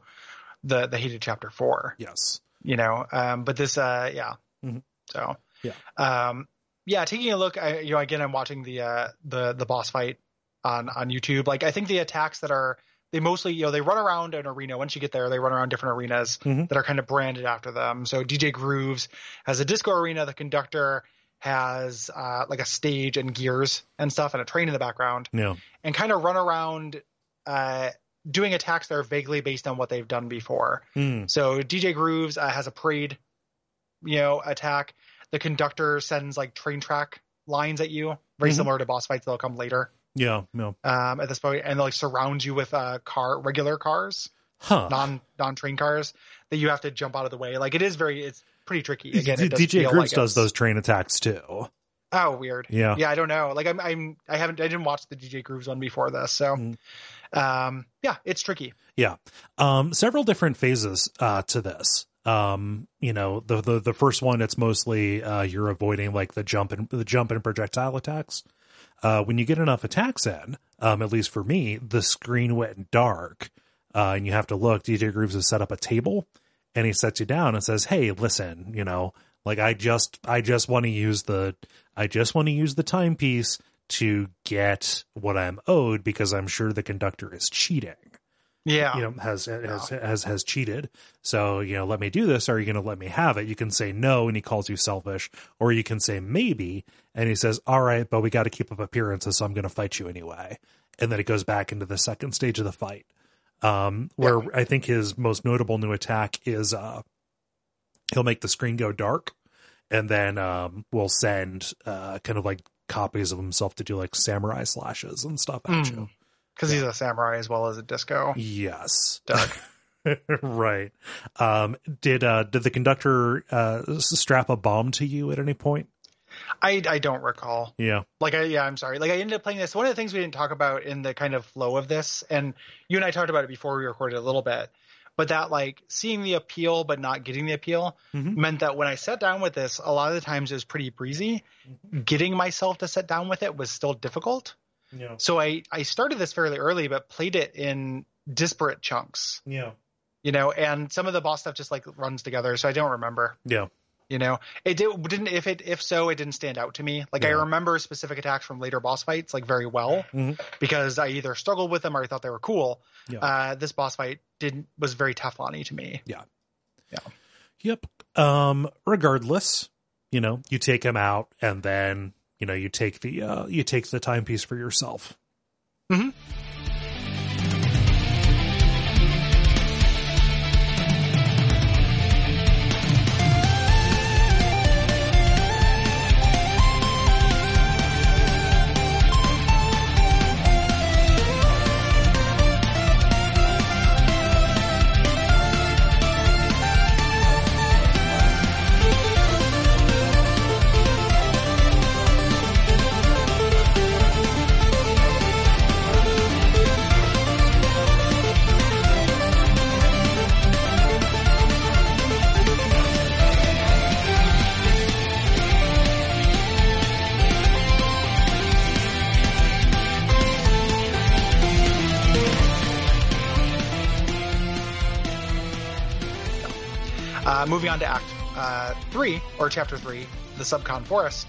Speaker 1: the the hated Chapter Four,
Speaker 2: Yes.
Speaker 1: you know. Um, but this, uh, yeah.
Speaker 2: Mhm.
Speaker 1: So,
Speaker 2: Yeah.
Speaker 1: um, yeah. Taking a look, I, you know, again, I'm watching the uh, the the boss fight on on YouTube. Like, I think the attacks that are they mostly, you know, they run around an arena. Once you get there, they run around different arenas
Speaker 2: Mhm.
Speaker 1: that are kind of branded after them. So DJ Grooves has a disco arena. The conductor has uh, like a stage and gears and stuff, and a train in the background
Speaker 2: Yeah.
Speaker 1: and kind of run around uh, doing attacks that are vaguely based on what they've done before.
Speaker 2: Mm.
Speaker 1: So DJ Grooves uh, has a parade, you know, attack. The conductor sends like train track lines at you, very
Speaker 2: Mhm.
Speaker 1: similar to boss fights that'll come later
Speaker 2: Yeah. No.
Speaker 1: um, at this point, and like surround you with uh, car regular cars,
Speaker 2: Huh.
Speaker 1: non non train cars that you have to jump out of the way. Like it is very, it's pretty tricky. Again,
Speaker 2: D-
Speaker 1: it does
Speaker 2: DJ
Speaker 1: feel
Speaker 2: Grooves
Speaker 1: like
Speaker 2: does
Speaker 1: it's-
Speaker 2: those train attacks too.
Speaker 1: Oh, weird.
Speaker 2: Yeah.
Speaker 1: Yeah, I don't know. Like I'm, I'm, I haven't, I didn't watch the DJ Grooves one before this, so,
Speaker 2: Mm.
Speaker 1: um, yeah, it's tricky.
Speaker 2: Um, several different phases uh, to this. Um, you know, the, the the first one, it's mostly uh, you're avoiding like the jump and the jump and projectile attacks. Uh, when you get enough attacks in, um, at least for me, the screen went dark, uh, and you have to look. DJ Grooves has set up a table, and he sets you down and says, "Hey, listen, you know, like I just I just want to use the I just want to use the timepiece to get what I'm owed because I'm sure the conductor is cheating."
Speaker 1: Yeah,
Speaker 2: you know has has has has cheated so you know let me do this are you going to let me have it you can say no and he calls you selfish or you can say maybe and he says all right but we got to keep up appearances so i'm going to fight you anyway and then it goes back into the second stage of the fight um where i think his most notable new attack is uh he'll make the screen go dark and then um we'll send uh kind of like copies of himself to do like samurai slashes and stuff at
Speaker 1: Mm.
Speaker 2: you
Speaker 1: because he's a samurai as well as a disco.
Speaker 2: Yes.
Speaker 1: Doug.
Speaker 2: right. Um, did uh, did the conductor uh, s- strap a bomb to you at any point?
Speaker 1: I I don't recall.
Speaker 2: Yeah.
Speaker 1: Like I yeah, I'm sorry. Like I ended up playing this. One of the things we didn't talk about in the kind of flow of this, and you and I talked about it before we recorded a little bit, but that like seeing the appeal but not getting the appeal
Speaker 2: Mhm.
Speaker 1: meant that when I sat down with this, a lot of the times it was pretty breezy. Getting myself to sit down with it was still difficult.
Speaker 2: Yeah.
Speaker 1: So I I started this fairly early, but played it in disparate chunks,
Speaker 2: Yeah.
Speaker 1: you know, and some of the boss stuff just like runs together, so I don't remember
Speaker 2: Yeah.
Speaker 1: you know it did, didn't if it if so it didn't stand out to me like i
Speaker 2: Yeah.
Speaker 1: remember specific attacks from later boss fights like very well
Speaker 2: Mhm.
Speaker 1: because i either struggled with them or i thought they were cool
Speaker 2: Yeah.
Speaker 1: uh, this boss fight didn't was very teflon to me
Speaker 2: Yep. Um, regardless, you know, you take him out, and then you know you take the uh, you take the timepiece for yourself.
Speaker 1: Uh, moving on to Act uh, 3, or Chapter 3, The Subcon Forest,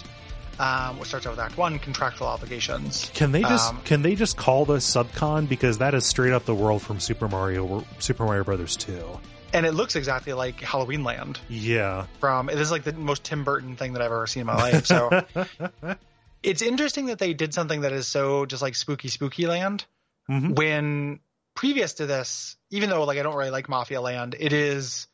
Speaker 1: um, which starts out with Act 1, Contractual Obligations.
Speaker 2: Can they just
Speaker 1: Um,
Speaker 2: can they just call this subcon because that is straight up the world from Super Mario Super Mario Brothers 2.
Speaker 1: and it looks exactly like Halloween Land
Speaker 2: Yeah.
Speaker 1: from. This is like the most Tim Burton thing that I've ever seen in my life. So it's interesting that they did something that is so just like spooky, spooky land.
Speaker 2: Mhm.
Speaker 1: When previous to this, even though like I don't really like Mafia Land, it is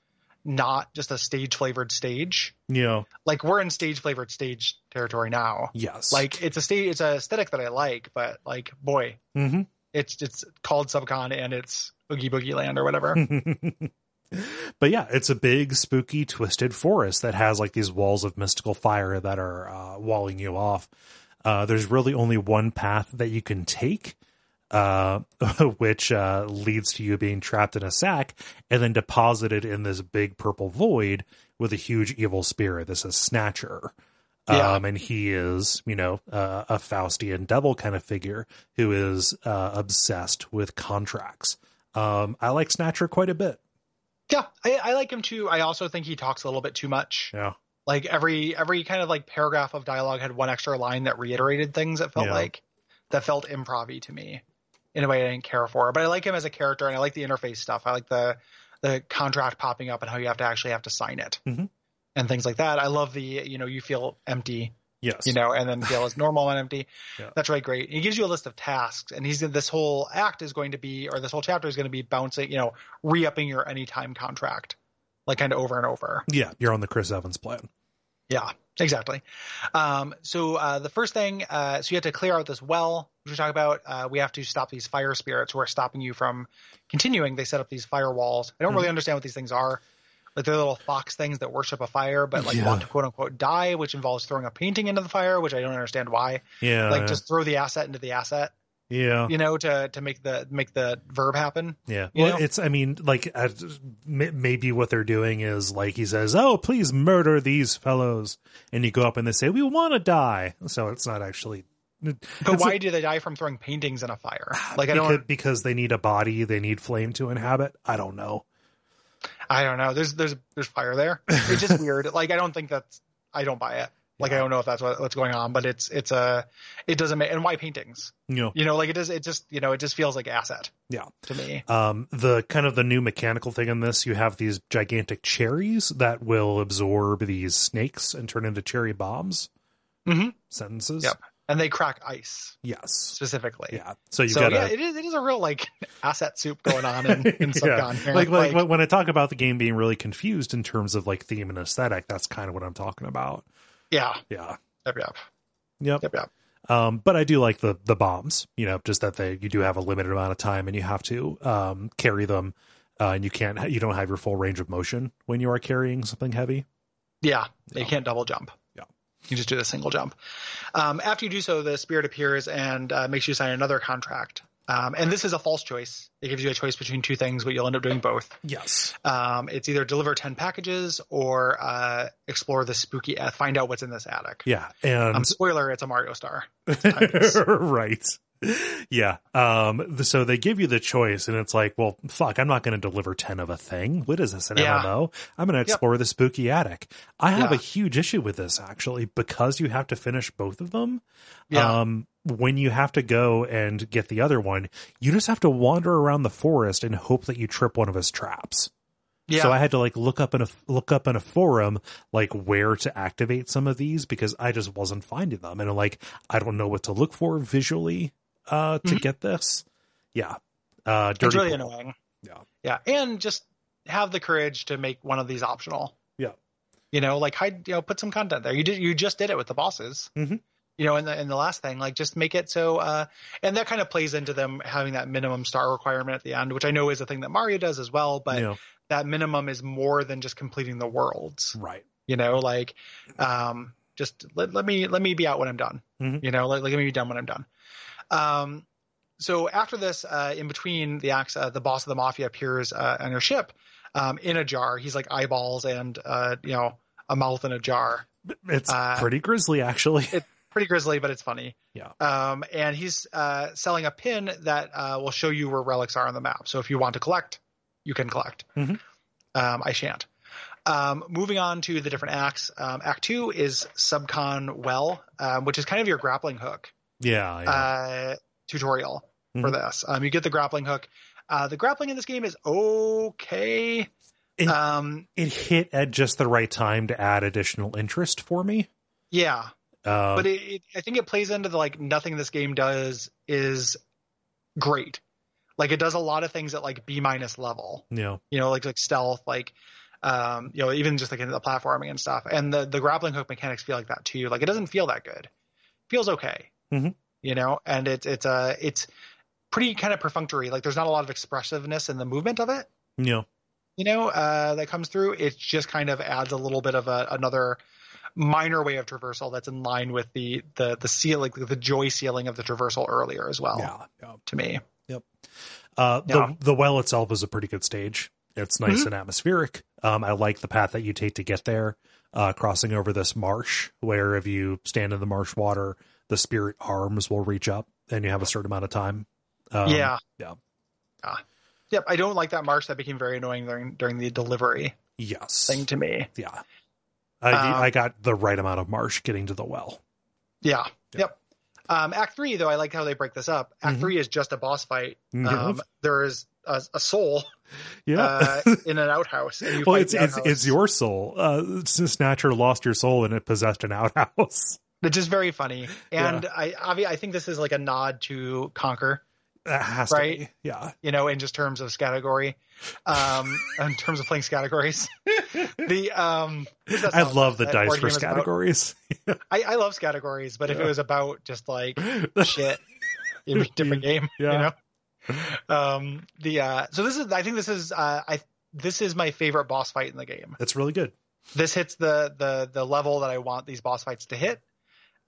Speaker 1: not just a stage flavored stage.
Speaker 2: Yeah.
Speaker 1: Like we're in stage flavored stage territory now.
Speaker 2: Yes.
Speaker 1: Like it's a stage, it's an aesthetic that I like, but like boy,
Speaker 2: hmm
Speaker 1: it's it's called Subcon and it's Oogie Boogie Land or whatever.
Speaker 2: Hmm. but yeah, it's a big, spooky, twisted forest that has like these walls of mystical fire that are uh, walling you off. Uh, there's really only one path that you can take, uh, which uh, leads to you being trapped in a sack and then deposited in this big purple void with a huge evil spirit. This is Snatcher.
Speaker 1: Yeah.
Speaker 2: Um, and he is, you know, uh, a Faustian devil kind of figure who is uh, obsessed with contracts. Um, I like Snatcher quite a bit.
Speaker 1: Yeah, I, I like him too. I also think he talks a little bit too much.
Speaker 2: Yeah.
Speaker 1: Like every every kind of like paragraph of dialogue had one extra line that reiterated things that felt
Speaker 2: Yeah.
Speaker 1: like that felt improv to me in a way I didn't care for. But I like him as a character and I like the interface stuff. I like the the contract popping up and how you have to actually have to sign it.
Speaker 2: Mhm.
Speaker 1: And things like that. I love the you know you feel empty,
Speaker 2: Yes.
Speaker 1: you know, and then feel as normal and empty.
Speaker 2: Yeah.
Speaker 1: That's really great. And he gives you a list of tasks, and he's this whole act is going to be, or this whole chapter is going to be bouncing, you know, re-upping your anytime contract, like kind of over and over.
Speaker 2: Yeah, you're on the Chris Evans plan.
Speaker 1: Yeah, exactly. Um, so uh, the first thing, uh, so you have to clear out this well, which we talk about. Uh, we have to stop these fire spirits who are stopping you from continuing. They set up these firewalls. I don't
Speaker 2: Mm-hmm.
Speaker 1: really understand what these things are. Like they're little fox things that worship a fire, but like
Speaker 2: Yeah.
Speaker 1: want to quote unquote die, which involves throwing a painting into the fire, which I don't understand why.
Speaker 2: Yeah.
Speaker 1: like just throw the asset into the asset
Speaker 2: yeah.
Speaker 1: you know, to to make the make the verb happen.
Speaker 2: Yeah.
Speaker 1: You
Speaker 2: Well,
Speaker 1: know?
Speaker 2: it's, I mean, like, uh, m- maybe what they're doing is like he says, Oh, please murder these fellows. And you go up and they say, We want to die. So it's not actually.
Speaker 1: But
Speaker 2: it's
Speaker 1: why
Speaker 2: a-
Speaker 1: do they die from throwing paintings in a fire? Like I
Speaker 2: because,
Speaker 1: don't,
Speaker 2: because they need a body, they need flame to inhabit. I don't know.
Speaker 1: I don't know. There's there's there's fire there. It's just weird. Like I don't think that's. I don't buy it. Like I don't know if that's what, what's going on, but it's it's a it doesn't make and why paintings?
Speaker 2: You know,
Speaker 1: You know, like it does. It just you know it just feels like asset
Speaker 2: yeah.
Speaker 1: to me.
Speaker 2: Um, the kind of the new mechanical thing in this, you have these gigantic cherries that will absorb these snakes and turn into cherry bombs.
Speaker 1: hmm
Speaker 2: Sentences.
Speaker 1: Yep. And they crack ice
Speaker 2: Yes.
Speaker 1: specifically.
Speaker 2: Yeah. So you
Speaker 1: so
Speaker 2: gotta
Speaker 1: yeah, it is it is a real like asset soup going on in, in Subcon here.
Speaker 2: Like, like, when I talk about the game being really confused in terms of like theme and aesthetic, that's kind of what I'm talking about.
Speaker 1: yeah,
Speaker 2: Yeah.
Speaker 1: yep, yep,
Speaker 2: Yep.
Speaker 1: yep, yep.
Speaker 2: Um, but I do like the the bombs, you know, just that they you do have a limited amount of time and you have to um carry them uh, and you can't you don't have your full range of motion when you are carrying something heavy.
Speaker 1: Yeah, you
Speaker 2: Yeah.
Speaker 1: can't double jump.
Speaker 2: Yeah.
Speaker 1: You just do the single jump. Um, after you do so, the spirit appears and uh, makes you sign another contract. Um, and this is a false choice. It gives you a choice between two things, but you'll end up doing both.
Speaker 2: Yes.
Speaker 1: Um, it's either deliver 10 packages or uh, explore the spooky, uh, find out what's in this attic.
Speaker 2: Yeah. And
Speaker 1: Um, spoiler, it's a Mario Star.
Speaker 2: right. Yeah. Um. th- So they give you the choice, and it's like, well, fuck, I'm not going to deliver ten of a thing. What is this an
Speaker 1: Yeah.
Speaker 2: MMO? I'm going to explore the spooky attic. I have
Speaker 1: Yeah.
Speaker 2: a huge issue with this actually because you have to finish both of them.
Speaker 1: Yeah.
Speaker 2: Um. When you have to go and get the other one, you just have to wander around the forest and hope that you trip one of his traps.
Speaker 1: yeah.
Speaker 2: So I had to like look up in a look up in a forum like where to activate some of these because I just wasn't finding them and like I don't know what to look for visually uh to
Speaker 1: Mhm.
Speaker 2: get this. Yeah. Uh dirty
Speaker 1: it's really
Speaker 2: pool.
Speaker 1: annoying.
Speaker 2: Yeah.
Speaker 1: Yeah. And just have the courage to make one of these optional.
Speaker 2: Yeah.
Speaker 1: You know, like hide, you know, put some content there. You did, you just did it with the bosses.
Speaker 2: Mhm.
Speaker 1: You know, and the, and the last thing, like just make it so, uh, and that kind of plays into them having that minimum star requirement at the end, which I know is a thing that Mario does as well, but
Speaker 2: Yeah.
Speaker 1: that minimum is more than just completing the worlds,
Speaker 2: right.
Speaker 1: you know, like, um, just let, let me, let me be out when I'm done,
Speaker 2: Mhm.
Speaker 1: you know, like, like, let me be done when I'm done. Um, so after this, uh, in between the acts, uh, the boss of the mafia appears uh, on your ship um, in a jar. He's like eyeballs and uh, you know a mouth in a jar.
Speaker 2: It's
Speaker 1: Uh,
Speaker 2: pretty grisly actually.
Speaker 1: Pretty grisly, but it's funny.
Speaker 2: Yeah.
Speaker 1: Um, and he's uh, selling a pin that uh, will show
Speaker 2: Mm-hmm.
Speaker 1: you where relics are on the map. So if you want to collect, you can collect.
Speaker 2: Mhm.
Speaker 1: Um, I shan't. Um, moving on to the different acts. Um, act two is Subcon Well, um, which is kind of your grappling hook
Speaker 2: Yeah. yeah.
Speaker 1: uh, tutorial for
Speaker 2: Mhm.
Speaker 1: this. Um, you get the grappling hook. Uh, the grappling in this game is okay.
Speaker 2: It-
Speaker 1: um,
Speaker 2: it hit at just the right time to add additional interest for me.
Speaker 1: yeah,
Speaker 2: Uh,
Speaker 1: but it, it, I think it plays into the like nothing this game does is great. Like it does a lot of things at like B minus level.
Speaker 2: you know,
Speaker 1: you know, like like stealth, like um, you know, even just like in the platforming and stuff. And the the grappling hook mechanics feel like that too. Like it doesn't feel that good. feels okay.
Speaker 2: Mhm.
Speaker 1: You know, and it's it's uh it's pretty kind of perfunctory. Like there's not a lot of expressiveness in the movement of it.
Speaker 2: you know,
Speaker 1: You know, uh, that comes through. It just kind of adds a little bit of a, another minor way of traversal that's in line with the the the seal like the joy ceiling of the traversal earlier as well
Speaker 2: yeah. yeah.
Speaker 1: to me. Yeah.
Speaker 2: Uh,
Speaker 1: Mm-hmm.
Speaker 2: the the well itself is a pretty good stage. It's nice and atmospheric. Um, I like the path that you take to get there, uh, crossing over this marsh where if you stand in the marsh water, the spirit arms will reach up, and you have a certain amount of time. Um,
Speaker 1: yeah.
Speaker 2: yeah.
Speaker 1: Yeah. Yep. I don't like that march. That became very annoying during during the delivery
Speaker 2: Yes.
Speaker 1: thing to me.
Speaker 2: Yeah. I
Speaker 1: Um,
Speaker 2: I got the right amount of marsh getting to the well.
Speaker 1: Yeah.
Speaker 2: Yeah.
Speaker 1: Yep. Um, act three, though, I like how they break this up. Act
Speaker 2: Mhm.
Speaker 1: three is just a boss fight.
Speaker 2: Yeah.
Speaker 1: Um, there is a, a soul
Speaker 2: yeah.
Speaker 1: uh, in an outhouse, and you
Speaker 2: well,
Speaker 1: fight
Speaker 2: it's
Speaker 1: the
Speaker 2: it's,
Speaker 1: outhouse.
Speaker 2: it's your soul. Uh, Snatcher lost your soul and it possessed an outhouse.
Speaker 1: Which is very funny, and I obvi- I think this is like a nod to Conquer,
Speaker 2: That has
Speaker 1: Right.
Speaker 2: to be. Yeah.
Speaker 1: you know, in just terms of category, um, in terms of playing categories. the um, what's that
Speaker 2: I
Speaker 1: song?
Speaker 2: love the
Speaker 1: That
Speaker 2: dice
Speaker 1: board game
Speaker 2: for
Speaker 1: is about-
Speaker 2: categories.
Speaker 1: I, I love categories, but if it
Speaker 2: Yeah.
Speaker 1: was about just like shit, it'd be a different game.
Speaker 2: Yeah.
Speaker 1: You know? Um the uh so this is I think this is uh I this is my favorite boss fight in the game.
Speaker 2: It's really good.
Speaker 1: This hits the the the level that I want these boss fights to hit.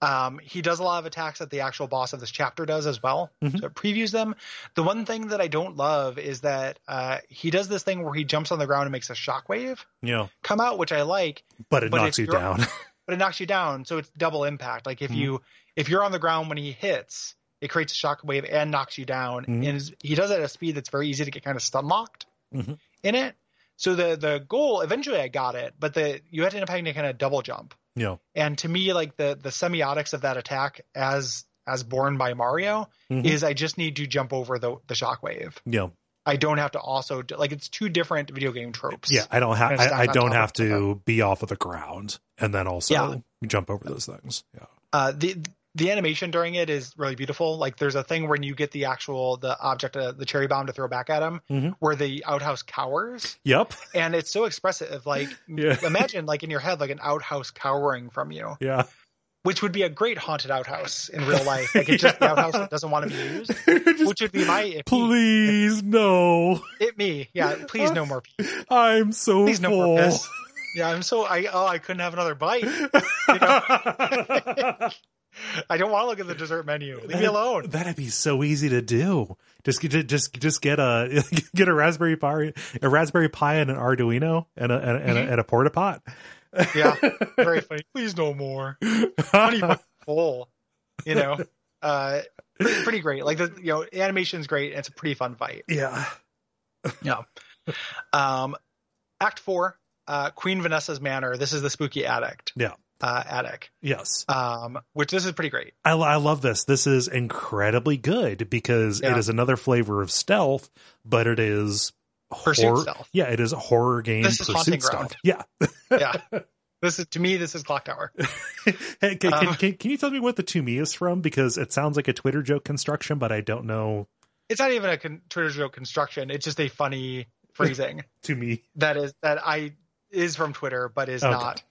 Speaker 1: Um he does a lot of attacks that the actual boss of this chapter does as well.
Speaker 2: Mhm.
Speaker 1: So it previews them. The one thing that I don't love is that uh he does this thing where he jumps on the ground and makes a shockwave
Speaker 2: Yeah.
Speaker 1: come out, which I like,
Speaker 2: But it
Speaker 1: But
Speaker 2: knocks
Speaker 1: if
Speaker 2: you
Speaker 1: you're-
Speaker 2: down.
Speaker 1: but it knocks you down, so it's double impact. Like if you if you're on the ground when he hits, it creates a shockwave and knocks you down.
Speaker 2: Mhm.
Speaker 1: And it's- he does it at a speed that's very easy to get kind of stun locked
Speaker 2: Mhm.
Speaker 1: in it. So the the goal eventually I got it, but the you had to end up having to kind of double jump.
Speaker 2: yeah.
Speaker 1: And to me, like the the semiotics of that attack as as born by Mario
Speaker 2: Mhm.
Speaker 1: is I just need to jump over the the shockwave.
Speaker 2: Yeah.
Speaker 1: I don't have to also do- like it's two different video game tropes.
Speaker 2: Yeah. I don't have
Speaker 1: Kinda
Speaker 2: I,
Speaker 1: stack
Speaker 2: I
Speaker 1: on
Speaker 2: don't
Speaker 1: top
Speaker 2: have
Speaker 1: of each
Speaker 2: to be off of the ground and then also
Speaker 1: Yeah.
Speaker 2: jump over those things. Yeah.
Speaker 1: Uh, the the animation during it is really beautiful. Like there's a thing when you get the actual the object uh, the cherry bomb to throw back at him,
Speaker 2: Mhm.
Speaker 1: where the outhouse cowers,
Speaker 2: Yep.
Speaker 1: and it's so expressive. Like
Speaker 2: Yeah.
Speaker 1: imagine like in your head like an outhouse cowering from you,
Speaker 2: Yeah.
Speaker 1: which would be a great haunted outhouse in real life. Like it's just the
Speaker 2: Yeah.
Speaker 1: outhouse that doesn't want to be used,
Speaker 2: Just-
Speaker 1: which would be my if me,
Speaker 2: please no.
Speaker 1: it me. Yeah, please no more. pee.
Speaker 2: I'm so
Speaker 1: Please no
Speaker 2: full.
Speaker 1: more piss. Yeah, I'm so I oh I couldn't have another bite. I don't want to look at the dessert menu. Leave me alone.
Speaker 2: That'd be so easy to do. Just get just just get a get a raspberry Pi, a raspberry Pi, and an Arduino, and a and a, and a, and a porta pot.
Speaker 1: Mm-hmm. Yeah, very funny. Please no more. Honey Bun Bowl, you know, uh, pretty, pretty great. Like the you know, the animation's great. And it's a pretty fun fight.
Speaker 2: yeah,
Speaker 1: Yeah. Um, Act Four, uh, Queen Vanessa's Manor. This is the spooky addict.
Speaker 2: Yeah.
Speaker 1: Uh, attic.
Speaker 2: yes.
Speaker 1: Um, which this is pretty great.
Speaker 2: I, lo- I love this. This is incredibly good because it
Speaker 1: Yeah.
Speaker 2: is another flavor of stealth, but it is
Speaker 1: Pursuit
Speaker 2: horror.
Speaker 1: stealth.
Speaker 2: Yeah, it is a horror game.
Speaker 1: This is Haunting
Speaker 2: pursuit stealth.
Speaker 1: Ground.
Speaker 2: Yeah.
Speaker 1: Yeah. this is to me. This is Clock Tower.
Speaker 2: Hey, can, can,
Speaker 1: Um,
Speaker 2: can, can you tell me what the to me is from? Because it sounds like a Twitter joke construction, but I don't know
Speaker 1: It's not even a con- traditional construction. It's just a funny phrasing
Speaker 2: to me.
Speaker 1: that is that I is from Twitter, but is
Speaker 2: Okay.
Speaker 1: not.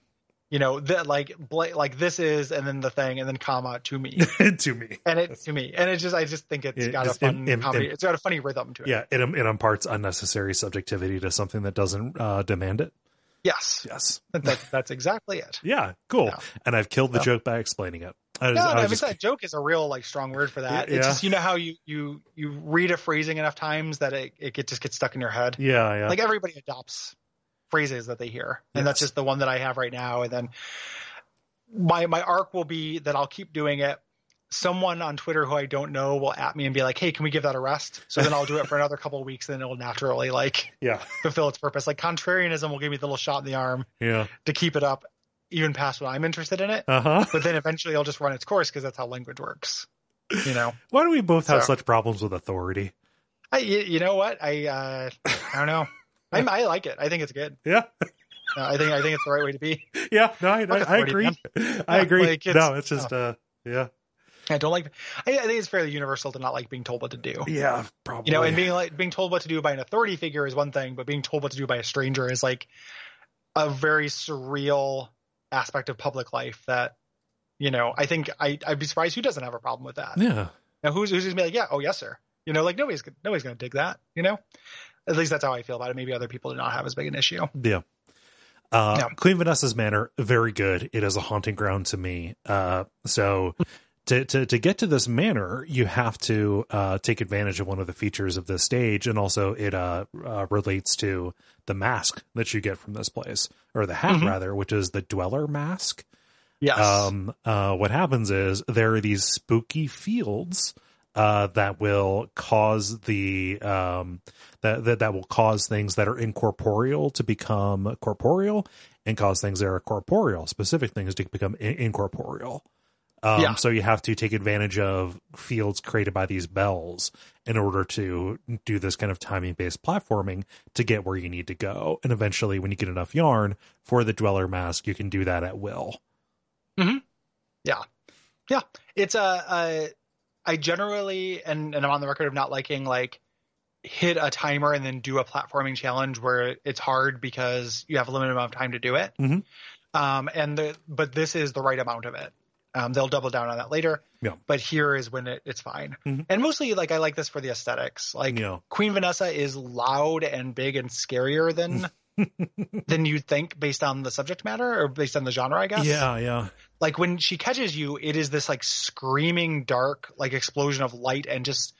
Speaker 1: You know, that like bla- like this is, and then the thing, and then comma to me.
Speaker 2: to me.
Speaker 1: and it to me and it just i just think it's
Speaker 2: It
Speaker 1: got
Speaker 2: just-
Speaker 1: a fun
Speaker 2: it- it-
Speaker 1: comedy
Speaker 2: it-
Speaker 1: it's got a funny rhythm to it
Speaker 2: Yeah, it, im- it imparts unnecessary subjectivity to something that doesn't uh, demand it.
Speaker 1: yes
Speaker 2: Yes.
Speaker 1: that, that's exactly it
Speaker 2: Yeah, cool.
Speaker 1: Yeah.
Speaker 2: And I've killed the
Speaker 1: Yeah.
Speaker 2: joke by explaining it. I
Speaker 1: no,
Speaker 2: was-
Speaker 1: no,
Speaker 2: I was
Speaker 1: I mean,
Speaker 2: just-
Speaker 1: that joke is a real like strong word for that.
Speaker 2: Yeah.
Speaker 1: It's just you know how you you you read a phrasing enough times that it it get, just gets stuck in your head.
Speaker 2: yeah, yeah.
Speaker 1: Like everybody adopts phrases that they hear, and that's
Speaker 2: Yes.
Speaker 1: just the one that I have right now. And then my my arc will be that I'll keep doing it someone on Twitter who I don't know will at me and be like, "Hey, can we give that a rest?" So then I'll do it for another couple of weeks, and then it will naturally like
Speaker 2: Yeah.
Speaker 1: fulfill its purpose. Like contrarianism will give me the little shot in the arm
Speaker 2: Yeah.
Speaker 1: to keep it up, even past when I'm interested in it.
Speaker 2: Uh huh.
Speaker 1: But then eventually I'll just run its course because that's how language works. You know,
Speaker 2: Why do we both have
Speaker 1: So-
Speaker 2: such problems with authority?
Speaker 1: I y- you know what I uh, I don't know. I, I like it. I think it's good.
Speaker 2: Yeah.
Speaker 1: Uh, I think I think it's the right way to be.
Speaker 2: Yeah. No, I, I,
Speaker 1: Fuck
Speaker 2: I
Speaker 1: authority,
Speaker 2: agree.
Speaker 1: man.
Speaker 2: I
Speaker 1: Yeah,
Speaker 2: agree.
Speaker 1: like, it's- oh.
Speaker 2: no, it's just, uh, yeah.
Speaker 1: I don't like. I, I think it's fairly universal to not like being told what to do.
Speaker 2: Yeah. Probably.
Speaker 1: You know, and being like being told what to do by an authority figure is one thing, but being told what to do by a stranger is like a very surreal aspect of public life that you know. I think I I'd be surprised who doesn't have a problem with that.
Speaker 2: yeah.
Speaker 1: Now who's who's gonna be like, yeah, oh yes, sir. You know, like nobody's gonna- nobody's gonna dig that. You know, at least that's how I feel about it. Maybe other people do not have as big an issue.
Speaker 2: Yeah. Uh,
Speaker 1: Yeah.
Speaker 2: Queen Vanessa's manor, very good. It is a haunting ground to me. Uh, so to, to, to get to this manor, you have to uh, take advantage of one of the features of this stage. And also it uh, uh, relates to the mask that you get from this place or the hat
Speaker 1: Mhm.
Speaker 2: rather, which is the dweller mask.
Speaker 1: Yes.
Speaker 2: um, uh, what happens is there are these spooky fields uh, that will cause the um, that, that that will cause things that are incorporeal to become corporeal, and cause things that are corporeal, specific things to become in- incorporeal. Um,
Speaker 1: Yeah.
Speaker 2: So you have to take advantage of fields created by these bells in order to do this kind of timing based platforming to get where you need to go. And eventually, when you get enough yarn for the dweller mask, you can do that at will.
Speaker 1: it's a, a I generally and and I'm on the record of not liking like hit a timer and then do a platforming challenge where it's hard because you have a limited amount of time to do it.
Speaker 2: Mhm.
Speaker 1: Um, and the but this is the right amount of it. Um, they'll double down on that later.
Speaker 2: Yeah.
Speaker 1: But here is when it, it's fine.
Speaker 2: Mhm.
Speaker 1: And mostly like I like this for the aesthetics. Like
Speaker 2: you know,
Speaker 1: Queen Vanessa is loud and big and scarier than than you'd think based on the subject matter or based on the genre, I guess
Speaker 2: Yeah, yeah.
Speaker 1: like when she catches you, it is this like screaming dark, like explosion of light and just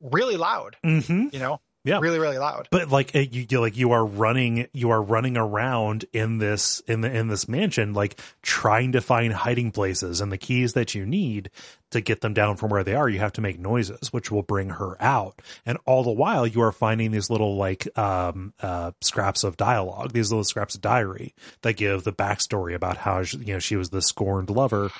Speaker 1: really loud,
Speaker 2: Mm-hmm.
Speaker 1: you know?
Speaker 2: Yeah.
Speaker 1: Really, really loud.
Speaker 2: But like it- you, you, like you are running, you are running around in this in the in this mansion, like trying to find hiding places and the keys that you need to get them down from where they are. You have to make noises, which will bring her out. And all the while, you are finding these little like um uh scraps of dialogue, these little scraps of diary that give the backstory about how she, you know she was the scorned lover.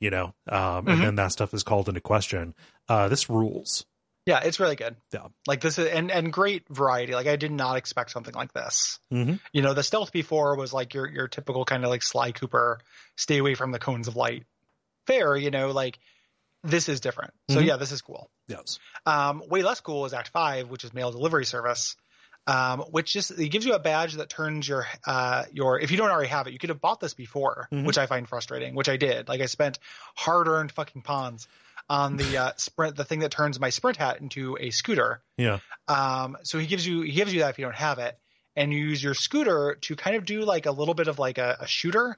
Speaker 2: You know, um, and
Speaker 1: Mhm.
Speaker 2: then that stuff is called into question. Uh, this rules.
Speaker 1: Yeah, it's really good.
Speaker 2: Yeah.
Speaker 1: Like this is and and great variety. Like I did not expect something like this.
Speaker 2: Mm-hmm.
Speaker 1: You know, the stealth before was like your your typical kind of like Sly Cooper, stay away from the cones of light. Fair, you know, like this is different. So
Speaker 2: Mhm.
Speaker 1: yeah, this is cool.
Speaker 2: Yes.
Speaker 1: Um, way less cool is Act Five, which is mail delivery service, um, which just it gives you a badge that turns your uh, your if you don't already have it, you could have bought this before,
Speaker 2: Mhm.
Speaker 1: which I find frustrating. Which I did. Like I spent hard earned fucking pawns on the uh, sprint, the thing that turns my sprint hat into a scooter.
Speaker 2: Yeah.
Speaker 1: Um, so he gives you he gives you that if you don't have it, and you use your scooter to kind of do like a little bit of like a, a shooter.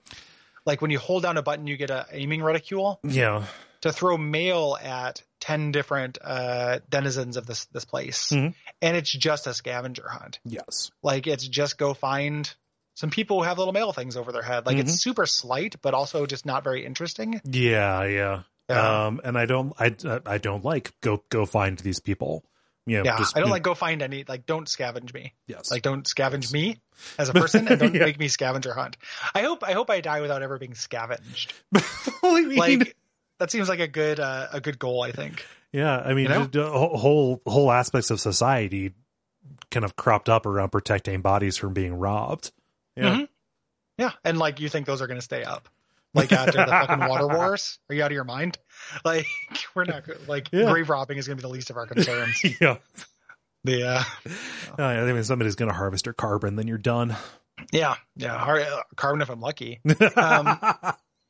Speaker 1: Like when you hold down a button, you get a aiming reticule
Speaker 2: Yeah.
Speaker 1: to throw mail at 10 different uh, denizens of this this place
Speaker 2: Mhm.
Speaker 1: and it's just a scavenger hunt
Speaker 2: Yes.
Speaker 1: like it's just go find some people who have little mail things over their head like it's
Speaker 2: Mm-hmm.
Speaker 1: super slight but also just not very interesting
Speaker 2: Yeah, yeah.
Speaker 1: Yeah.
Speaker 2: Um, and I don't, I, I don't like go go find these people. You know,
Speaker 1: yeah
Speaker 2: just-
Speaker 1: i don't like go find any like don't scavenge me
Speaker 2: Yes,
Speaker 1: like don't scavenge me as a person and don't
Speaker 2: Yeah.
Speaker 1: make me scavenger hunt i hope i hope i die without ever being scavenged
Speaker 2: I mean,
Speaker 1: like that seems like a good uh, a good goal i think
Speaker 2: yeah, I mean,
Speaker 1: you know?
Speaker 2: just, uh, whole- whole whole aspects of society kind of cropped up around protecting bodies from being robbed. Yeah,
Speaker 1: Mhm. Yeah, and like you think those are going to stay up, like after the fucking water wars? Are you out of your mind? Like we're not go- like
Speaker 2: Yeah.
Speaker 1: grave robbing is going to be the least of our concerns.
Speaker 2: yeah.
Speaker 1: the uh,
Speaker 2: Uh, I mean, somebody's going to harvest your carbon, then you're done.
Speaker 1: yeah, yeah, har- uh, carbon if I'm lucky. Um,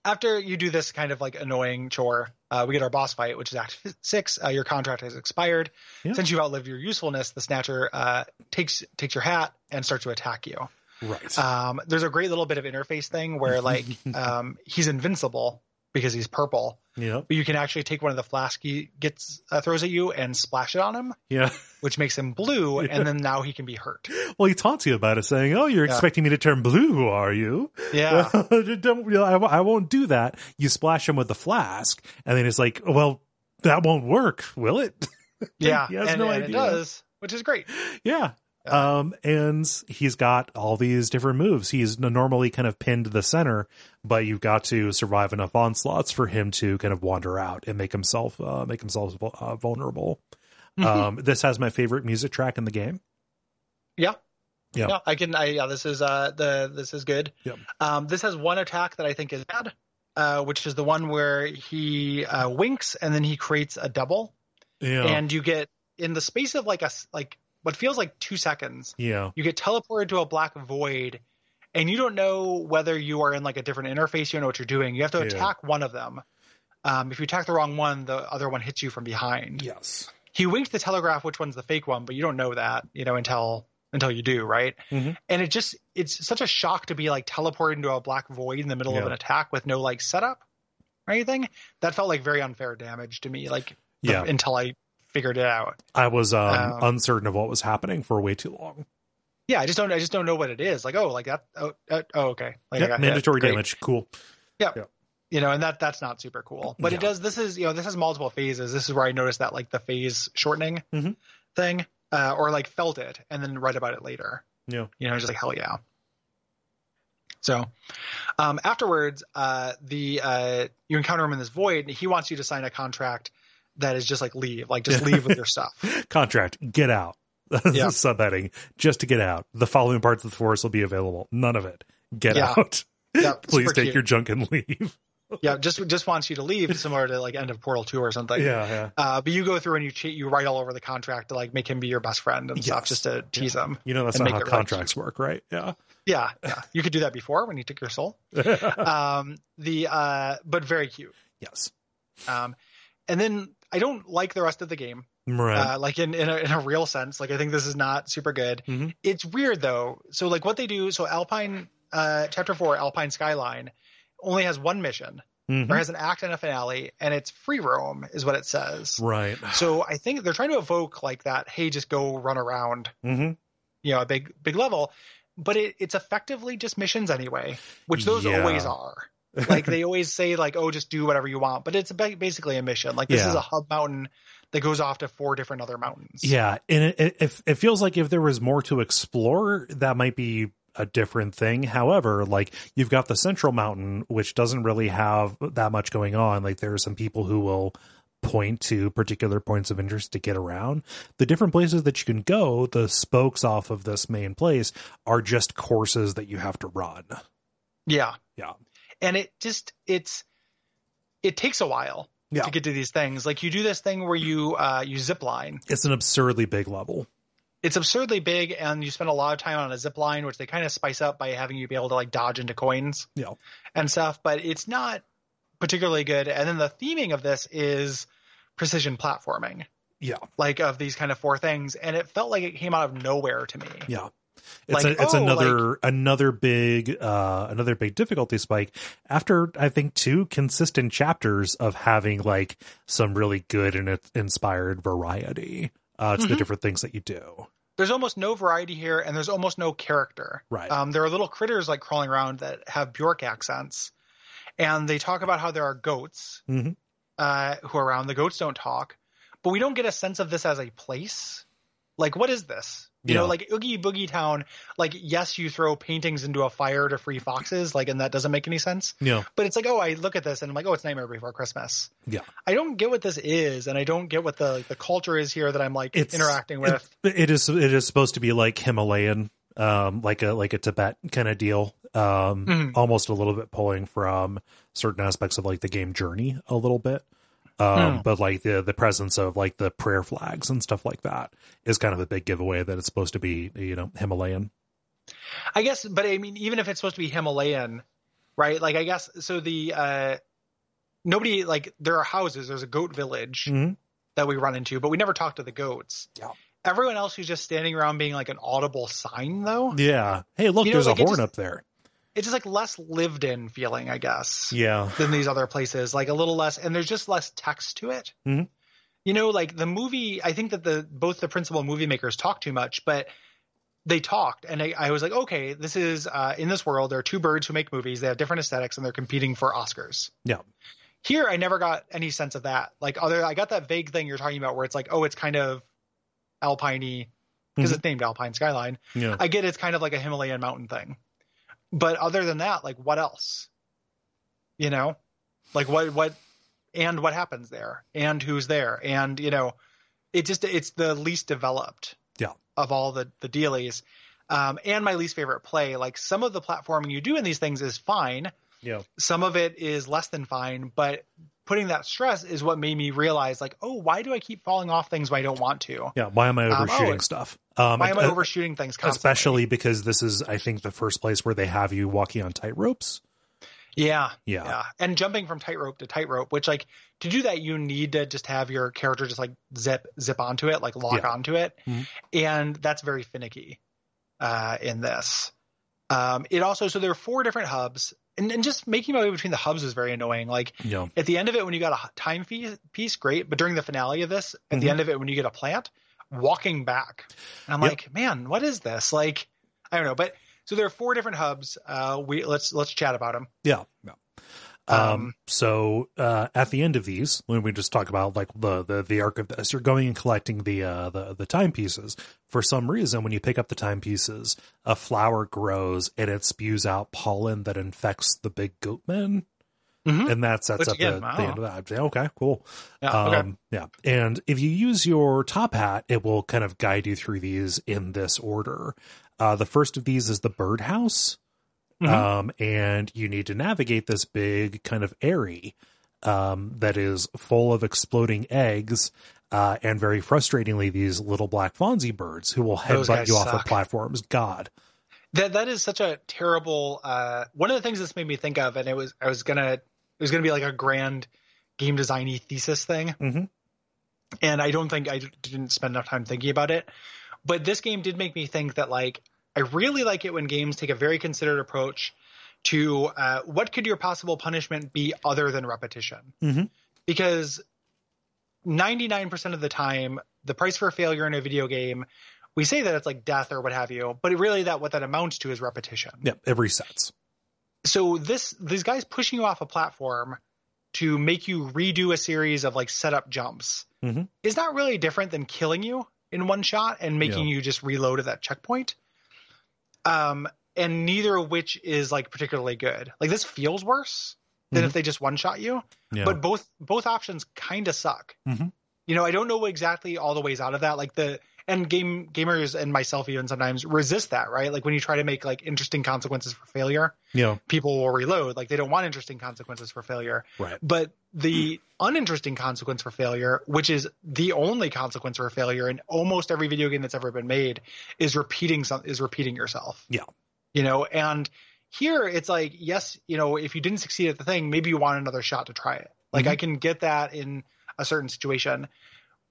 Speaker 1: After you do this kind of like annoying chore, uh, we get our boss fight, which is Act f- Six. Uh, your contract has expired.
Speaker 2: Yeah.
Speaker 1: Since you've outlived your usefulness, the Snatcher uh, takes takes your hat and starts to attack you.
Speaker 2: right.
Speaker 1: uh, Um, there's a great little bit of interface thing where like um, he's invincible because he's purple.
Speaker 2: Yep.
Speaker 1: But you can actually take one of the flask he gets uh, throws at you and splash it on him,
Speaker 2: Yeah.
Speaker 1: which makes him blue,
Speaker 2: Yeah.
Speaker 1: and then now he can be hurt.
Speaker 2: Well, he taunts you about it, saying, "Oh, you're
Speaker 1: Yeah.
Speaker 2: expecting me to turn blue, are you?"
Speaker 1: Yeah,
Speaker 2: Well, don't. you know, I, I won't do that. You splash him with the flask, and then it's like, "Well, that won't work, will it?"
Speaker 1: yeah,
Speaker 2: He has
Speaker 1: and,
Speaker 2: no
Speaker 1: and
Speaker 2: idea.
Speaker 1: it does, which is great.
Speaker 2: yeah. Um, and he's got all these different moves. He's normally kind of pinned to the center, but you've got to survive enough onslaughts for him to kind of wander out and make himself uh, make himself vul- uh, vulnerable. um, this has my favorite music track in the game.
Speaker 1: Yeah.
Speaker 2: Yeah.
Speaker 1: No, I can. I, yeah, this is uh the this is good.
Speaker 2: Yep.
Speaker 1: Um, this has one attack that I think is bad, uh, which is the one where he uh, winks and then he creates a double,
Speaker 2: Yeah,
Speaker 1: and you get in the space of like a s- like what feels like two seconds,
Speaker 2: yeah,
Speaker 1: you get teleported to a black void, and you don't know whether you are in like a different interface. You don't know what you're doing. You have to
Speaker 2: Yeah.
Speaker 1: attack one of them. Um, if you attack the wrong one, the other one hits you from behind
Speaker 2: yes,
Speaker 1: he winked the telegraph which one's the fake one but you don't know that you know until until you do right
Speaker 2: Mhm.
Speaker 1: and it just it's such a shock to be like teleported into a black void in the middle
Speaker 2: Yeah.
Speaker 1: of an attack with no like setup or anything that felt like very unfair damage to me like the-
Speaker 2: yeah.
Speaker 1: until i figured it out
Speaker 2: I was um,
Speaker 1: Um,
Speaker 2: uncertain of what was happening for way too long.
Speaker 1: yeah i just don't i just don't know what it is like oh like that oh, uh, oh okay like I
Speaker 2: Yep,
Speaker 1: got hit.
Speaker 2: mandatory
Speaker 1: Great.
Speaker 2: damage. Cool.
Speaker 1: you know and that that's not super cool but it
Speaker 2: Yeah.
Speaker 1: does this is you know this has multiple phases this is where i noticed that like the phase shortening
Speaker 2: Mhm.
Speaker 1: thing uh, or like felt it and then read about it later
Speaker 2: Yeah.
Speaker 1: you know just like hell yeah so um afterwards uh the uh you encounter him in this void and he wants you to sign a contract that is just like leave like just leave with your stuff
Speaker 2: Contract. Get out.
Speaker 1: Yeah.
Speaker 2: Subheading. Just to get out. The following parts of the forest will be available. None of it. Get
Speaker 1: Yeah.
Speaker 2: out.
Speaker 1: Yeah,
Speaker 2: Please
Speaker 1: super
Speaker 2: take
Speaker 1: cute.
Speaker 2: your junk and leave.
Speaker 1: yeah just just wants you to leave similar to like end of portal 2 or something
Speaker 2: yeah.
Speaker 1: Uh, but you go through and you cheat, you write all over the contract to like make him be your best friend and stuff
Speaker 2: Yes.
Speaker 1: just to tease him.
Speaker 2: You know that's
Speaker 1: And
Speaker 2: not
Speaker 1: make
Speaker 2: how
Speaker 1: it right.
Speaker 2: contracts work, right? Yeah.
Speaker 1: Yeah, yeah. You could do that before when he took your soul. Um, the uh, but very cute.
Speaker 2: yes.
Speaker 1: Um, and then I don't like the rest of the game,
Speaker 2: Right.
Speaker 1: uh, like in in a, in a real sense. Like I think this is not super good.
Speaker 2: Mhm.
Speaker 1: It's weird though. So like what they do. So Alpine uh, Chapter Four, Alpine Skyline, only has one mission
Speaker 2: Mhm.
Speaker 1: or has an act and a finale, and it's free roam is what it says.
Speaker 2: Right.
Speaker 1: So I think they're trying to evoke like that. Hey, just go run around
Speaker 2: Mm-hmm.
Speaker 1: you know a big big level but it, it's effectively just missions anyway which those
Speaker 2: Yeah.
Speaker 1: always are like they always say like oh just do whatever you want but it's ba- basically a mission like this
Speaker 2: Yeah.
Speaker 1: is a hub mountain that goes off to four different other mountains
Speaker 2: Yeah, and it, it- it it feels like if there was more to explore, that might be a different thing. However, like you've got the central mountain, which doesn't really have that much going on. Like there are some people who will point to particular points of interest to get around. The different places that you can go, the spokes off of this main place, are just courses that you have to run.
Speaker 1: yeah
Speaker 2: Yeah.
Speaker 1: and it just it's it takes a while
Speaker 2: Yeah.
Speaker 1: to get to these things like you do this thing where you uh you zip line
Speaker 2: It's an absurdly big level.
Speaker 1: it's absurdly big and you spend a lot of time on a zip line which they kind of spice up by having you be able to like dodge into coins
Speaker 2: Yeah.
Speaker 1: and stuff but it's not particularly good and then the theming of this is precision platforming
Speaker 2: Yeah.
Speaker 1: like of these kind of four things and it felt like it came out of nowhere to me
Speaker 2: Yeah. It's,
Speaker 1: Like,
Speaker 2: a, it's
Speaker 1: oh,
Speaker 2: another another big uh another big difficulty spike after I think two consistent chapters of having like some really good and it- inspired variety uh to the
Speaker 1: Mhm.
Speaker 2: different things that you do.
Speaker 1: there's almost no variety here and there's almost no character
Speaker 2: Right.
Speaker 1: um, there are little critters like crawling around that have bjork accents and they talk about how there are goats
Speaker 2: Mhm.
Speaker 1: uh, who are around the goats don't talk but we don't get a sense of this as a place like what is this you know
Speaker 2: Yeah.
Speaker 1: like oogie boogie town like yes you throw paintings into a fire to free foxes like and that doesn't make any sense
Speaker 2: yeah.
Speaker 1: but it's like oh i look at this and i'm like oh it's nightmare before christmas
Speaker 2: Yeah.
Speaker 1: i don't get what this is and i don't get what the the culture is here that i'm like
Speaker 2: It's
Speaker 1: interacting with
Speaker 2: it, it is it is supposed to be like Himalayan um like a like a Tibet kind of deal. Um
Speaker 1: Mhm.
Speaker 2: almost a little bit pulling from certain aspects of like the game journey a little bit. Um
Speaker 1: Hmm.
Speaker 2: but like the the presence of like the prayer flags and stuff like that is kind of a big giveaway that it's supposed to be, you know, Himalayan.
Speaker 1: I guess, but I mean, even if it's supposed to be Himalayan, right? Like, I guess so. The uh, nobody like there are houses. There's a goat village
Speaker 2: Mhm.
Speaker 1: that we run into, but we never talk to the goats.
Speaker 2: Yeah.
Speaker 1: Everyone else who's just standing around being like an audible sign, though.
Speaker 2: Yeah. Hey, look,
Speaker 1: You know,
Speaker 2: there's
Speaker 1: like,
Speaker 2: a
Speaker 1: it
Speaker 2: horn
Speaker 1: just-
Speaker 2: up there.
Speaker 1: it's just like less lived in feeling, I guess,
Speaker 2: Yeah.
Speaker 1: than these other places. Like a little less, and there's just less text to it.
Speaker 2: Mhm.
Speaker 1: You know, like the movie. I think that the both the principal movie makers talk too much, but they talked, and I, I was like, okay, this is uh, in this world. There are two birds who make movies. They have different aesthetics, and they're competing for Oscars.
Speaker 2: Yeah.
Speaker 1: Here, I never got any sense of that. Like other, I got that vague thing you're talking about, where it's like, oh, it's kind of alpiney because
Speaker 2: Mhm.
Speaker 1: it's named Alpine Skyline.
Speaker 2: Yeah.
Speaker 1: I get it's kind of like a Himalayan mountain thing. But other than that, like what else? You know? Like what what and what happens there and who's there and you know it just it's the least developed
Speaker 2: Yeah.
Speaker 1: of all the the dealies. Um, and my least favorite play, like some of the platforming you do in these things is fine.
Speaker 2: Yeah.
Speaker 1: Some of it is less than fine, but putting that stress is what made me realize like, oh, why do I keep falling off things when I don't want to?
Speaker 2: Yeah. Why am I
Speaker 1: Um,
Speaker 2: overshooting
Speaker 1: oh,
Speaker 2: stuff? Um,
Speaker 1: Why am I
Speaker 2: uh,
Speaker 1: overshooting things constantly?
Speaker 2: especially because this is, I think, the first place where they have you walking on tightropes.
Speaker 1: Yeah.
Speaker 2: Yeah.
Speaker 1: Yeah. And jumping from tightrope to tightrope, which like to do that you need to just have your character just like zip zip onto it, like lock
Speaker 2: Yeah.
Speaker 1: onto it.
Speaker 2: Mhm.
Speaker 1: And that's very finicky uh in this. Um it also so there are four different hubs. And, and just making my way between the hubs was very annoying. Like
Speaker 2: Yeah.
Speaker 1: at the end of it when you got a h- time fee- piece, great, but during the finale of this, at the
Speaker 2: Mhm.
Speaker 1: end of it when you get a plant, walking back. And I'm
Speaker 2: Yep.
Speaker 1: like, man, what is this? Like I don't know, but so there are four different hubs. Uh we let's let's chat about them.
Speaker 2: Yeah. yeah. Um,
Speaker 1: Um,
Speaker 2: so uh, at the end of these, when we just talk about like the, the the arc of this, you're going and collecting the uh, the the timepieces. For some reason, when you pick up the timepieces, a flower grows and it spews out pollen that infects the big goatman,
Speaker 1: Mhm.
Speaker 2: and that sets
Speaker 1: Which
Speaker 2: up
Speaker 1: again,
Speaker 2: the,
Speaker 1: wow.
Speaker 2: the end of that. I'm saying, Okay, cool.
Speaker 1: Yeah, okay.
Speaker 2: Um, yeah. And if you use your top hat, it will kind of guide you through these in this order. Uh, the first of these is the birdhouse.
Speaker 1: Mhm.
Speaker 2: Um, and you need to navigate this big kind of airy, um, that is full of exploding eggs. Uh, and very frustratingly, these little black Fonzie birds who will
Speaker 1: Those
Speaker 2: headbutt
Speaker 1: guys
Speaker 2: you off the
Speaker 1: suck.
Speaker 2: platforms. God.
Speaker 1: That that is such a terrible. Uh, one of the things this made me think of, and it was I was gonna it was gonna be like a grand game designy thesis thing,
Speaker 2: Mhm.
Speaker 1: and I don't think I didn't spend enough time thinking about it. But this game did make me think that like I really like it when games take a very considered approach to uh, what could your possible punishment be other than repetition,
Speaker 2: Mhm.
Speaker 1: because ninety nine percent of the time the price for failure in a video game we say that it's like death or what have you, but really that what that amounts to is repetition.
Speaker 2: Yep. It resets.
Speaker 1: So this these guys pushing you off a platform to make you redo a series of like setup jumps
Speaker 2: Mhm.
Speaker 1: is not really different than killing you in one shot and making you just reload at that checkpoint. Um, and neither of which is like particularly good. Like this feels worse than if they just one shot you
Speaker 2: Yeah.
Speaker 1: but both both options kind of suck.
Speaker 2: Mhm.
Speaker 1: You know, I don't know exactly all the ways out of that. Like the and game gamers and myself even sometimes resist that, right? Like when you try to make like interesting consequences for failure,
Speaker 2: yeah.
Speaker 1: people will reload. Like they don't want interesting consequences for failure.
Speaker 2: Right.
Speaker 1: But the uninteresting consequence for failure, which is the only consequence for failure in almost every video game that's ever been made, is repeating some is repeating yourself.
Speaker 2: Yeah.
Speaker 1: You know, and here it's like, yes, you know, if you didn't succeed at the thing, maybe you want another shot to try it. Like
Speaker 2: Mhm.
Speaker 1: I can get that in a certain situation.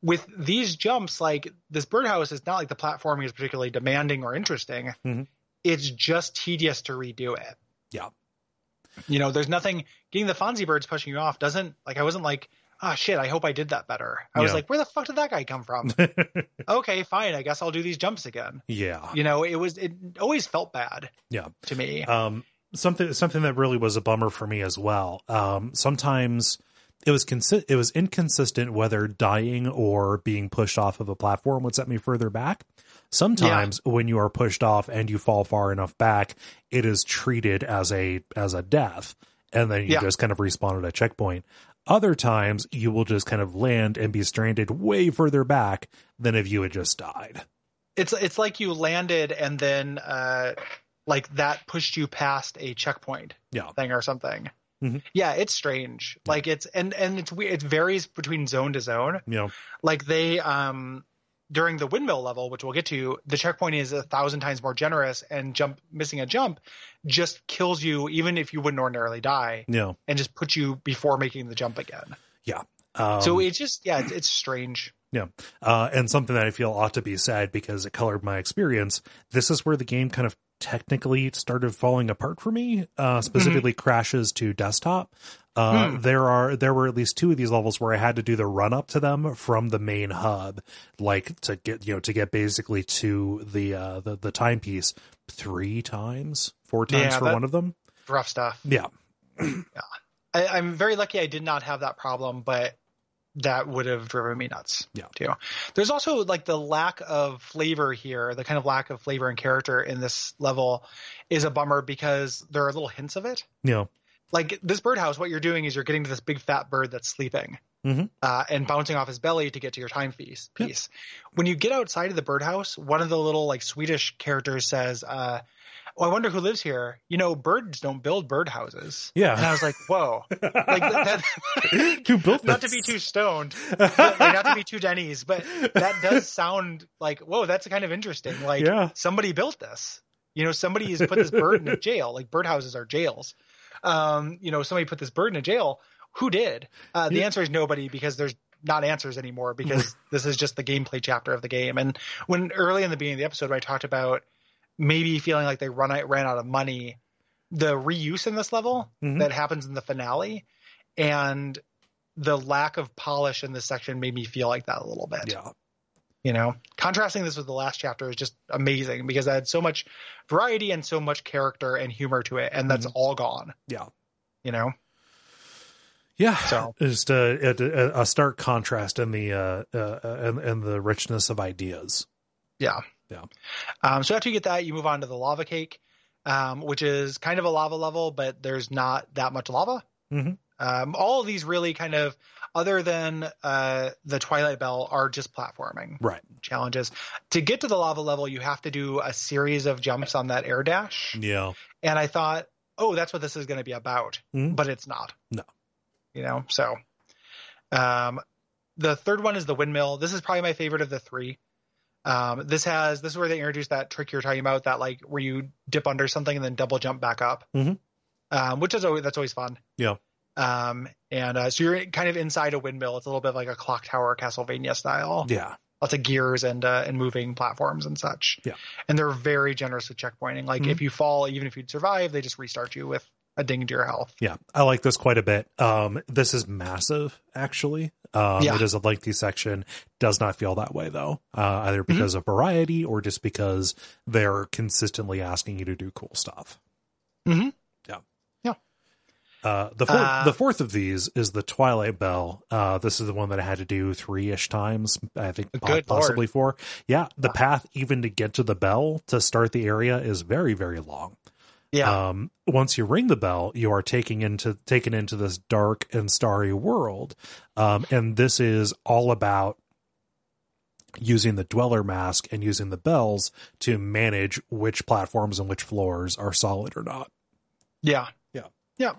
Speaker 1: With these jumps, like this birdhouse is not like the platforming is particularly demanding or interesting.
Speaker 2: Mhm.
Speaker 1: It's just tedious to redo it.
Speaker 2: Yeah.
Speaker 1: You know, there's nothing getting the Fonzie birds pushing you off doesn't like I wasn't like, ah shit, I hope I did that better. I was
Speaker 2: Yeah.
Speaker 1: like, where the fuck did that guy come from? okay, fine, I guess I'll do these jumps again.
Speaker 2: yeah.
Speaker 1: You know, it was it always felt bad
Speaker 2: Yeah.
Speaker 1: to me.
Speaker 2: um something something that really was a bummer for me as well um sometimes it was consi- it was inconsistent whether dying or being pushed off of a platform would set me further back sometimes when you are pushed off and you fall far enough back it is treated as a as a death and then you
Speaker 1: Yeah.
Speaker 2: just kind of respawn at a checkpoint other times you will just kind of land and be stranded way further back than if you had just died
Speaker 1: It's it's like you landed and then uh like that pushed you past a checkpoint
Speaker 2: Yeah.
Speaker 1: thing or something.
Speaker 2: Mhm.
Speaker 1: Yeah, it's strange. Like it's and and it's weird. It varies between zone to zone.
Speaker 2: you know
Speaker 1: like they um during the windmill level which we'll get to the checkpoint is a thousand times more generous and jump missing a jump just kills you even if you wouldn't ordinarily die
Speaker 2: you know
Speaker 1: and just puts you before making the jump again
Speaker 2: um,
Speaker 1: so it's just yeah it's, it's strange
Speaker 2: uh, and something that I feel ought to be said because it colored my experience. This is where the game kind of technically started falling apart for me, uh,
Speaker 1: Mm-hmm.
Speaker 2: specifically crashes to desktop. Uh,
Speaker 1: Hmm.
Speaker 2: There are there were at least two of these levels where I had to do the run up to them from the main hub, like to get you know to get basically to the uh, the the timepiece three times, four times
Speaker 1: Yeah,
Speaker 2: for
Speaker 1: that-
Speaker 2: one of them.
Speaker 1: Rough stuff.
Speaker 2: Yeah,
Speaker 1: I, I'm very lucky I did not have that problem, but that would have driven me nuts.
Speaker 2: Yeah.
Speaker 1: Too. There's also like the lack of flavor here, the kind of lack of flavor and character in this level is a bummer because there are little hints of it.
Speaker 2: you know,
Speaker 1: Like this birdhouse, what you're doing is you're getting to this big fat bird that's sleeping
Speaker 2: Mhm.
Speaker 1: uh, and bouncing off his belly to get to your time piece. piece. When you get outside of the birdhouse, one of the little like Swedish characters says, uh, "Oh, I wonder who lives here." You know, birds don't build birdhouses. And I
Speaker 2: yeah.
Speaker 1: was like, "Whoa!" like that, that-
Speaker 2: Who built
Speaker 1: not to
Speaker 2: this?
Speaker 1: be too stoned but, like, not to be too denny's but that does sound like whoa that's kind of interesting like
Speaker 2: Yeah.
Speaker 1: somebody built this you know somebody has put this bird in a jail like birdhouses are jails um you know somebody put this bird in a jail who did uh the
Speaker 2: Yeah.
Speaker 1: answer is nobody because there's not answers anymore because this is just the gameplay chapter of the game and when early in the beginning of the episode when i talked about maybe feeling like they run out, ran out of money the reuse in this level
Speaker 2: Mhm.
Speaker 1: that happens in the finale and the lack of polish in this section made me feel like that a little bit
Speaker 2: Yeah.
Speaker 1: you know contrasting this with the last chapter is just amazing because i had so much variety and so much character and humor to it and that's all gone
Speaker 2: Mm-hmm. Yeah.
Speaker 1: you know
Speaker 2: Yeah,
Speaker 1: So-
Speaker 2: just a, a, a stark contrast in the uh, uh, and, and the richness of ideas.
Speaker 1: Yeah.
Speaker 2: Yeah.
Speaker 1: Um, so after you get that, you move on to the lava cake, um, which is kind of a lava level, but there's not that much lava.
Speaker 2: Mhm.
Speaker 1: Um, all of these really kind of, other than uh, the Twilight Bell, are just platforming
Speaker 2: Right.
Speaker 1: challenges. To get to the lava level, you have to do a series of jumps on that air dash.
Speaker 2: Yeah.
Speaker 1: And I thought, oh, that's what this is going to be about,
Speaker 2: Mhm.
Speaker 1: but it's not.
Speaker 2: No.
Speaker 1: You know, so. Um, the third one is the windmill. This is probably my favorite of the three. Um, this has this is where they introduced that trick you're talking about, that like where you dip under something and then double jump back up,
Speaker 2: Mhm.
Speaker 1: um, which is always that's always fun.
Speaker 2: Yeah.
Speaker 1: Um, and uh, so you're kind of inside a windmill. It's a little bit like a clock tower, Castlevania style
Speaker 2: Yeah.
Speaker 1: lots of gears and uh, and moving platforms and such.
Speaker 2: Yeah. Mm-hmm.
Speaker 1: and they're very generous with checkpointing. Like if you fall, even if you'd survive, they just restart you with a ding to your health.
Speaker 2: Yeah. I like this quite a bit. Um, this is massive, actually. Um,
Speaker 1: Yeah.
Speaker 2: It is a lengthy section. Does not feel that way, though, uh, either
Speaker 1: Mm-hmm.
Speaker 2: because of variety or just because they're consistently asking you to do cool stuff.
Speaker 1: Mhm.
Speaker 2: Yeah.
Speaker 1: Yeah.
Speaker 2: Uh, the fourth,
Speaker 1: Uh,
Speaker 2: the fourth of these is the Twilight Bell. Uh, this is the one that I had to do three ish times. I think po-
Speaker 1: Good lord.
Speaker 2: possibly four. Yeah, the path even to get to the bell to start the area is very very long.
Speaker 1: Yeah,
Speaker 2: Um, once you ring the bell, you are taking into taken into this dark and starry world, um, and this is all about using the dweller mask and using the bells to manage which platforms and which floors are solid or not.
Speaker 1: yeah,
Speaker 2: yeah.
Speaker 1: yeah.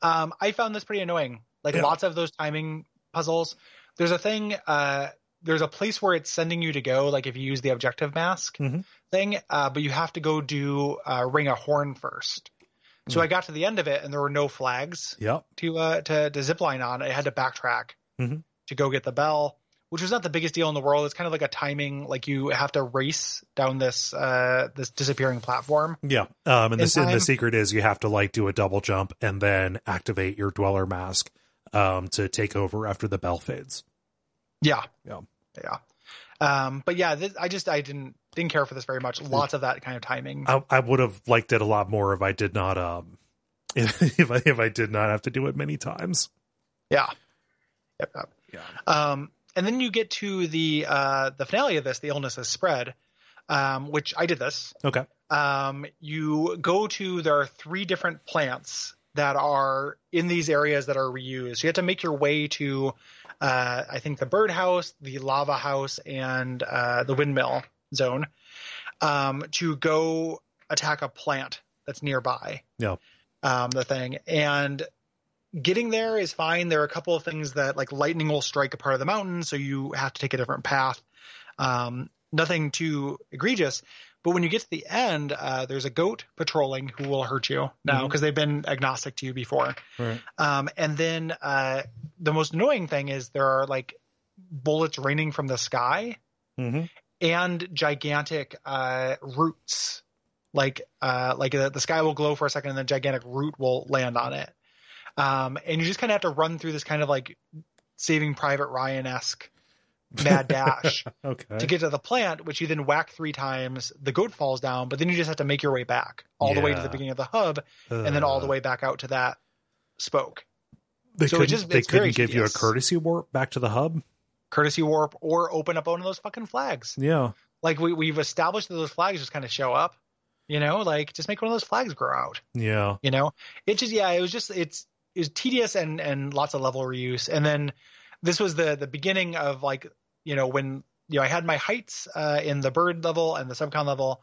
Speaker 1: Um, I found this pretty annoying. Like
Speaker 2: Yeah.
Speaker 1: lots of those timing puzzles. There's a thing. Uh, there's a place where it's sending you to go. Like if you use the objective mask
Speaker 2: Mhm.
Speaker 1: thing, uh, but you have to go do uh, ring a horn first. So
Speaker 2: Mm-hmm.
Speaker 1: I got to the end of it and there were no flags.
Speaker 2: Yep.
Speaker 1: to uh to, to zip line on. I had to backtrack
Speaker 2: Mhm.
Speaker 1: to go get the bell, which was not the biggest deal in the world. It's kind of like a timing, like you have to race down this uh this disappearing platform.
Speaker 2: Yeah. Um, and,
Speaker 1: In
Speaker 2: the, and the
Speaker 1: time.
Speaker 2: secret is you have to like do a double jump and then activate your dweller mask um, to take over after the bell fades.
Speaker 1: Yeah,
Speaker 2: Yeah.
Speaker 1: yeah. Um, but yeah, this, I just I didn't didn't care for this very much. Lots of that kind of timing.
Speaker 2: I, I would have liked it a lot more if I did not um if, if I if I did not have to do it many times.
Speaker 1: Yeah. Yep, yep.
Speaker 2: Yeah.
Speaker 1: Um, and then you get to the uh, the finale of this, the illness is spread, um, which I did this.
Speaker 2: Okay.
Speaker 1: um, you go to there are three different plants that are in these areas that are reused. You have to make your way to, uh, I think, the birdhouse, the lava house, and uh, the windmill zone um, to go attack a plant that's nearby.
Speaker 2: Yeah.
Speaker 1: Um, the thing and getting there is fine. There are a couple of things that like lightning will strike a part of the mountain, so you have to take a different path. Um, nothing too egregious, but when you get to the end, uh, there's a goat patrolling who will hurt you now
Speaker 2: Mhm.
Speaker 1: because they've been agnostic to you before.
Speaker 2: Right.
Speaker 1: Um, and then uh, the most annoying thing is there are like bullets raining from the sky
Speaker 2: Mm-hmm.
Speaker 1: and gigantic uh, roots like uh, like the, the sky will glow for a second and the gigantic root will land on it. Um, and you just kind of have to run through this kind of like Saving Private Ryan esque mad dash
Speaker 2: Okay.
Speaker 1: to get to the plant, which you then whack three times. The goat falls down, but then you just have to make your way back all the way to
Speaker 2: Yeah.
Speaker 1: the beginning of the hub and then all the
Speaker 2: Uh,
Speaker 1: way back out to that spoke.
Speaker 2: They
Speaker 1: so it
Speaker 2: couldn't,
Speaker 1: just-
Speaker 2: they
Speaker 1: it's very
Speaker 2: couldn't give you a
Speaker 1: tedious.
Speaker 2: courtesy warp back to the hub.
Speaker 1: Courtesy warp or open up one of those fucking flags.
Speaker 2: Yeah.
Speaker 1: Like we, we've established that those flags just kind of show up. You know, like just make one of those flags grow out.
Speaker 2: Yeah.
Speaker 1: you know it just yeah it was just it's it was tedious and and lots of level reuse and then this was the the beginning of like you know when you know i had my heights uh in the bird level and the subcon level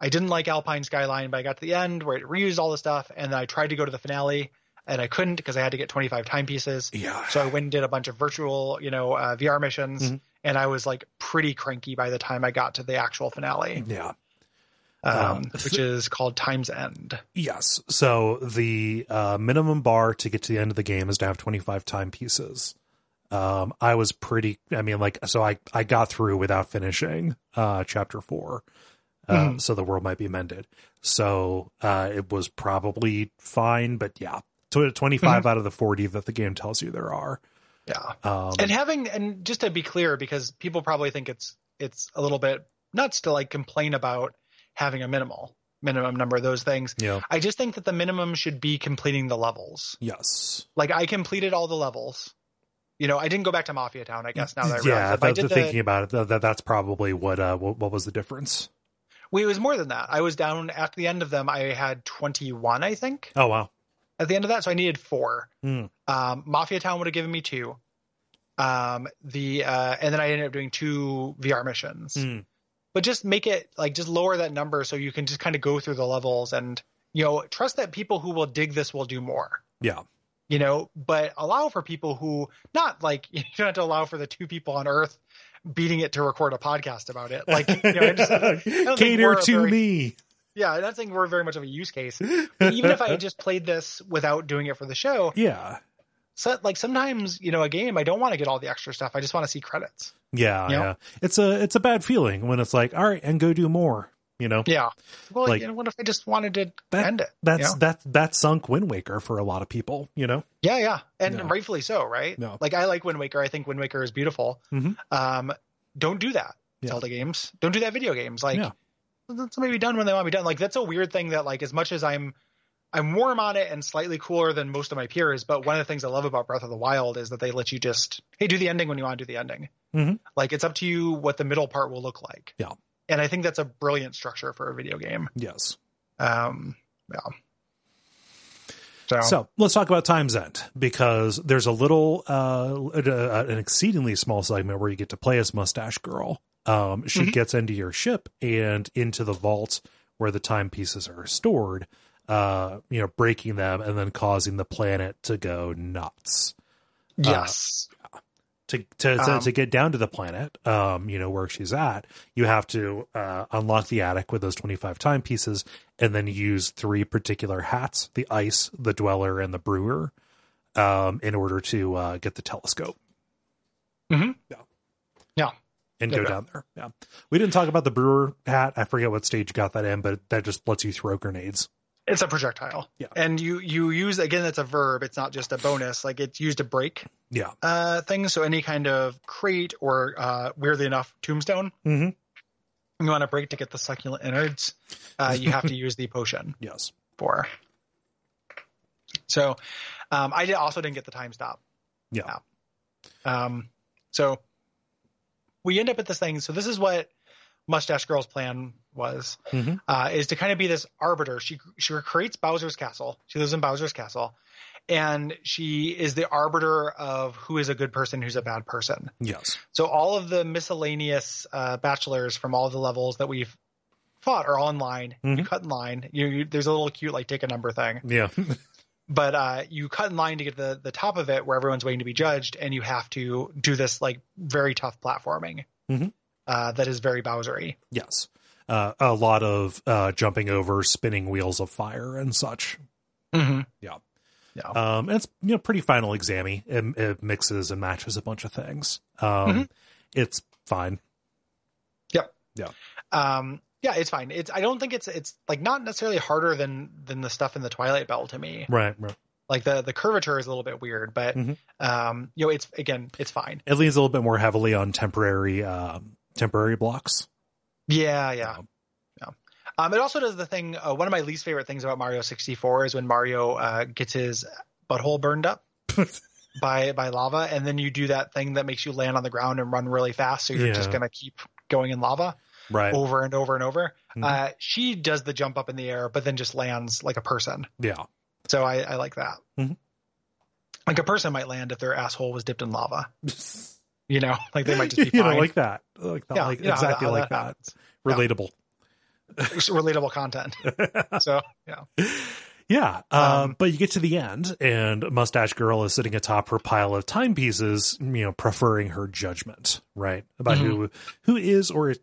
Speaker 1: i didn't like alpine skyline but i got to the end where it reused all the stuff and i tried to go to the finale and i couldn't because i had to get 25 timepieces
Speaker 2: Yeah.
Speaker 1: so i went and did a bunch of virtual you know uh, vr missions
Speaker 2: Mhm.
Speaker 1: and i was like pretty cranky by the time i got to the actual finale
Speaker 2: Yeah.
Speaker 1: um,
Speaker 2: Um,
Speaker 1: which is called time's end
Speaker 2: Yes. So the uh, minimum bar to get to the end of the game is to have 25 timepieces. Um, I was pretty, I mean, like, so I, I got through without finishing, uh, chapter four. Uh,
Speaker 1: Mhm.
Speaker 2: so the world might be mended. So, uh, it was probably fine, but yeah, tw-
Speaker 1: Mm-hmm.
Speaker 2: 25 out of the 40 that the game tells you there are.
Speaker 1: yeah
Speaker 2: Um,
Speaker 1: and having and just to be clear because people probably think it's it's a little bit nuts to like complain about having a minimal minimum number of those things
Speaker 2: yeah.
Speaker 1: i just think that the minimum should be completing the levels
Speaker 2: Yes.
Speaker 1: like i completed all the levels you know i didn't go back to mafia town i guess now that I realize
Speaker 2: yeah.
Speaker 1: that, but i
Speaker 2: that's
Speaker 1: did
Speaker 2: the
Speaker 1: the,
Speaker 2: thinking about it. That, that, that's probably what, uh, what, what was the difference?
Speaker 1: well, it was more than that i was down at the end of them i had 21 i think
Speaker 2: Oh, wow.
Speaker 1: at the end of that so i needed four
Speaker 2: Hmm.
Speaker 1: um, mafia town would have given me two um the uh and then i ended up doing two vr missions
Speaker 2: Mm.
Speaker 1: but just make it like just lower that number so you can just kind of go through the levels and you know trust that people who will dig this will do more
Speaker 2: Yeah.
Speaker 1: you know but allow for people who not like you don't have to allow for the two people on earth beating it to record a podcast about it like you know, I just, think
Speaker 2: cater
Speaker 1: we're a
Speaker 2: to
Speaker 1: very-
Speaker 2: me.
Speaker 1: yeah i don't think we're very much of a use case But even if i had just played this without doing it for the show
Speaker 2: Yeah.
Speaker 1: so like sometimes you know a game i don't want to get all the extra stuff i just want to see credits
Speaker 2: Yeah,
Speaker 1: You know?
Speaker 2: yeah. It's a it's a bad feeling when it's like, all right, and go do more. You know,
Speaker 1: yeah well
Speaker 2: Like-
Speaker 1: you know what if i just wanted to
Speaker 2: That-
Speaker 1: end it
Speaker 2: that's
Speaker 1: Yeah.
Speaker 2: that that sunk Wind Waker for a lot of people. You know,
Speaker 1: Yeah, yeah, and
Speaker 2: No.
Speaker 1: rightfully so, right?
Speaker 2: No.
Speaker 1: Like I like Wind Waker. I think Wind Waker is beautiful.
Speaker 2: Mhm.
Speaker 1: Um, don't do that,
Speaker 2: Yeah.
Speaker 1: Zelda games. Don't do that, video games. Like
Speaker 2: Yeah.
Speaker 1: let somebody be done when they want to be done. Like that's a weird thing that like as much as I'm, I'm warm on it and slightly cooler than most of my peers. But one of the things I love about Breath of the Wild is that they let you just hey do the ending when you want to do the ending.
Speaker 2: Mhm.
Speaker 1: Like it's up to you what the middle part will look like.
Speaker 2: Yeah.
Speaker 1: And I think that's a brilliant structure for a video game.
Speaker 2: yes.
Speaker 1: Um, yeah. So,
Speaker 2: So uh, let's talk about Time's End because there's a little uh, uh an exceedingly small segment where you get to play as Mustache Girl. Um, she
Speaker 1: Mhm.
Speaker 2: gets into your ship and into the vault where the timepieces are stored. Uh, you know, breaking them and then causing the planet to go nuts.
Speaker 1: yes.
Speaker 2: to to, to,
Speaker 1: Um,
Speaker 2: to get down to the planet, um, you know where she's at, you have to uh, unlock the attic with those twenty five timepieces, and then use three particular hats: the ice, the dweller, and the brewer, um, in order to uh, get the telescope.
Speaker 1: Mhm.
Speaker 2: Yeah,
Speaker 1: Yeah.
Speaker 2: and
Speaker 1: Yeah,
Speaker 2: go
Speaker 1: yeah.
Speaker 2: down there. Yeah, we didn't talk about the brewer hat. I forget what stage you got that in, but that just lets you throw grenades.
Speaker 1: it's a projectile
Speaker 2: Yeah.
Speaker 1: and you you use again that's a verb it's not just a bonus like it's used to break
Speaker 2: Yeah,
Speaker 1: uh things so any kind of crate or uh weirdly enough tombstone
Speaker 2: mm-hmm.
Speaker 1: you want to break to get the succulent innards uh you have to use the potion
Speaker 2: yes,
Speaker 1: for so um i did, also didn't get the time stop
Speaker 2: yeah,
Speaker 1: Yeah. um so we end up at this thing so this is what mustache girl's plan was
Speaker 2: Mhm.
Speaker 1: uh, is to kind of be this arbiter. She she creates Bowser's castle. She lives in Bowser's castle, and she is the arbiter of who is a good person, who's a bad person.
Speaker 2: yes,
Speaker 1: So all of the miscellaneous uh, bachelors from all the levels that we've fought are all in line. You
Speaker 2: Mhm.
Speaker 1: cut in line. You, you there's a little cute like take a number thing,
Speaker 2: yeah,
Speaker 1: but uh, you cut in line to get to the the top of it where everyone's waiting to be judged, and you have to do this like very tough platforming
Speaker 2: Mhm.
Speaker 1: uh, that is very Bowsery.
Speaker 2: yes. Uh, a lot of uh, jumping over, spinning wheels of fire, and such.
Speaker 1: Mm-hmm.
Speaker 2: Yeah.
Speaker 1: Yeah.
Speaker 2: Um, and it's you know pretty final examy. It, it mixes and matches a bunch of
Speaker 1: Mm-hmm.
Speaker 2: things. Um,
Speaker 1: Mhm.
Speaker 2: it's fine.
Speaker 1: Um, Yeah, it's fine. It's I don't think it's it's like not necessarily harder than than the stuff in the Twilight Bell to me.
Speaker 2: Right, right.
Speaker 1: Like the the curvature is a little bit weird, but
Speaker 2: Mhm.
Speaker 1: um, you know, it's again, it's fine.
Speaker 2: It leans a little bit more heavily on temporary um, temporary blocks.
Speaker 1: Yeah, yeah.
Speaker 2: Um,
Speaker 1: Um, it also does the thing. Uh, one of my least favorite things about Mario 64 is when Mario uh, gets his butthole burned up by by lava, and then you do that thing that makes you land on the ground and run really fast, so you're
Speaker 2: Yeah.
Speaker 1: just gonna keep going in lava
Speaker 2: right.
Speaker 1: over and over and over.
Speaker 2: Mhm.
Speaker 1: Uh, she does the jump up in the air, but then just lands like a person.
Speaker 2: Yeah.
Speaker 1: So I, I like that.
Speaker 2: Mhm.
Speaker 1: Like a person might land if their asshole was dipped in lava. You know, like they might just be
Speaker 2: you
Speaker 1: fine.
Speaker 2: know, like that. Like that.
Speaker 1: Yeah,
Speaker 2: like,
Speaker 1: you know how
Speaker 2: exactly
Speaker 1: how
Speaker 2: like that.
Speaker 1: happens.
Speaker 2: Relatable.
Speaker 1: It's Relatable content. So yeah,
Speaker 2: Yeah, uh,
Speaker 1: Um,
Speaker 2: but you get to the end, and Mustache Girl is sitting atop her pile of timepieces, you know, preferring her judgment, right, about
Speaker 1: Mm-hmm.
Speaker 2: who who is or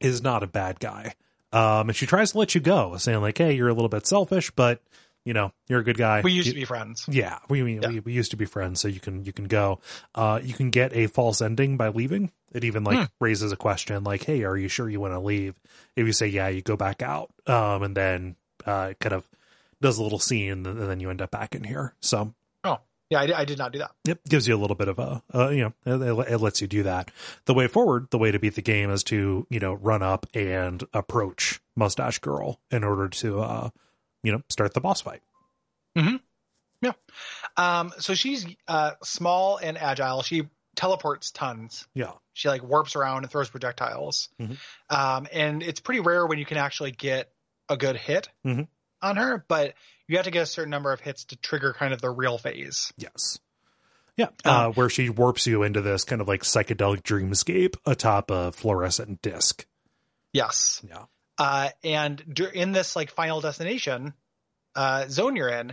Speaker 2: is not a bad guy. Um, and she tries to let you go, saying like, "Hey, you're a little bit selfish, but you know, you're a good guy.
Speaker 1: we used
Speaker 2: You-
Speaker 1: to be friends.
Speaker 2: yeah, we we,
Speaker 1: Yeah.
Speaker 2: we we used to be friends, so you can you can go. Uh, you can get a false ending by leaving. It even like
Speaker 1: Hmm.
Speaker 2: raises a question like, "Hey, are you sure you want to leave?" If you say yeah, you go back out, um, and then uh, it kind of does a little scene, and then you end up back in here. So
Speaker 1: Yeah, I, di- I did not do that.
Speaker 2: Yep, gives you a little bit of a, uh, you know, it, it lets you do that. The way forward, the way to beat the game is to, you know, run up and approach Mustache Girl in order to, uh, you know, start the boss fight.
Speaker 1: Um, so she's uh, small and agile. She teleports tons.
Speaker 2: Yeah.
Speaker 1: She like warps around and throws projectiles.
Speaker 2: Mhm.
Speaker 1: Um, and it's pretty rare when you can actually get a good hit
Speaker 2: Mhm.
Speaker 1: on her, but you have to get a certain number of hits to trigger kind of the real phase.
Speaker 2: Yes. Yeah. Uh, where she warps you into this kind of like psychedelic dreamscape atop a fluorescent disc.
Speaker 1: Yes.
Speaker 2: Yeah.
Speaker 1: uh, and dur- in this like final destination uh, zone you're in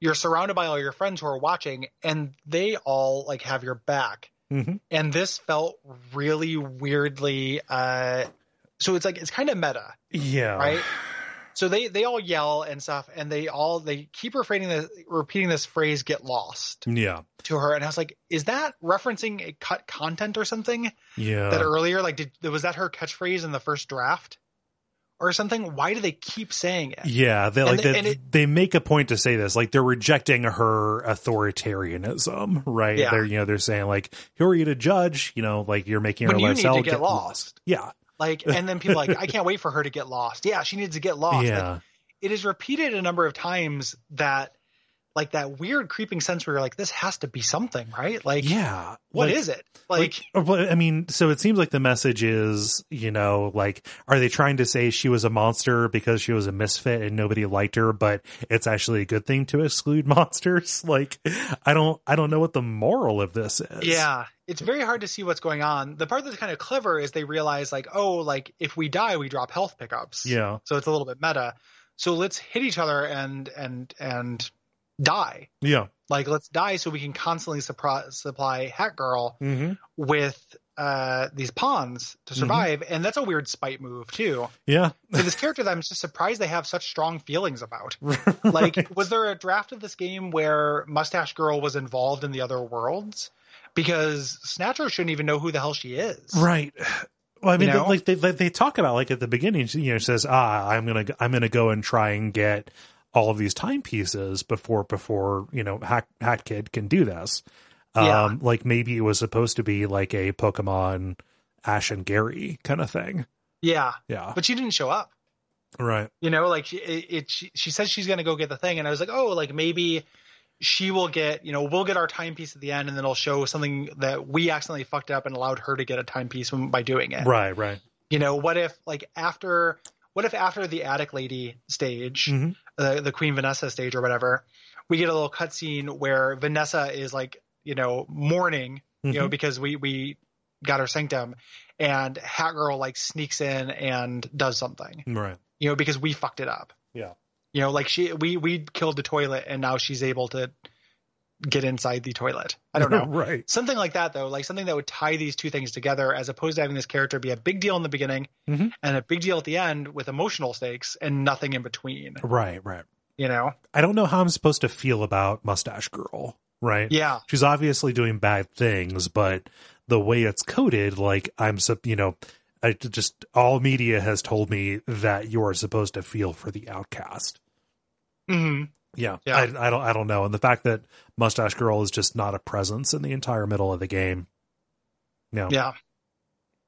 Speaker 1: you're surrounded by all your friends who are watching and they all like have your back
Speaker 2: Mm-hmm.
Speaker 1: and this felt really weirdly uh, so it's like it's kind of meta
Speaker 2: Yeah.
Speaker 1: Right? so they they all yell and stuff and they all they keep repeating this repeating this phrase get lost
Speaker 2: Yeah.
Speaker 1: to her and i was like is that referencing a cut content or something
Speaker 2: Yeah.
Speaker 1: that earlier like did was that her catchphrase in the first draft or something why do they keep saying it
Speaker 2: yeah, they like
Speaker 1: the-
Speaker 2: they,
Speaker 1: and it-
Speaker 2: they make a point to say this, like they're rejecting her authoritarianism, right?
Speaker 1: Yeah.
Speaker 2: They're you know they're saying like, who are you to judge? You know, like you're making her
Speaker 1: When you
Speaker 2: life
Speaker 1: need
Speaker 2: hell
Speaker 1: to get lost.
Speaker 2: Yeah,
Speaker 1: Like, and then people are like, I can't wait for her to get lost. Yeah, she needs to get lost. Like,
Speaker 2: yeah,
Speaker 1: it is repeated a number of times that, like, that weird creeping sense where you're like, this has to be something, right? Like,
Speaker 2: yeah.
Speaker 1: what
Speaker 2: Like-
Speaker 1: is it? Like,
Speaker 2: well, i mean so it seems like the message is you know like are they trying to say she was a monster because she was a misfit and nobody liked her but it's actually a good thing to exclude monsters like i don't i don't know what the moral of this is
Speaker 1: yeah, it's very hard to see what's going on. The part that's kind of clever is they realize, like, oh, like, if we die, we drop health pickups.
Speaker 2: yeah
Speaker 1: So it's a little bit meta. So let's hit each other and, and, and die.
Speaker 2: yeah
Speaker 1: Like, let's die so we can constantly suppri- supply Hat Girl
Speaker 2: mm-hmm.
Speaker 1: with uh, these pawns to
Speaker 2: Mhm.
Speaker 1: survive, and that's a weird spite move too.
Speaker 2: yeah
Speaker 1: For this character that I'm just surprised they have such strong feelings about. Like, was there a draft of this game where Mustache Girl was involved in the other worlds? Because Snatcher shouldn't even know who the hell she is.
Speaker 2: right well i mean
Speaker 1: You
Speaker 2: they-
Speaker 1: know?
Speaker 2: like they, they they talk about like at the beginning she, you know says ah i'm gonna i'm gonna go and try and get all of these timepieces before before you know hack hack kid can do this um
Speaker 1: Yeah.
Speaker 2: like maybe it was supposed to be like a pokemon ash and gary kind of thing
Speaker 1: Yeah,
Speaker 2: yeah
Speaker 1: but she didn't show up.
Speaker 2: right
Speaker 1: You know, like she, it, it, she, she says she's going to go get the thing, and I was like, oh, like maybe she will get, you know, we'll get our timepiece at the end, and then it'll show something that we accidentally fucked up and allowed her to get a timepiece when- by doing it.
Speaker 2: right right
Speaker 1: you know what if like after what if after the attic lady stage
Speaker 2: Mhm.
Speaker 1: the, the queen vanessa stage or whatever we get a little cutscene where vanessa is like you know mourning you know
Speaker 2: Mhm.
Speaker 1: because we we got her sanctum and hat girl like sneaks in and does something
Speaker 2: Mm-hmm. right
Speaker 1: you know because we fucked it up
Speaker 2: Yeah.
Speaker 1: you know like she we we killed the toilet and now she's able to get inside the toilet i don't know
Speaker 2: right
Speaker 1: something like that though like something that would tie these two things together as opposed to having this character be a big deal in the beginning
Speaker 2: Mhm.
Speaker 1: and a big deal at the end with emotional stakes and nothing in between
Speaker 2: right right
Speaker 1: you know
Speaker 2: i don't know how i'm supposed to feel about mustache girl right
Speaker 1: yeah
Speaker 2: she's obviously doing bad things, but the way it's coded, like I'm, sup- you know, I just all media has told me that you are supposed to feel for the outcast.
Speaker 1: Mm-hmm.
Speaker 2: Yeah,
Speaker 1: Yeah.
Speaker 2: I, I don't, I don't know. And the fact that Mustache Girl is just not a presence in the entire middle of the game. No,
Speaker 1: Yeah.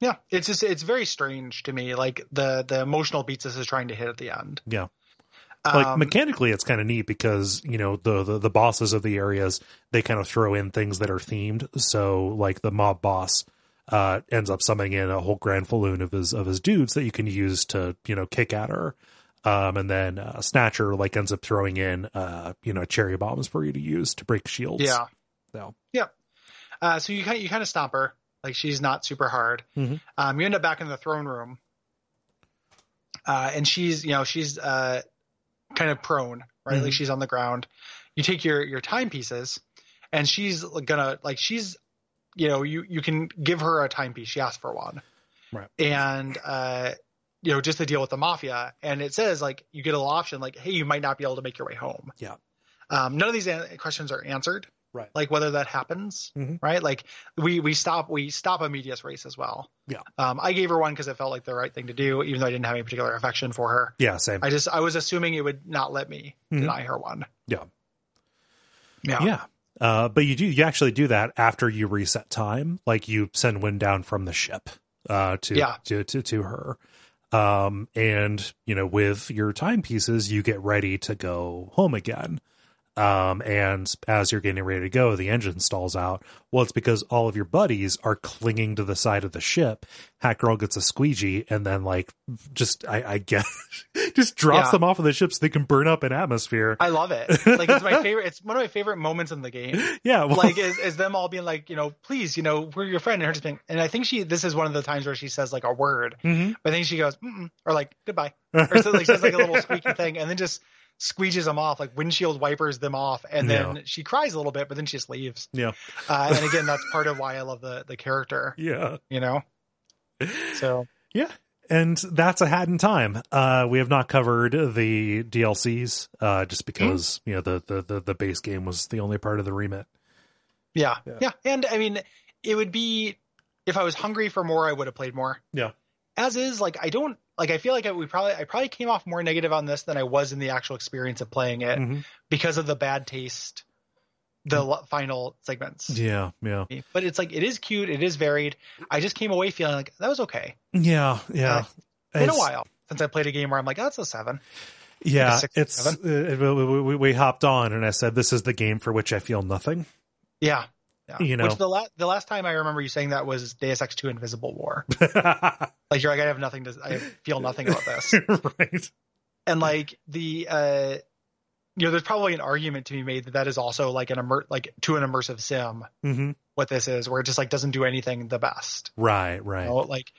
Speaker 1: Yeah. It's just it's very strange to me, like the the emotional beats this is trying to hit at the end.
Speaker 2: Yeah.
Speaker 1: Um,
Speaker 2: like mechanically, it's kind of neat because you know the, the the bosses of the areas they kind of throw in things that are themed. So like the mob boss uh, ends up summoning in a whole grand falloon of his of his dudes that you can use to you know kick at her. Um, and then uh, Snatcher like ends up throwing in uh, you know cherry bombs for you to use to break shields.
Speaker 1: yeah.
Speaker 2: So.
Speaker 1: Yeah. Uh, so you kind you kind of stomp her. Like she's not super hard.
Speaker 2: Mhm.
Speaker 1: Um, you end up back in the throne room. Uh, and she's you know she's uh, kind of prone, right?
Speaker 2: Mm-hmm.
Speaker 1: Like she's on the ground. You take your your timepieces, and she's gonna like she's you know you you can give her a timepiece. She asked for one,
Speaker 2: Right.
Speaker 1: And uh, you know just to deal with the mafia, and it says like you get a little option like hey you might not be able to make your way home.
Speaker 2: Yeah.
Speaker 1: Um, none of these an- questions are answered
Speaker 2: Right.
Speaker 1: like whether that happens
Speaker 2: Mhm.
Speaker 1: right like we we stop we stop a medias race as well
Speaker 2: Yeah.
Speaker 1: um i gave her one because it felt like the right thing to do even though i didn't have any particular affection for her
Speaker 2: Yeah, same.
Speaker 1: i just i was assuming it would not let me
Speaker 2: Mhm.
Speaker 1: deny her one
Speaker 2: Yeah.
Speaker 1: yeah
Speaker 2: yeah. Uh, but you do you actually do that after you reset time, like you send wind down from the ship uh, to,
Speaker 1: Yeah.
Speaker 2: to to to her, um, and you know with your timepieces you get ready to go home again. Um, and as you're getting ready to go, the engine stalls out. Well, it's because all of your buddies are clinging to the side of the ship. Hat Girl gets a squeegee and then like just I, I guess just drops
Speaker 1: Yeah.
Speaker 2: them off of the ship so they can burn up in atmosphere.
Speaker 1: i love it like it's my favorite it's one of my favorite moments in the game
Speaker 2: yeah, well,
Speaker 1: like is, is them all being like you know please you know we're your friend and her just being and i think she this is one of the times where she says like a word
Speaker 2: Mhm.
Speaker 1: but then she goes Mm-mm, or like goodbye or so, like says like a little squeaky thing and then just squeeges them off like windshield wipers them off and then she cries a little bit but then she just leaves
Speaker 2: yeah,
Speaker 1: uh, and again that's part of why i love the the character
Speaker 2: yeah.
Speaker 1: you know so
Speaker 2: Yeah. And that's a hat in time. Uh, we have not covered the DLCs, uh,
Speaker 1: Hmm.
Speaker 2: just because, you know, the, the, the, the base game was the only part of the remit.
Speaker 1: yeah,
Speaker 2: Yeah.
Speaker 1: yeah and i mean it would be if i was hungry for more i would have played more
Speaker 2: Yeah.
Speaker 1: as is like i don't like i feel like I, we probably i probably came off more negative on this than i was in the actual experience of playing it
Speaker 2: Mhm.
Speaker 1: because of the bad taste the
Speaker 2: Mm.
Speaker 1: lo- final segments
Speaker 2: Yeah. Yeah.
Speaker 1: me. But it's like it is cute, it is varied. I just came away feeling like that was okay.
Speaker 2: Yeah. Yeah.
Speaker 1: Uh, It's been a
Speaker 2: It's-
Speaker 1: while since I played a game where I'm like, oh, that's a seven.
Speaker 2: Yeah.
Speaker 1: six,
Speaker 2: it's, uh, we, we- we, we hopped on and I said, this is the game for which I feel nothing.
Speaker 1: Yeah. Yeah.
Speaker 2: You know.
Speaker 1: Which the last the last time I remember you saying that was Deus Ex Two: Invisible War. Like you're like I have nothing to I feel nothing about this.
Speaker 2: right.
Speaker 1: And like the uh, you know, there's probably an argument to be made that that is also like an immer- like to an immersive sim
Speaker 2: hmm
Speaker 1: what this is, where it just like doesn't do anything the best.
Speaker 2: Right.
Speaker 1: you
Speaker 2: Right.
Speaker 1: know, like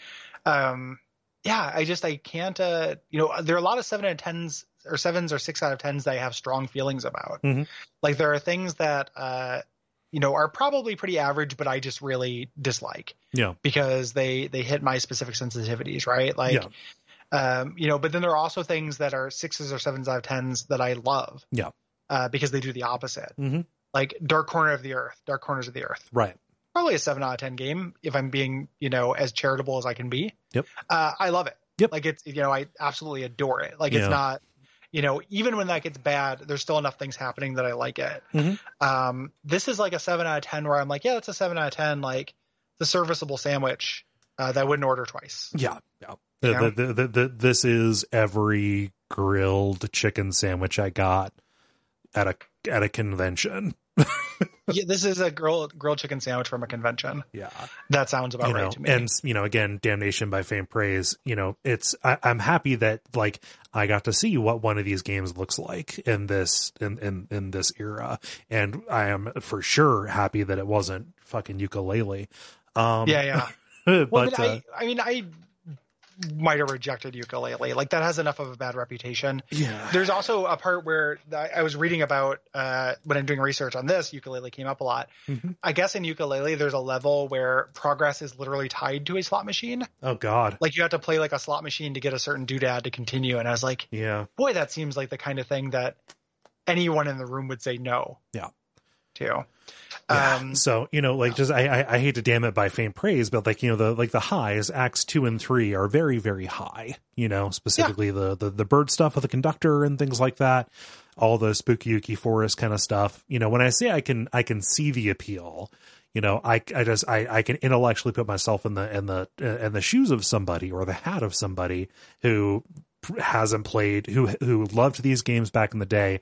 Speaker 1: um yeah i just i can't uh you know there are a lot of seven out of tens or sevens or six out of tens that i have strong feelings about
Speaker 2: Mhm.
Speaker 1: like there are things that uh you know are probably pretty average but i just really dislike
Speaker 2: Yeah.
Speaker 1: because they they hit my specific sensitivities right like
Speaker 2: Yeah.
Speaker 1: um you know but then there are also things that are sixes or sevens out of tens that i love
Speaker 2: Yeah.
Speaker 1: uh because they do the opposite
Speaker 2: Mhm.
Speaker 1: like dark corner of the earth dark corners of the earth
Speaker 2: Right.
Speaker 1: probably a seven out of ten game if I'm being you know as charitable as I can be.
Speaker 2: Yep.
Speaker 1: Uh, I love it.
Speaker 2: Yep.
Speaker 1: Like it's you know I absolutely adore it. Like
Speaker 2: Yeah.
Speaker 1: it's not you know even when that gets bad, there's still enough things happening that I like it.
Speaker 2: Mhm.
Speaker 1: Um, this is like a seven out of ten where I'm like, yeah, that's a seven out of ten. Like the serviceable sandwich uh, that I wouldn't order twice.
Speaker 2: Yeah. Yeah.
Speaker 1: You know?
Speaker 2: The, the, the, the, this is every grilled chicken sandwich I got at a at a convention.
Speaker 1: yeah, this is a grilled grilled chicken sandwich from a convention.
Speaker 2: Yeah.
Speaker 1: That sounds about
Speaker 2: you know,
Speaker 1: right to me.
Speaker 2: and you know, again, damnation by fame praise. You know, it's I, I'm happy that like I got to see what one of these games looks like in this in in in this era, and I am for sure happy that it wasn't fucking ukulele. Um,
Speaker 1: yeah, yeah.
Speaker 2: but,
Speaker 1: Well, but
Speaker 2: uh,
Speaker 1: I, I mean, I might have rejected ukulele. Like that has enough of a bad reputation.
Speaker 2: yeah,
Speaker 1: There's also a part where I, I was reading about uh, when I'm doing research on this, ukulele came up a lot.
Speaker 2: Mhm.
Speaker 1: I guess in ukulele, there's a level where progress is literally tied to a slot machine.
Speaker 2: oh god,
Speaker 1: Like you have to play like a slot machine to get a certain doodad to continue. And I was like,
Speaker 2: yeah,
Speaker 1: boy, that seems like the kind of thing that anyone in the room would say no.
Speaker 2: Yeah.
Speaker 1: too.
Speaker 2: Yeah.
Speaker 1: Um,
Speaker 2: so you know, like, just I, I I hate to damn it by faint praise, but like you know the like the highs, acts two and three are very very high. You know, specifically the, the the bird stuff with the conductor and things like that, all the spooky yuki forest kind of stuff. You know, when I say I can I can see the appeal, you know, I I just I I can intellectually put myself in the in the in the shoes of somebody or the hat of somebody who hasn't played who who loved these games back in the day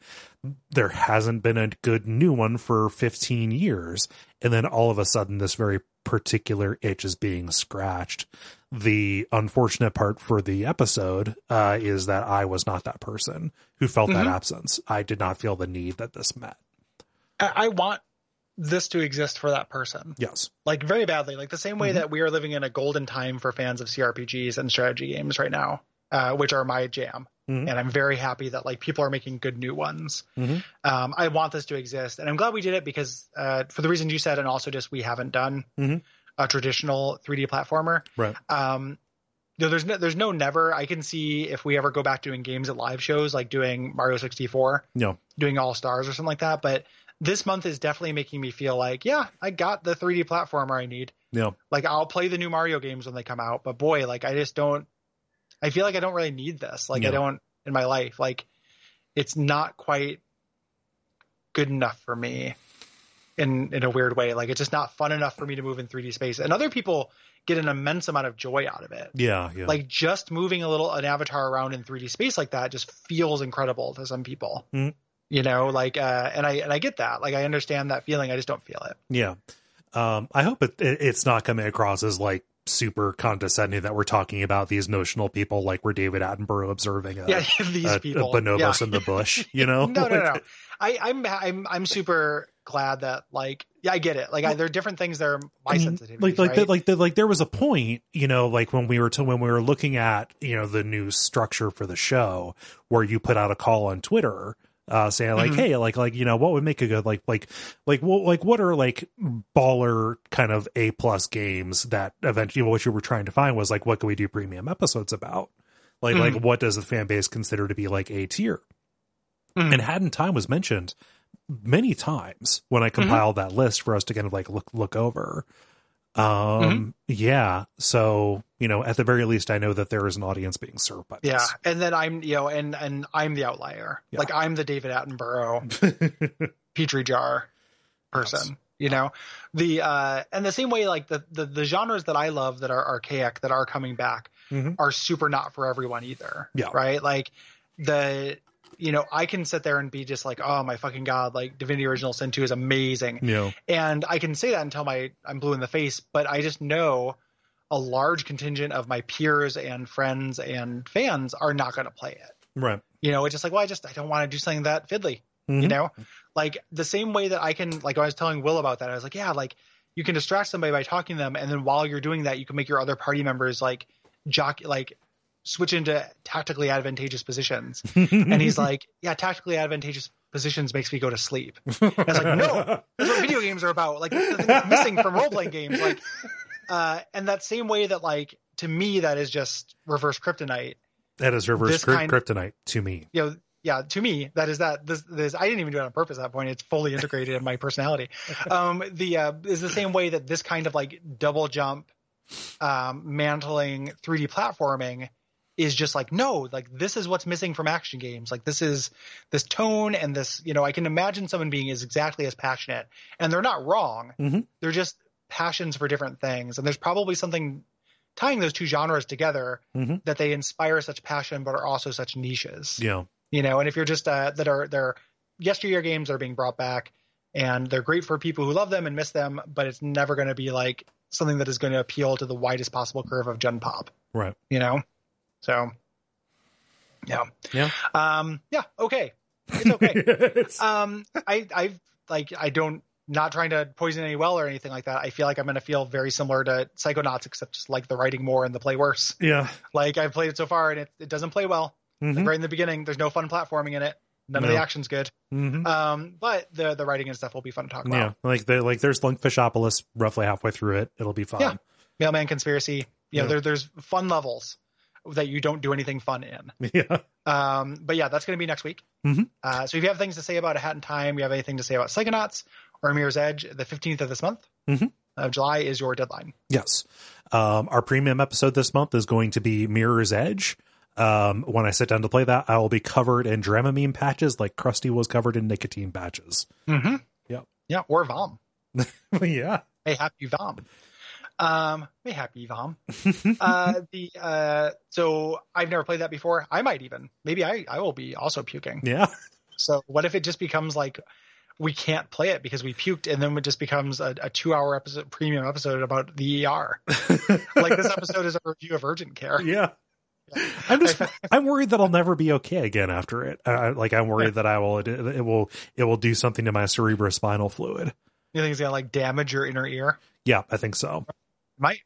Speaker 2: there hasn't been a good new one for 15 years and then all of a sudden this very particular itch is being scratched the unfortunate part for the episode uh, is that i was not that person who felt
Speaker 1: Mm-hmm.
Speaker 2: that absence i did not feel the need that this met
Speaker 1: I, I want this to exist for that person,
Speaker 2: yes
Speaker 1: like very badly, like the same way
Speaker 2: Mhm.
Speaker 1: that we are living in a golden time for fans of CRPGs and strategy games right now, uh, which are my jam. And
Speaker 2: Mhm.
Speaker 1: I'm very happy that like people are making good new ones.
Speaker 2: Mhm.
Speaker 1: Um, I want this to exist, and I'm glad we did it because uh, for the reason you said, and also just we haven't done
Speaker 2: Mhm.
Speaker 1: a traditional 3D platformer.
Speaker 2: right
Speaker 1: Um, no, there's no, there's no never. I can see if we ever go back doing games at live shows, like doing Mario 64,
Speaker 2: no
Speaker 1: doing All Stars or something like that. But this month is definitely making me feel like, yeah, I got the 3D platformer I need.
Speaker 2: no
Speaker 1: Like I'll play the new Mario games when they come out, but boy, like I just don't. I feel like I don't really need this. Like I
Speaker 2: No.
Speaker 1: don't in my life. Like it's not quite good enough for me. In in a weird way, like it's just not fun enough for me to move in 3D space. And other people get an immense amount of joy out of it
Speaker 2: yeah yeah
Speaker 1: like just moving a little an avatar around in 3d space like that just feels incredible to some people
Speaker 2: Mhm.
Speaker 1: you know like uh and i and i get that like i understand that feeling i just don't feel it
Speaker 2: Yeah. Um, I hope it, it, it's not coming across as like super condescending that we're talking about these notional people like we're David Attenborough observing a,
Speaker 1: yeah these
Speaker 2: Uh, a, a
Speaker 1: people yeah.
Speaker 2: bonobos in the bush, you know?
Speaker 1: no no
Speaker 2: Like,
Speaker 1: no I, I'm I'm I'm super glad that like yeah I get it like I, there are different things that are my
Speaker 2: Mhm.
Speaker 1: sensitivities
Speaker 2: like like
Speaker 1: right?
Speaker 2: the, like the, like there was a point you know like when we were to when we were looking at you know the new structure for the show where you put out a call on twitter uh saying like
Speaker 1: Mhm.
Speaker 2: hey like like you know what would make a good like like like what like what are like baller kind of a plus games that eventually what you were trying to find was like what can we do premium episodes about like like what does the fan base consider to be like a tier
Speaker 1: Mhm.
Speaker 2: and hadn't time was mentioned many times when
Speaker 1: Mm-hmm.
Speaker 2: i compiled that list for us to kind of like look look over um
Speaker 1: Mm-hmm.
Speaker 2: yeah so you know at the very least i know that there is an audience being served by
Speaker 1: yeah and then I'm you know and and I'm the outlier
Speaker 2: Yeah.
Speaker 1: like I'm the David Attenborough
Speaker 2: this.
Speaker 1: petri jar person you know the uh and the same way like the, the the genres that i love that are archaic that are coming back
Speaker 2: Mhm.
Speaker 1: are super not for everyone either
Speaker 2: Yeah.
Speaker 1: right like the you know i can sit there and be just like oh my fucking god like divinity original sin 2 is amazing
Speaker 2: you know
Speaker 1: and i can say that until my i'm blue in the face but i just know a large contingent of my peers and friends and fans are not going to play it
Speaker 2: right
Speaker 1: you know it's just like well i just i don't want to do something that fiddly you
Speaker 2: Mhm.
Speaker 1: know like the same way that i can like i was telling will about that i was like yeah like you can distract somebody by talking to them and then while you're doing that you can make your other party members like jock like switch into tactically advantageous positions
Speaker 2: Mm-hmm.
Speaker 1: and he's like yeah tactically advantageous positions makes me go to sleep and i was like no that's what video games are about like that's the thing that's missing from role-playing games like uh and that same way that like to me that is just reverse kryptonite
Speaker 2: that is reverse
Speaker 1: This
Speaker 2: crypt-
Speaker 1: kind-
Speaker 2: kryptonite to me
Speaker 1: you know yeah to me that is that this this i didn't even do it on purpose at that point it's fully integrated in my personality um the uh is the same way that this kind of like double jump um mantling 3d platforming is just like no like this is what's missing from action games like this is this tone and this you know i can imagine someone being is exactly as passionate and they're not wrong
Speaker 2: Mhm.
Speaker 1: they're just passions for different things and there's probably something tying those two genres together
Speaker 2: Mhm.
Speaker 1: that they inspire such passion but are also such niches
Speaker 2: yeah
Speaker 1: you know and if you're just uh, that are they're yesteryear games are being brought back and they're great for people who love them and miss them but it's never going to be like something that is going to appeal to the widest possible curve of gen pop
Speaker 2: right
Speaker 1: you know so yeah
Speaker 2: Yeah.
Speaker 1: um yeah okay it's okay
Speaker 2: It's-
Speaker 1: um i i've like i don't not trying to poison any well or anything like that i feel like i'm going to feel very similar to psychonauts except just like the writing more and the play worse
Speaker 2: yeah
Speaker 1: like i've played it so far and it, it doesn't play well
Speaker 2: Mhm.
Speaker 1: right in the beginning there's no fun platforming in it none of
Speaker 2: No.
Speaker 1: the action's good
Speaker 2: Mhm.
Speaker 1: um but the the writing and stuff will be fun to talk about
Speaker 2: yeah like the like there's lunkfishopolis roughly halfway through it it'll be fine
Speaker 1: Yeah. mailman conspiracy you know
Speaker 2: Yeah.
Speaker 1: there, there's fun levels that you don't do anything fun in
Speaker 2: yeah
Speaker 1: um but yeah that's going to be next week
Speaker 2: Mhm.
Speaker 1: uh so if you have things to say about a hat in time you have anything to say about psychonauts Armir's Edge the 15th of this month
Speaker 2: Mhm.
Speaker 1: of July is your deadline.
Speaker 2: Yes. Um, our premium episode this month is going to be Mirror's Edge. Um, when I sit down to play that, I will be covered in Dramamine patches like Krusty was covered in nicotine patches.
Speaker 1: Mm-hmm.
Speaker 2: Yep.
Speaker 1: Yeah, or Vom.
Speaker 2: yeah.
Speaker 1: Hey, happy Vom. Um, hey, happy Vom. uh, the uh, so I've never played that before. I might even maybe I I will be also puking.
Speaker 2: Yeah.
Speaker 1: So what if it just becomes like we can't play it because we puked, and then it just becomes a, a two-hour episode, premium episode about the ER. like this episode is a review of urgent care.
Speaker 2: Yeah. I'm just I'm worried that I'll never be okay again after it. Uh, like I'm worried that I will it, it will it will do something to my cerebrospinal fluid.
Speaker 1: You think it's gonna like damage your inner ear?
Speaker 2: Yeah, I think so.
Speaker 1: Might.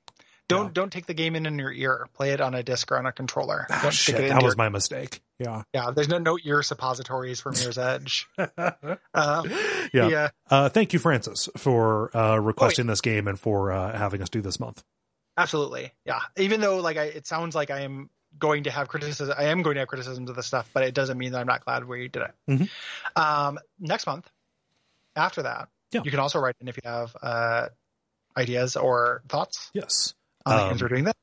Speaker 1: Don't
Speaker 2: Yeah.
Speaker 1: don't take the game in in your ear. Play it on a disc or on a controller.
Speaker 2: Ah,
Speaker 1: don't stick
Speaker 2: shit,
Speaker 1: it in
Speaker 2: that
Speaker 1: your-
Speaker 2: was my mistake. Yeah.
Speaker 1: yeah. There's no no ear suppositories for Mirror's Edge. Uh,
Speaker 2: Yeah.
Speaker 1: yeah. Oh,
Speaker 2: Uh, thank you, Francis, for uh, requesting this game and for uh, having us do this month.
Speaker 1: absolutely. Yeah, even though like I, it sounds like I am going to have criticism. I am going to have criticisms of this stuff, but it doesn't mean that I'm not glad we did it.
Speaker 2: Mhm.
Speaker 1: Um, next month, after that,
Speaker 2: Yeah.
Speaker 1: you can also write in if you have uh, ideas or thoughts
Speaker 2: Yes.
Speaker 1: on the
Speaker 2: Um,
Speaker 1: games we're doing. That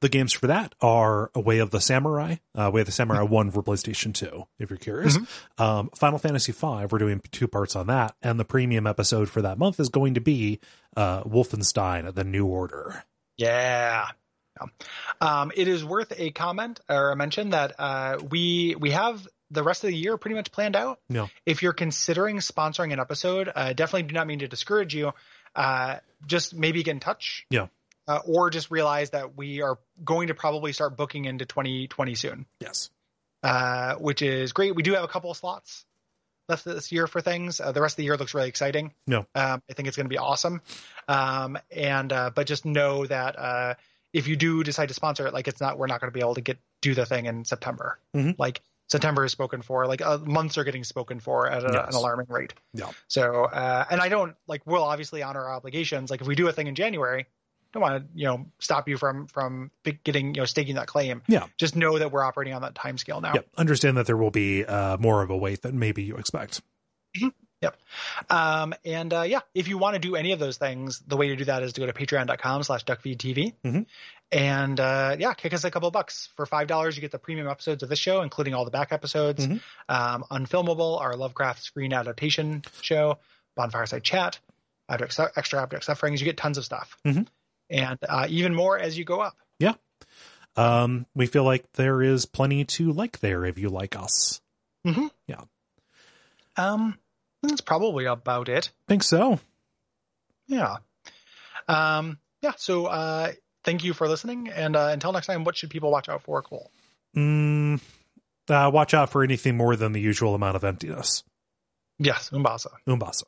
Speaker 2: The games for that are A Way of the Samurai, uh, Way of the Samurai 1 for PlayStation 2, if you're curious. Um, Final Fantasy V, we're doing two parts on that. And the premium episode for that month is going to be uh, Wolfenstein, The New Order.
Speaker 1: Yeah. Yeah. Um, it is worth a comment or a mention that uh, we we have the rest of the year pretty much planned out.
Speaker 2: Yeah.
Speaker 1: If you're considering sponsoring an episode, uh, definitely do not mean to discourage you. Uh, just maybe get in touch.
Speaker 2: Yeah.
Speaker 1: Uh, or just realize that we are going to probably start booking into 2020 soon,
Speaker 2: Yes.
Speaker 1: uh, which is great. We do have a couple of slots left this year for things. Uh, the rest of the year looks really exciting.
Speaker 2: Yeah.
Speaker 1: Um, I think it's going to be awesome. Um, and uh, but just know that uh, if you do decide to sponsor it, like it's not, we're not going to be able to get do the thing in September.
Speaker 2: Mhm.
Speaker 1: Like September is spoken for. Like uh, months are getting spoken for at a,
Speaker 2: Yes.
Speaker 1: an alarming rate.
Speaker 2: Yeah.
Speaker 1: So uh, and I don't like we'll obviously honor our obligations. Like if we do a thing in January, don't want to you know stop you from from be- getting you know staking that claim.
Speaker 2: Yeah.
Speaker 1: Just know that we're operating on that time scale now.
Speaker 2: Yep. Understand that there will be uh, more of a wait than maybe you expect.
Speaker 1: Um, and uh, yeah, if you want to do any of those things, the way to do that is to go to patreon.com slash duckfeedtv.
Speaker 2: Mhm.
Speaker 1: And uh, yeah, kick us a couple bucks. For $5, you get the premium episodes of this show, including all the back episodes,
Speaker 2: Mhm.
Speaker 1: um, Unfilmable, our Lovecraft screen adaptation show, Bonfireside Chat, Abject Su- Extra Abject Sufferings. You get tons of stuff.
Speaker 2: Mhm.
Speaker 1: And uh, even more as you go up.
Speaker 2: Um, we feel like there is plenty to like there if you like us.
Speaker 1: Um, that's probably about it.
Speaker 2: Think so.
Speaker 1: Yeah. Um, yeah. So uh, thank you for listening. And uh, until next time, what should people watch out for, Cole?
Speaker 2: Mm, uh, watch out for anything more than the usual amount of emptiness.
Speaker 1: Yes, Umbasa.
Speaker 2: Umbasa.